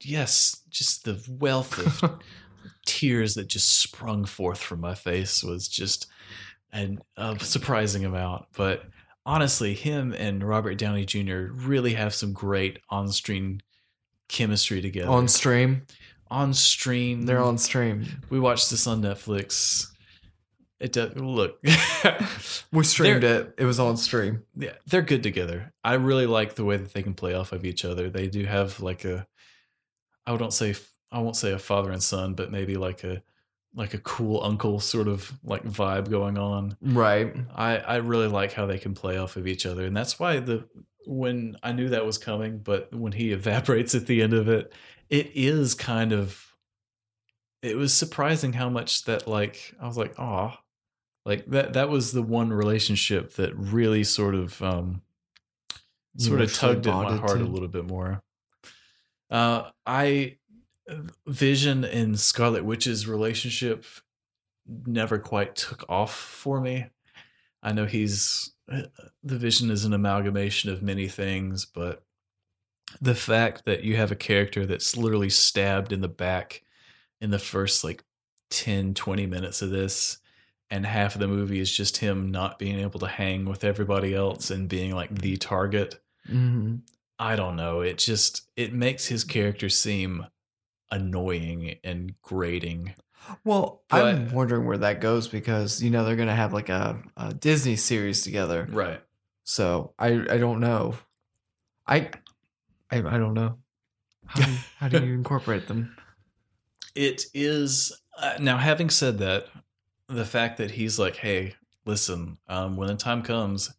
[SPEAKER 1] yes just the wealth of tears that just sprung forth from my face was just an, a surprising amount. But honestly, him and Robert Downey Jr. really have some great on-screen chemistry together.
[SPEAKER 2] on stream,
[SPEAKER 1] on stream,
[SPEAKER 2] they're on stream.
[SPEAKER 1] We watched this on Netflix. It does. Look,
[SPEAKER 2] We streamed it. It was on stream.
[SPEAKER 1] yeah, they're good together. I really like the way that they can play off of each other. They do have like a, I don't say I won't say a father and son, but maybe like a like a cool uncle sort of like vibe going on.
[SPEAKER 2] Right.
[SPEAKER 1] I I really like how they can play off of each other, and that's why the when I knew that was coming, but when he evaporates at the end of it, it is kind of. It was surprising how much that like I was like ah, like that that was the one relationship that really sort of um sort of
[SPEAKER 2] Emotionally
[SPEAKER 1] tugged at my
[SPEAKER 2] bonded
[SPEAKER 1] heart
[SPEAKER 2] to.
[SPEAKER 1] a little bit more. Uh, I Vision and Scarlet Witch's relationship never quite took off for me. I know he's the Vision is an amalgamation of many things, but the fact that you have a character that's literally stabbed in the back in the first like 10 20 minutes of this and half of the movie is just him not being able to hang with everybody else and being like the target
[SPEAKER 2] Mm-hmm.
[SPEAKER 1] I don't know. It just it makes his character seem annoying and grating.
[SPEAKER 2] Well, I'm
[SPEAKER 1] But-
[SPEAKER 2] wondering where that goes because you know they're gonna have like a, a Disney series together.
[SPEAKER 1] Right.
[SPEAKER 2] So I I don't know. I I, I don't know. How do, how do you incorporate them?
[SPEAKER 1] It is uh, now having said that, the fact that he's like, "Hey, listen, um when the time comes,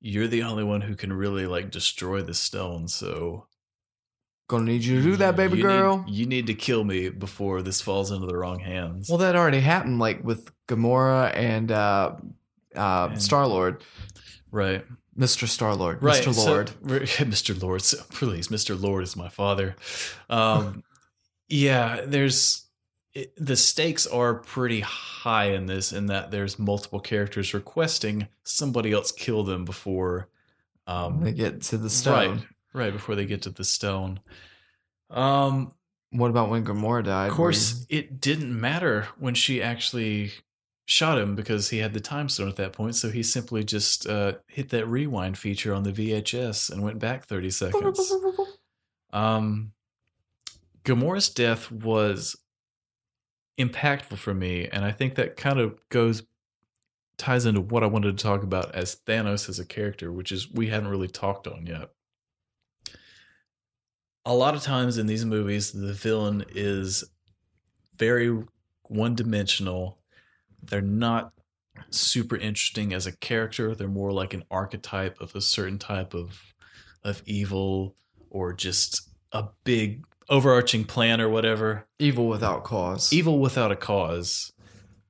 [SPEAKER 1] you're the only one who can really like destroy the stone, so
[SPEAKER 2] Gonna need you to do that, baby
[SPEAKER 1] you
[SPEAKER 2] girl.
[SPEAKER 1] Need, you need to kill me before this falls into the wrong hands."
[SPEAKER 2] Well, that already happened, like with Gamora and uh, uh,
[SPEAKER 1] And-
[SPEAKER 2] Star Lord,
[SPEAKER 1] right.
[SPEAKER 2] Mister Star Lord,
[SPEAKER 1] Right,
[SPEAKER 2] Mister
[SPEAKER 1] so-
[SPEAKER 2] Lord.
[SPEAKER 1] Mr. Lord, so please, Mr. Lord is my father. Um, yeah, there's it, the stakes are pretty high in this, in that there's multiple characters requesting somebody else kill them before um,
[SPEAKER 2] They get to the stone.
[SPEAKER 1] right, right before they get to the stone. Um,
[SPEAKER 2] What about when Gamora died?
[SPEAKER 1] of course, it didn't matter when she actually shot him because he had the time stone at that point. So he simply just uh, hit that rewind feature on the VHS and went back 30 seconds. Um, Gamora's death was impactful for me, and I think that kind of goes ties into what I wanted to talk about as Thanos as a character, which is we hadn't really talked on yet. A lot of times in these movies, the villain is very one dimensional. They're not super interesting as a character. They're more like an archetype of a certain type of of evil or just a big overarching plan or whatever.
[SPEAKER 2] evil without cause,
[SPEAKER 1] Evil without a cause.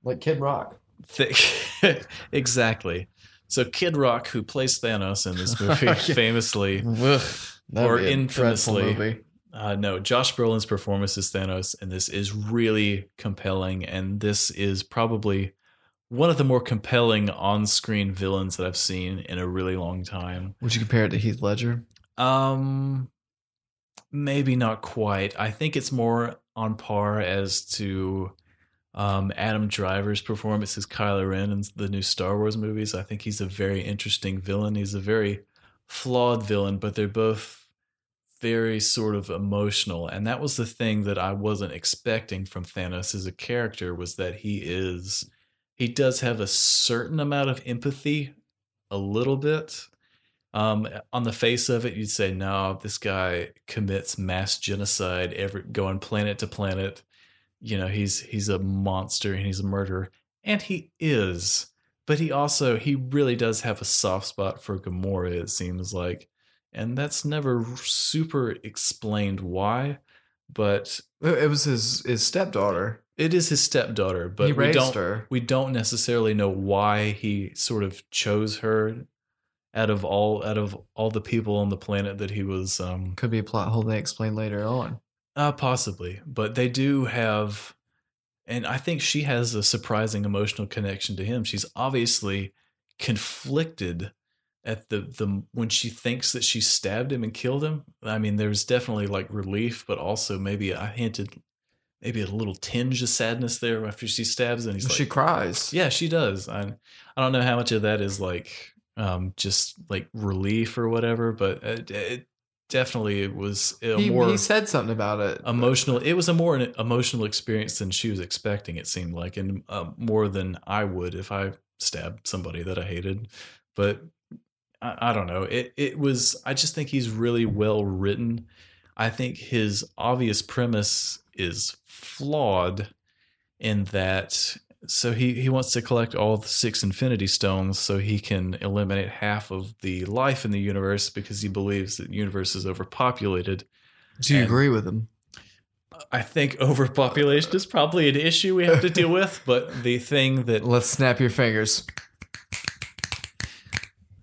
[SPEAKER 2] like Kid Rock.
[SPEAKER 1] Thick. exactly. So Kid Rock, who plays Thanos in this movie,
[SPEAKER 2] Okay.
[SPEAKER 1] famously, Or infamously. uh, no, Josh Brolin's performance as Thanos in this is really compelling, and this is probably one of the more compelling on-screen villains that I've seen in a really long time.
[SPEAKER 2] Would you compare it to Heath Ledger?
[SPEAKER 1] Um, maybe not quite. I think it's more on par as to um, Adam Driver's performance as Kylo Ren in the new Star Wars movies. I think he's a very interesting villain. He's a very flawed villain, but they're both very sort of emotional, and that was the thing that I wasn't expecting from Thanos as a character was that he is he does have a certain amount of empathy, a little bit. Um, on the face of it, you'd say, no, this guy commits mass genocide, every going planet to planet. You know, he's he's a monster and he's a murderer, and he is. But he also he really does have a soft spot for Gamora. It seems like, and that's never super explained why, but
[SPEAKER 2] It it was his his stepdaughter.
[SPEAKER 1] it is his stepdaughter. But
[SPEAKER 2] he
[SPEAKER 1] we
[SPEAKER 2] raised
[SPEAKER 1] don't
[SPEAKER 2] her.
[SPEAKER 1] we don't necessarily know why he sort of chose her out of all out of all the people on the planet that he was um
[SPEAKER 2] Could be a plot hole they explain later on.
[SPEAKER 1] uh, possibly but they do have and i think she has a surprising emotional connection to him she's obviously conflicted at the the when she thinks that she stabbed him and killed him i mean there's definitely like relief but also maybe i hinted maybe a little tinge of sadness there after she stabs and he's like
[SPEAKER 2] she cries.
[SPEAKER 1] yeah, she does. I I don't know how much of that is like um just like relief or whatever, but it, it definitely it was a
[SPEAKER 2] he,
[SPEAKER 1] more Um,
[SPEAKER 2] he said something about it.
[SPEAKER 1] emotional. It was a more an emotional experience than she was expecting. It seemed like, and uh, more than I would if I stabbed somebody that I hated. But I, I don't know. It it was. I just think he's really well written. I think his obvious premise is flawed in that. So he, he wants to collect all the six infinity stones so he can eliminate half of the life in the universe because he believes that the universe is overpopulated.
[SPEAKER 2] Do you
[SPEAKER 1] and-
[SPEAKER 2] agree with him?
[SPEAKER 1] I think overpopulation is probably an issue we have to deal with, but the thing that
[SPEAKER 2] Let's snap your fingers.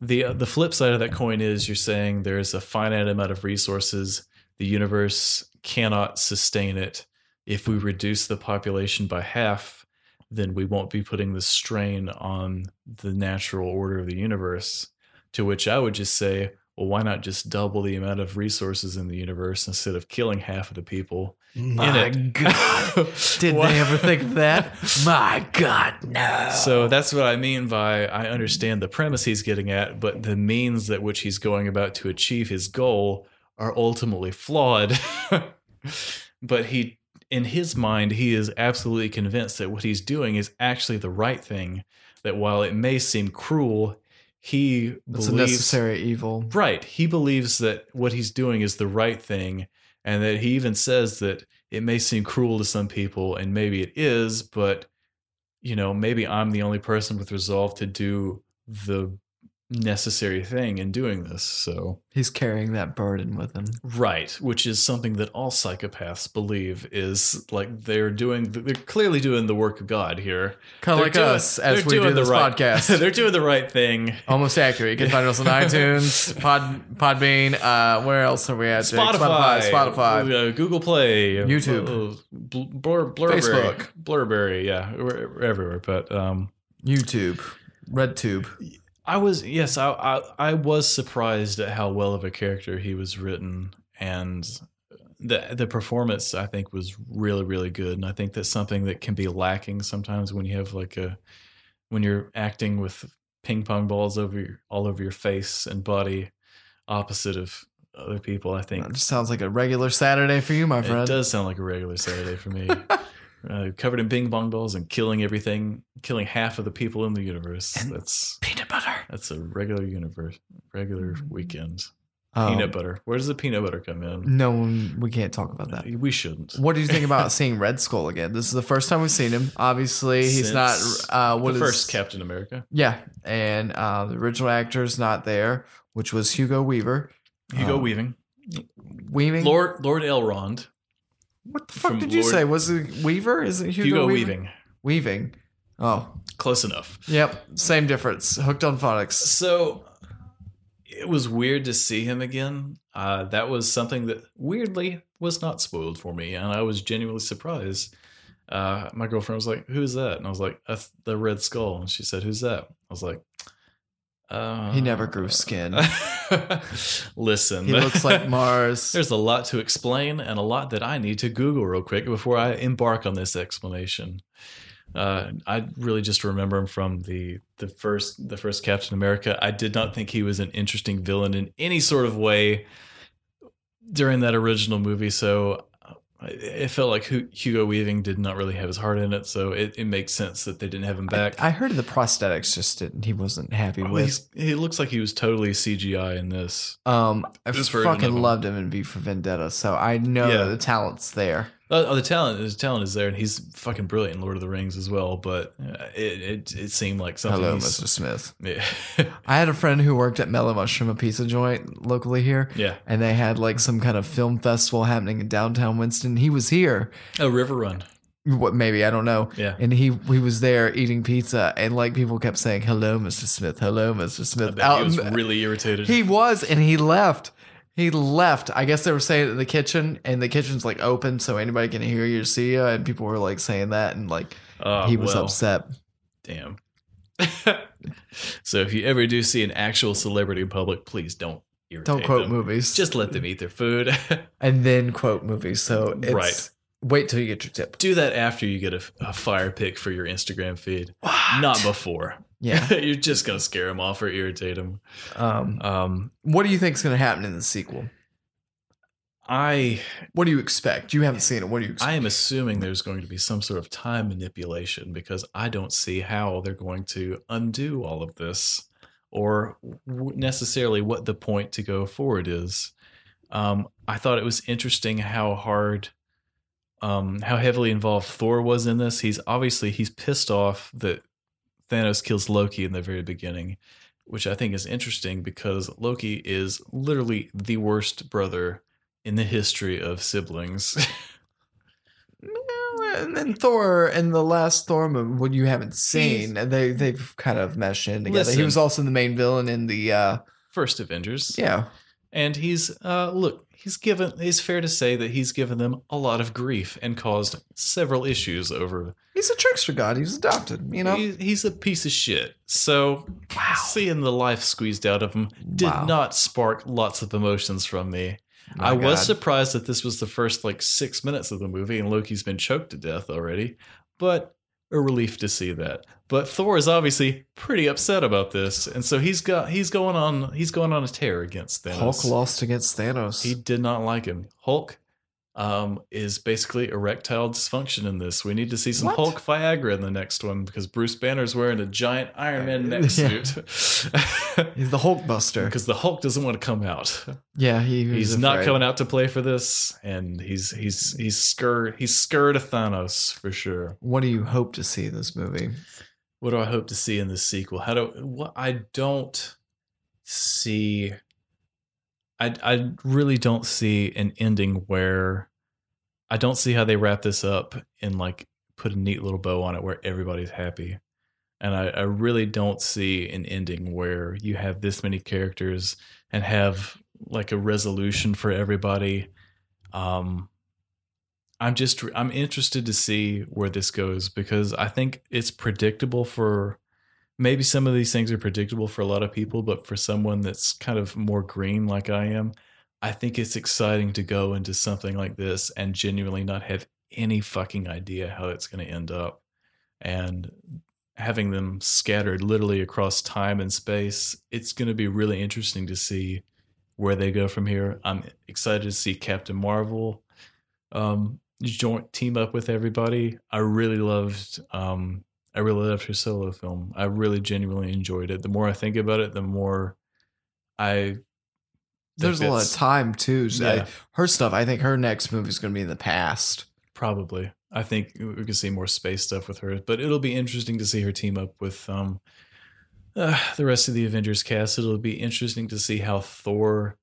[SPEAKER 1] the the flip side of that coin is you're saying there's a finite amount of resources the universe cannot sustain it if we reduce the population by half then we won't be putting the strain on the natural order of the universe to which i would just say well why not just double the amount of resources in the universe instead of killing half of the people
[SPEAKER 2] My
[SPEAKER 1] it.
[SPEAKER 2] God. Did
[SPEAKER 1] What?
[SPEAKER 2] they ever think of that? My God, no.
[SPEAKER 1] So that's what I mean by I understand the premise he's getting at, but the means that which he's going about to achieve his goal are ultimately flawed. but he, in his mind, he is absolutely convinced that what he's doing is actually the right thing. That while it may seem cruel, he
[SPEAKER 2] It's a
[SPEAKER 1] believes
[SPEAKER 2] necessary evil.
[SPEAKER 1] Right. He believes that what he's doing is the right thing, and that he even says that it may seem cruel to some people, and maybe it is, but you know, maybe I'm the only person with resolve to do the necessary thing in doing this. So,
[SPEAKER 2] He's carrying that burden with him.
[SPEAKER 1] right, which is something that all psychopaths believe is like they're doing, they're clearly doing the work of God here.
[SPEAKER 2] Kind of
[SPEAKER 1] They're
[SPEAKER 2] like
[SPEAKER 1] doing-
[SPEAKER 2] us as
[SPEAKER 1] they're
[SPEAKER 2] we do
[SPEAKER 1] doing the
[SPEAKER 2] this
[SPEAKER 1] right-
[SPEAKER 2] podcast.
[SPEAKER 1] they're doing the right thing.
[SPEAKER 2] Almost accurate. You can find us on iTunes, Pod, Podbean. Uh, where else are we at? Jake?
[SPEAKER 1] Spotify,
[SPEAKER 2] Spotify. Spotify.
[SPEAKER 1] uh, Google Play,
[SPEAKER 2] YouTube.
[SPEAKER 1] uh, Blur, Blurberry,
[SPEAKER 2] Facebook.
[SPEAKER 1] Blurberry, yeah, we're, we're everywhere. But um,
[SPEAKER 2] YouTube, RedTube.
[SPEAKER 1] I was yes, I, I I was surprised at how well of a character he was written, and the the performance I think was really really good, and I think that's something that can be lacking sometimes when you have like a when you're acting with ping pong balls over your, all over your face and body, opposite of other people. I think
[SPEAKER 2] That just sounds like a regular Saturday for you, my
[SPEAKER 1] It
[SPEAKER 2] friend.
[SPEAKER 1] does sound like a regular Saturday for me. uh, covered in bing bong balls and killing everything, killing half of the people in the universe.
[SPEAKER 2] And-
[SPEAKER 1] that's
[SPEAKER 2] Peanut butter.
[SPEAKER 1] that's a regular universe, regular weekend.
[SPEAKER 2] Mm-hmm. Oh,
[SPEAKER 1] Peanut butter. Where does the peanut butter come in?
[SPEAKER 2] No, we can't talk about that.
[SPEAKER 1] We shouldn't.
[SPEAKER 2] What do you think about seeing Red Skull again? This is the first time we've seen him. Obviously, he's
[SPEAKER 1] Since
[SPEAKER 2] not. Uh, what
[SPEAKER 1] the
[SPEAKER 2] is-
[SPEAKER 1] first Captain America?
[SPEAKER 2] Yeah, and uh, the original actor is not there, which was Hugo Weaver.
[SPEAKER 1] Hugo
[SPEAKER 2] Um,
[SPEAKER 1] Weaving,
[SPEAKER 2] Weaving.
[SPEAKER 1] Lord Lord Elrond,
[SPEAKER 2] what the fuck
[SPEAKER 1] from
[SPEAKER 2] did you
[SPEAKER 1] Lord-
[SPEAKER 2] say? Was it Weaver? Is it Hugo,
[SPEAKER 1] Hugo,
[SPEAKER 2] Weaving?
[SPEAKER 1] Weaving.
[SPEAKER 2] Weaving. Oh,
[SPEAKER 1] Close enough.
[SPEAKER 2] yep. Same difference. Hooked on phonics.
[SPEAKER 1] So it was weird to see him again. Uh, that was something that weirdly was not spoiled for me, and I was genuinely surprised. Uh, my girlfriend was like, "Who's that?" And I was like, "Uh, "The Red Skull." And she said, "Who's that?" I was like, uh,
[SPEAKER 2] He never grew skin.
[SPEAKER 1] Listen,
[SPEAKER 2] He looks like Mars.
[SPEAKER 1] There's a lot to explain and a lot that I need to Google real quick before I embark on this explanation. Uh, I really just remember him from the the first the first Captain America. I did not think he was an interesting villain in any sort of way during that original movie. So uh, it felt like Hu- Hugo Weaving did not really have his heart in it. So it, it makes sense that they didn't have him back.
[SPEAKER 2] I, I heard the prosthetics just didn't. He wasn't happy
[SPEAKER 1] Well,
[SPEAKER 2] with.
[SPEAKER 1] he's- he looks like he was totally CGI in this.
[SPEAKER 2] Um, I
[SPEAKER 1] Just for
[SPEAKER 2] fucking
[SPEAKER 1] another-
[SPEAKER 2] loved him in V for Vendetta, so I know
[SPEAKER 1] Yeah.
[SPEAKER 2] the talent's there.
[SPEAKER 1] Oh, oh, the talent, the talent is there, and he's fucking brilliant in Lord of the Rings as well. But uh, it it, it seemed like something.
[SPEAKER 2] Hello,
[SPEAKER 1] he's-
[SPEAKER 2] Mr. Smith.
[SPEAKER 1] Yeah.
[SPEAKER 2] I had a friend who worked at Mellow Mushroom, a pizza joint locally here,
[SPEAKER 1] yeah.
[SPEAKER 2] and they had like some kind of film festival happening in downtown Winston. He was here.
[SPEAKER 1] Oh, River Run.
[SPEAKER 2] What maybe I don't know.
[SPEAKER 1] Yeah.
[SPEAKER 2] And he he was there eating pizza, and like people kept saying, "Hello, Mr. Smith. Hello, Mr.
[SPEAKER 1] I
[SPEAKER 2] Smith."
[SPEAKER 1] bet he was really irritated.
[SPEAKER 2] He was, and he left. He left. I guess they were saying it in the kitchen, and the kitchen's like open, so anybody can hear you or see you. And people were like saying that, and like
[SPEAKER 1] Oh,
[SPEAKER 2] he was
[SPEAKER 1] well,
[SPEAKER 2] upset.
[SPEAKER 1] Damn. so if you ever do see an actual celebrity in public, please don't irritate
[SPEAKER 2] Don't quote
[SPEAKER 1] them.
[SPEAKER 2] movies.
[SPEAKER 1] Just let them eat their food.
[SPEAKER 2] and then quote movies. So it's,
[SPEAKER 1] Right.
[SPEAKER 2] Wait till you get your tip.
[SPEAKER 1] do that after you get a, a fire pick for your Instagram feed, not before.
[SPEAKER 2] Yeah.
[SPEAKER 1] You're just gonna scare them off or irritate them.
[SPEAKER 2] Um,
[SPEAKER 1] Um,
[SPEAKER 2] what do you think's going to happen in the sequel?
[SPEAKER 1] I
[SPEAKER 2] What do you expect? You haven't seen it. What do you expect?
[SPEAKER 1] I am assuming there's going to be some sort of time manipulation because I don't see how they're going to undo all of this or w- necessarily what the point to go forward is. Um, I thought it was interesting how hard, um, how heavily involved Thor was in this. He's obviously he's pissed off that Thanos kills Loki in the very beginning, which I think is interesting because Loki is literally the worst brother in the history of siblings.
[SPEAKER 2] and then Thor and the last Thor movie, what you haven't seen, they they've kind of meshed in together. He
[SPEAKER 1] Listen.
[SPEAKER 2] was also the main villain in the uh
[SPEAKER 1] first Avengers.
[SPEAKER 2] yeah.
[SPEAKER 1] And he's uh look, he's given it's fair to say that he's given them a lot of grief and caused several issues over
[SPEAKER 2] He's a trickster god. He was adopted, you know.
[SPEAKER 1] he, he's a piece of shit. So
[SPEAKER 2] wow.
[SPEAKER 1] seeing the life squeezed out of him did
[SPEAKER 2] Wow.
[SPEAKER 1] not spark lots of emotions from me.
[SPEAKER 2] My
[SPEAKER 1] I
[SPEAKER 2] God.
[SPEAKER 1] was surprised that this was the first like six minutes of the movie and Loki's been choked to death already, but a relief to see that. But Thor is obviously pretty upset about this, and so he's got he's going on he's going on a tear against Thanos.
[SPEAKER 2] Hulk lost against Thanos.
[SPEAKER 1] He did not like him. Hulk um, is basically erectile dysfunction in this. We need to see some
[SPEAKER 2] What?
[SPEAKER 1] Hulk Viagra in the next one because Bruce Banner's wearing a giant Iron Man neck
[SPEAKER 2] Uh, Yeah.
[SPEAKER 1] suit.
[SPEAKER 2] He's the Hulk Buster.
[SPEAKER 1] Because the Hulk doesn't want to come out.
[SPEAKER 2] Yeah, he,
[SPEAKER 1] He's, not coming out to play for this, and he's he's he's scared he's scared of Thanos for sure.
[SPEAKER 2] What do you hope to see in this movie?
[SPEAKER 1] What do I hope to see in this sequel? How do what I don't see I I really don't see an ending where I don't see how they wrap this up and like put a neat little bow on it where everybody's happy. And I, I really don't see an ending where you have this many characters and have like a resolution for everybody. Um I'm just I'm interested to see where this goes because I think it's predictable for maybe some of these things are predictable for a lot of people, but for someone that's kind of more green like I am, I think it's exciting to go into something like this and genuinely not have any fucking idea how it's going to end up. And having them scattered literally across time and space, it's going to be really interesting to see where they go from here. I'm excited to see Captain Marvel um, joint team up with everybody. I really loved um, I really loved her solo film. I really genuinely enjoyed it. The more I think about it, the more I.
[SPEAKER 2] There's a lot of
[SPEAKER 1] time.
[SPEAKER 2] time too. So I-
[SPEAKER 1] Yeah.
[SPEAKER 2] her stuff. I think her next movie is going to be in the past.
[SPEAKER 1] Probably. I think we can see more space stuff with her, but it'll be interesting to see her team up with um, uh, the rest of the Avengers cast. It'll be interesting to see how Thor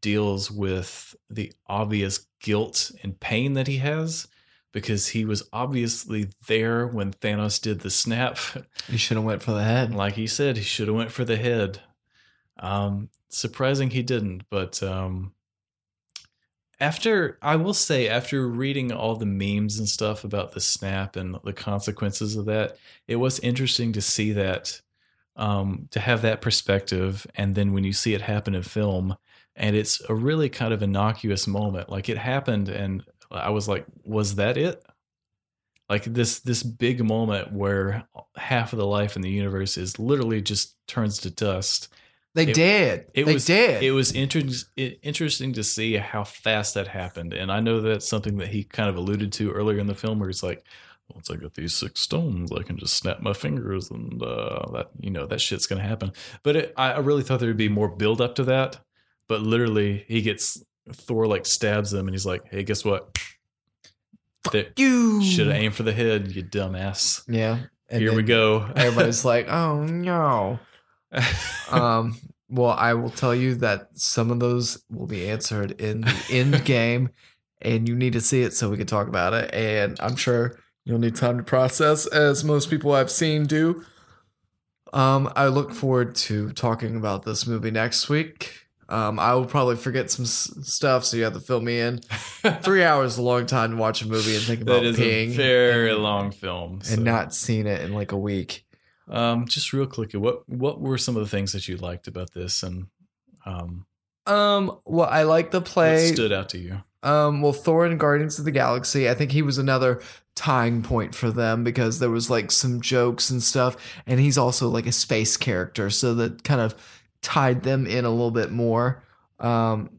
[SPEAKER 1] deals with the obvious guilt and pain that he has because he was obviously there when Thanos did the snap.
[SPEAKER 2] You should have went for the head.
[SPEAKER 1] like he said, he should have went for the head. Um, surprising he didn't, but um, after I will say, after reading all the memes and stuff about the snap and the consequences of that, it was interesting to see that, um, to have that perspective, and then when you see it happen in film, and it's a really kind of innocuous moment, like it happened, and I was like, was that it? Like this this big moment where half of the life in the universe is literally just turns to dust,
[SPEAKER 2] They
[SPEAKER 1] it-
[SPEAKER 2] did.
[SPEAKER 1] it
[SPEAKER 2] they
[SPEAKER 1] was-
[SPEAKER 2] did.
[SPEAKER 1] it was inter- it- interesting to see how fast that happened. And I know that's something that he kind of alluded to earlier in the film, where he's like, "Once I get these six stones, I can just snap my fingers, and uh, that you know that shit's gonna happen." But it, I I really thought there'd be more build up to that. But literally, he gets Thor like stabs him, and he's like, "Hey, guess what? There-
[SPEAKER 2] you
[SPEAKER 1] Should have aimed for the head, you dumbass."
[SPEAKER 2] Yeah. And
[SPEAKER 1] Here we
[SPEAKER 2] then
[SPEAKER 1] go.
[SPEAKER 2] Everybody's like, oh no. Um. Well, I will tell you that some of those will be answered in the end game, and you need to see it so we can talk about it. And I'm sure you'll need time to process, as most people I've seen do. Um, I look forward to talking about this movie next week. Um, I will probably forget some s- stuff, so you have to fill me in. Three hours is a long time to watch a movie and think about
[SPEAKER 1] that is
[SPEAKER 2] peeing
[SPEAKER 1] a very
[SPEAKER 2] and-
[SPEAKER 1] long film so.
[SPEAKER 2] and not seen it in like a week.
[SPEAKER 1] Um, just real quickly, what what were some of the things that you liked about this, and um,
[SPEAKER 2] Um, well, I like the play.
[SPEAKER 1] what stood out to you?
[SPEAKER 2] Um, well, Thor in Guardians of the Galaxy, I think he was another tying point for them because there was like some jokes and stuff, and he's also like a space character, so that kind of tied them in a little bit more. Um,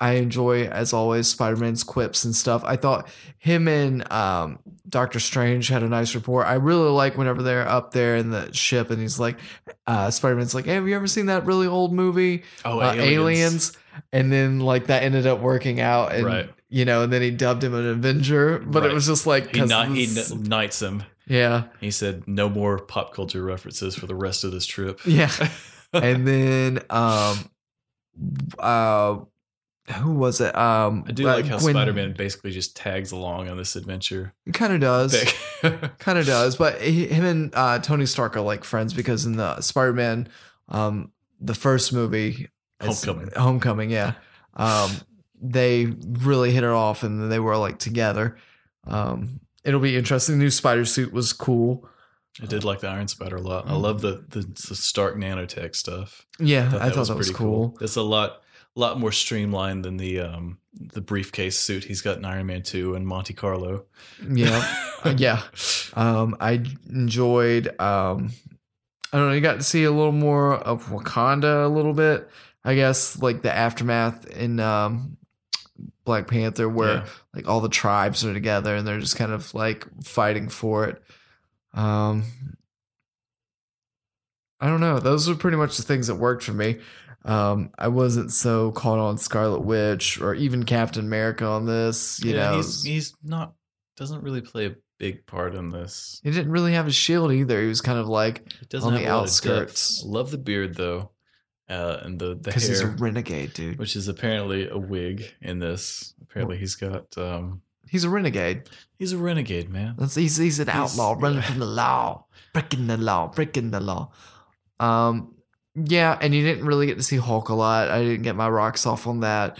[SPEAKER 2] I enjoy, as always, Spider Man's quips and stuff. I thought him and um, Doctor Strange had a nice rapport. I really like whenever they're up there in the ship and he's like, uh, Spider Man's like, hey, have you ever seen that really old movie,
[SPEAKER 1] Oh,
[SPEAKER 2] uh, aliens. And then, like, that ended up working out. And,
[SPEAKER 1] Right.
[SPEAKER 2] you know, and then he dubbed him an Avenger. But
[SPEAKER 1] Right.
[SPEAKER 2] it was just like,
[SPEAKER 1] He,
[SPEAKER 2] 'cause
[SPEAKER 1] kni- he
[SPEAKER 2] this-
[SPEAKER 1] kn- knights him.
[SPEAKER 2] yeah.
[SPEAKER 1] He said, "No more pop culture references for the rest of this trip."
[SPEAKER 2] Yeah. and then um uh who was it? Um
[SPEAKER 1] I do like how Spider-Man basically just tags along on this adventure.
[SPEAKER 2] kind of does.
[SPEAKER 1] Thick.
[SPEAKER 2] Kind of does, but he, him and uh Tony Stark are like friends because in the Spider-Man um the first movie it's-
[SPEAKER 1] Homecoming.
[SPEAKER 2] Homecoming, yeah. Um they really hit it off and they were like together. Um it'll be interesting. The new spider suit was cool.
[SPEAKER 1] I did like the Iron Spider a lot. I love the the, the Stark nanotech stuff.
[SPEAKER 2] Yeah, I thought, that was, cool.
[SPEAKER 1] It's a lot lot more streamlined than the um the briefcase suit he's got in Iron Man 2 and Monte Carlo.
[SPEAKER 2] Yeah. Uh, yeah. Um, I enjoyed. Um, I don't know. You got to see a little more of Wakanda a little bit. I guess like the aftermath in um, Black Panther, where
[SPEAKER 1] Yeah.
[SPEAKER 2] like all the tribes are together and they're just kind of like fighting for it. Um, I don't know. Those were pretty much the things that worked for me. Um, I wasn't so caught on Scarlet Witch or even Captain America on this. You
[SPEAKER 1] yeah,
[SPEAKER 2] know,
[SPEAKER 1] he's he's not doesn't really play a big part in this.
[SPEAKER 2] He didn't really have a shield either. He was kind of like
[SPEAKER 1] It doesn't
[SPEAKER 2] On
[SPEAKER 1] have
[SPEAKER 2] the
[SPEAKER 1] a lot of
[SPEAKER 2] outskirts.
[SPEAKER 1] depth. Love the beard though, uh, and the the
[SPEAKER 2] because he's a
[SPEAKER 1] hair,
[SPEAKER 2] renegade, dude.
[SPEAKER 1] which is apparently a wig in this. Apparently, he's got um,
[SPEAKER 2] He's a renegade.
[SPEAKER 1] he's a renegade man.
[SPEAKER 2] That's he's he's an
[SPEAKER 1] He's-
[SPEAKER 2] outlaw running from the law, breaking the law, breaking the law. Um, yeah, and you didn't really get to see Hulk a lot. I didn't get my rocks off on that.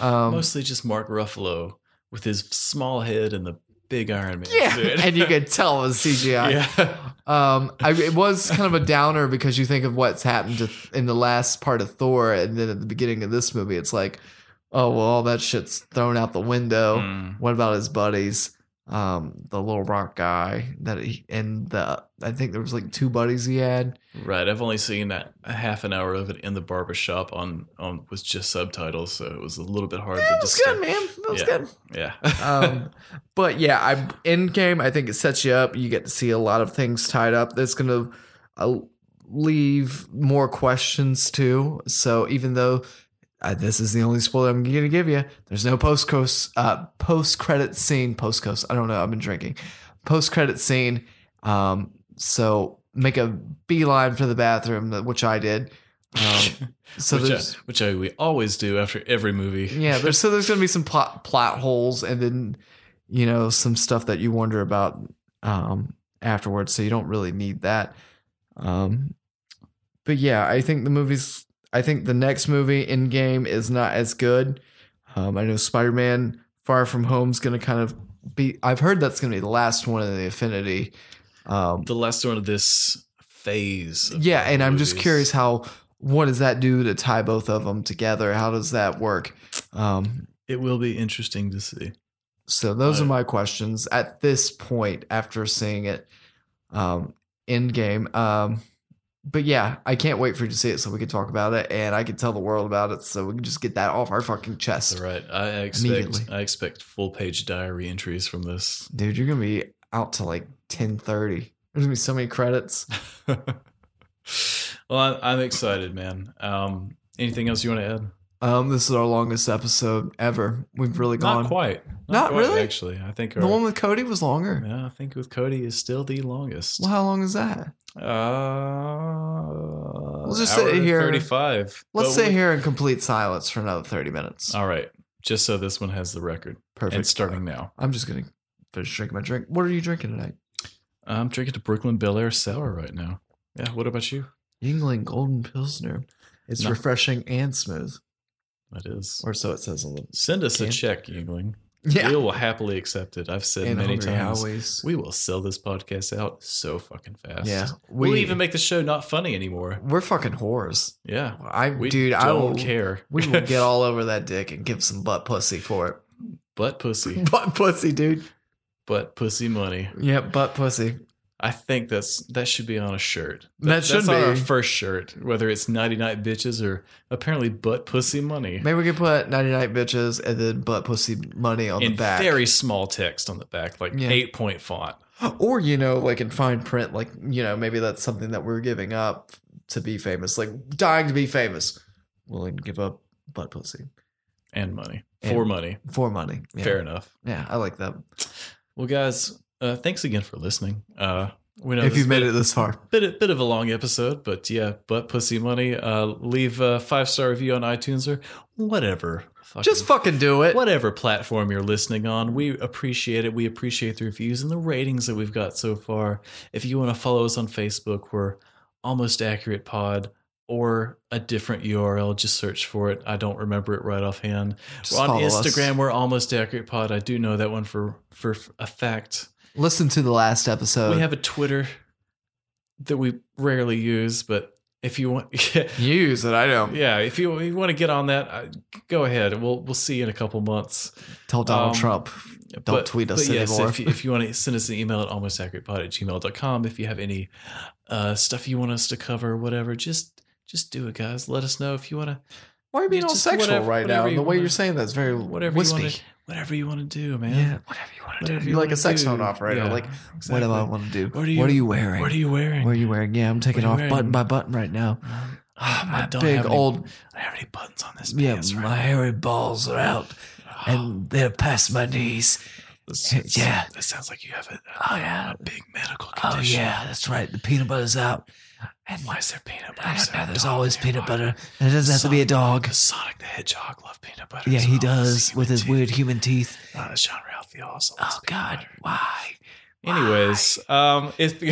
[SPEAKER 2] Um,
[SPEAKER 1] Mostly just Mark Ruffalo with his small head and the big Iron Man.
[SPEAKER 2] yeah,
[SPEAKER 1] suit.
[SPEAKER 2] and you could tell it was CGI.
[SPEAKER 1] yeah.
[SPEAKER 2] Um, I, it was kind of a downer because you think of what's happened to, in the last part of Thor, and then at the beginning of this movie, it's like, oh well, all that shit's thrown out the window.
[SPEAKER 1] Mm.
[SPEAKER 2] What about his buddies? Um, the little rock guy that he and the I think there was like two buddies he had.
[SPEAKER 1] Right. I've only seen that a half an hour of it in the barber shop on on with just subtitles, so it was a little bit hard to discover.
[SPEAKER 2] man. That
[SPEAKER 1] was Yeah. Yeah.
[SPEAKER 2] Um, but yeah, I end game. I think it sets you up. You get to see a lot of things tied up. That's gonna uh, leave more questions too. So even though. Uh, this is the only spoiler I'm going to give you. There's no post coast, uh, post credit scene, post coast. I don't know. I've been drinking. Post credit scene. Um, so make a beeline for the bathroom, uh, which I did. Um, so
[SPEAKER 1] which, uh, I,
[SPEAKER 2] there's,
[SPEAKER 1] which I, we always do after every movie.
[SPEAKER 2] yeah, there's so there's gonna be some plot plot holes, and then you know some stuff that you wonder about um, afterwards. So you don't really need that. Um, but yeah, I think the movies. I think the next movie, Endgame, is not as good. Um, I know Spider Man Far From Home is gonna kind of be. I've heard that's gonna be the last one in the Affinity. Um,
[SPEAKER 1] the last one of this phase. of
[SPEAKER 2] yeah, and I'm just
[SPEAKER 1] movies.
[SPEAKER 2] curious how. What does that do to tie both of them together? How does that work? Um,
[SPEAKER 1] It will be interesting to see.
[SPEAKER 2] So those
[SPEAKER 1] Right.
[SPEAKER 2] are my questions at this point after seeing it um end game. Um but yeah, I can't wait for you to see it so we can talk about it and I can tell the world about it so we can just get that off our fucking chest.
[SPEAKER 1] All right. I expect
[SPEAKER 2] Immediately.
[SPEAKER 1] I expect full page diary entries from this.
[SPEAKER 2] Dude, you're gonna be out to like ten thirty. There's gonna be so many credits.
[SPEAKER 1] well, I, I'm excited, man. Um, anything else you want to add?
[SPEAKER 2] Um, this is our longest episode ever. We've really gone.
[SPEAKER 1] Not quite.
[SPEAKER 2] Not
[SPEAKER 1] quite,
[SPEAKER 2] really?
[SPEAKER 1] Actually, I think.
[SPEAKER 2] The
[SPEAKER 1] our-
[SPEAKER 2] one with Cody was longer.
[SPEAKER 1] yeah, I think with Cody is still the longest.
[SPEAKER 2] Well, how long is that?
[SPEAKER 1] Uh,
[SPEAKER 2] Let's just
[SPEAKER 1] hour
[SPEAKER 2] sit here.
[SPEAKER 1] 35.
[SPEAKER 2] Let's
[SPEAKER 1] But
[SPEAKER 2] sit
[SPEAKER 1] we-
[SPEAKER 2] here in complete silence for another thirty minutes.
[SPEAKER 1] All right. Just so this one has the record.
[SPEAKER 2] Perfect.
[SPEAKER 1] And starting now.
[SPEAKER 2] I'm just gonna finish drinking my drink. What are you drinking tonight?
[SPEAKER 1] I'm drinking a Brooklyn Bel Air sour right now. Yeah. What about you?
[SPEAKER 2] Yingling Golden Pilsner. It's
[SPEAKER 1] No.
[SPEAKER 2] refreshing and smooth,
[SPEAKER 1] That is.
[SPEAKER 2] or so it says on the
[SPEAKER 1] Send us a
[SPEAKER 2] Can-
[SPEAKER 1] check, Yingling. We will happily accept it. I've said
[SPEAKER 2] And
[SPEAKER 1] many
[SPEAKER 2] Hungry
[SPEAKER 1] times.
[SPEAKER 2] Highways.
[SPEAKER 1] We will sell this podcast out so fucking fast.
[SPEAKER 2] yeah,
[SPEAKER 1] We,
[SPEAKER 2] we
[SPEAKER 1] will even make the show not funny anymore.
[SPEAKER 2] we're fucking whores.
[SPEAKER 1] Yeah.
[SPEAKER 2] I
[SPEAKER 1] We
[SPEAKER 2] dude,
[SPEAKER 1] don't
[SPEAKER 2] I will,
[SPEAKER 1] care.
[SPEAKER 2] We will get all over that dick and give some butt pussy for
[SPEAKER 1] butt pussy.
[SPEAKER 2] it. butt pussy, dude.
[SPEAKER 1] butt pussy money.
[SPEAKER 2] Yeah, butt pussy.
[SPEAKER 1] I think that's that should be on a shirt.
[SPEAKER 2] That should
[SPEAKER 1] that's on
[SPEAKER 2] be.
[SPEAKER 1] our first shirt, whether it's 99 bitches or apparently butt pussy money.
[SPEAKER 2] Maybe we could put 99 bitches and then butt pussy money on
[SPEAKER 1] in
[SPEAKER 2] the back.
[SPEAKER 1] very small text on the back, like
[SPEAKER 2] Yeah.
[SPEAKER 1] eight point font.
[SPEAKER 2] Or, you know, like in fine print, like, you know, maybe that's something that we're giving up to be famous, like dying to be famous. Willing to give up butt pussy
[SPEAKER 1] and money
[SPEAKER 2] And-
[SPEAKER 1] for money.
[SPEAKER 2] for money. Yeah.
[SPEAKER 1] Fair enough.
[SPEAKER 2] Yeah, I like that.
[SPEAKER 1] Well, guys, uh, thanks again for listening. Uh, we know
[SPEAKER 2] if
[SPEAKER 1] this has
[SPEAKER 2] you've made
[SPEAKER 1] been
[SPEAKER 2] it this far.
[SPEAKER 1] a bit, bit of a long episode, but yeah, butt pussy money. Uh, leave a five star review on iTunes or whatever. fucking-
[SPEAKER 2] Just fucking do it.
[SPEAKER 1] whatever platform you're listening on. We appreciate it. We appreciate the reviews and the ratings that we've got so far. If you want to follow us on Facebook, we're almost accurate pod or a different URL. Just search for it. I don't remember it right offhand.
[SPEAKER 2] Just
[SPEAKER 1] on
[SPEAKER 2] follow us.
[SPEAKER 1] Instagram, we're almost accurate pod. I do know that one for for a fact.
[SPEAKER 2] Listen to the last episode.
[SPEAKER 1] we have a Twitter that we rarely use, but if you want,
[SPEAKER 2] Use it. I don't.
[SPEAKER 1] yeah, if you, if you want to get on that, uh, go ahead. We'll we'll see you in a couple months.
[SPEAKER 2] Tell Donald
[SPEAKER 1] Um,
[SPEAKER 2] Trump. Don't tweet us anymore.
[SPEAKER 1] if, you, if you want to send us an email at almostaccurate.pod at gmail.com, if you have any uh, stuff you want us to cover, whatever, just just do it, guys. Let us know if you want to,
[SPEAKER 2] Why are you being all
[SPEAKER 1] Just
[SPEAKER 2] sexual
[SPEAKER 1] whatever-
[SPEAKER 2] right now?
[SPEAKER 1] whatever
[SPEAKER 2] The
[SPEAKER 1] you
[SPEAKER 2] way
[SPEAKER 1] wanna-
[SPEAKER 2] you're saying that's very
[SPEAKER 1] whatever
[SPEAKER 2] wispy.
[SPEAKER 1] you want to, whatever you want to do, man.
[SPEAKER 2] yeah, whatever you want to
[SPEAKER 1] Whatever
[SPEAKER 2] do.
[SPEAKER 1] you
[SPEAKER 2] You're like
[SPEAKER 1] wanna
[SPEAKER 2] a sex
[SPEAKER 1] do.
[SPEAKER 2] phone operator.
[SPEAKER 1] Yeah,
[SPEAKER 2] Like,
[SPEAKER 1] exactly.
[SPEAKER 2] what do I want to do?
[SPEAKER 1] What are you-
[SPEAKER 2] what are you wearing?
[SPEAKER 1] What are you wearing?
[SPEAKER 2] What are you wearing? Yeah, I'm taking
[SPEAKER 1] What are you
[SPEAKER 2] off button
[SPEAKER 1] wearing?
[SPEAKER 2] by button right now. Ah, my
[SPEAKER 1] I don't
[SPEAKER 2] big
[SPEAKER 1] have any-
[SPEAKER 2] old
[SPEAKER 1] I don't have any buttons on this
[SPEAKER 2] yeah,
[SPEAKER 1] pants. right Ah,
[SPEAKER 2] my hairy balls are out, and they're past my knees.
[SPEAKER 1] This- this-
[SPEAKER 2] yeah.
[SPEAKER 1] This sounds like you have a,
[SPEAKER 2] Oh yeah,
[SPEAKER 1] a big medical
[SPEAKER 2] oh
[SPEAKER 1] condition.
[SPEAKER 2] yeah, that's right. The peanut butter's out, and
[SPEAKER 1] Why is there peanut butter?
[SPEAKER 2] I
[SPEAKER 1] Is
[SPEAKER 2] don't
[SPEAKER 1] there
[SPEAKER 2] know.
[SPEAKER 1] a
[SPEAKER 2] There's
[SPEAKER 1] dog
[SPEAKER 2] always
[SPEAKER 1] there?
[SPEAKER 2] peanut
[SPEAKER 1] Why?
[SPEAKER 2] butter, and it doesn't have to be a dog.
[SPEAKER 1] Does Sonic the Hedgehog love peanut butter?
[SPEAKER 2] Yeah,
[SPEAKER 1] as
[SPEAKER 2] he
[SPEAKER 1] well?
[SPEAKER 2] does
[SPEAKER 1] Human
[SPEAKER 2] with his
[SPEAKER 1] teeth.
[SPEAKER 2] weird human teeth.
[SPEAKER 1] Uh, Sean Ralphie also. loves
[SPEAKER 2] Oh
[SPEAKER 1] peanut
[SPEAKER 2] God,
[SPEAKER 1] butter.
[SPEAKER 2] why?
[SPEAKER 1] Anyways, um, if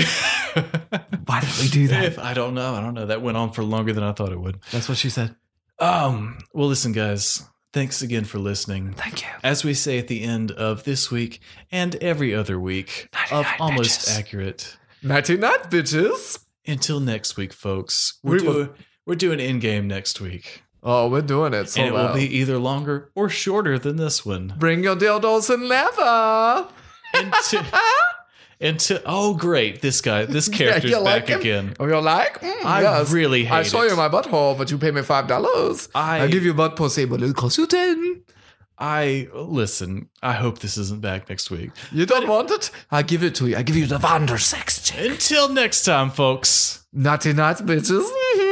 [SPEAKER 2] Why did we do that?
[SPEAKER 1] if I don't know, I don't know. That went on for longer than I thought it would.
[SPEAKER 2] That's what she said.
[SPEAKER 1] Um, well, listen, guys. Thanks again for listening.
[SPEAKER 2] Thank you.
[SPEAKER 1] As we say at the end of this week and every other week of
[SPEAKER 2] 99
[SPEAKER 1] almost
[SPEAKER 2] bitches.
[SPEAKER 1] accurate.
[SPEAKER 2] Ninety nine bitches.
[SPEAKER 1] Until next week, folks. We're
[SPEAKER 2] We will-
[SPEAKER 1] doing we're doing in game next week,
[SPEAKER 2] Oh, we're doing it. So
[SPEAKER 1] and it will be either longer or shorter than this one.
[SPEAKER 2] Bring your dildos and leather.
[SPEAKER 1] Until, until oh great, this guy, this character's
[SPEAKER 2] you like
[SPEAKER 1] back
[SPEAKER 2] him?
[SPEAKER 1] again.
[SPEAKER 2] Oh, you're like? Mm,
[SPEAKER 1] I
[SPEAKER 2] yes.
[SPEAKER 1] really hate
[SPEAKER 2] I show
[SPEAKER 1] it.
[SPEAKER 2] you my butthole, but you pay me five dollars.
[SPEAKER 1] I-
[SPEAKER 2] I give you butt pussy, but it costs you ten.
[SPEAKER 1] I listen. I hope this isn't back next week.
[SPEAKER 2] You don't want it? I give it to you. I give you the Wander sex.
[SPEAKER 1] Until next time, folks.
[SPEAKER 2] Naughty night, bitches. Mm-hmm.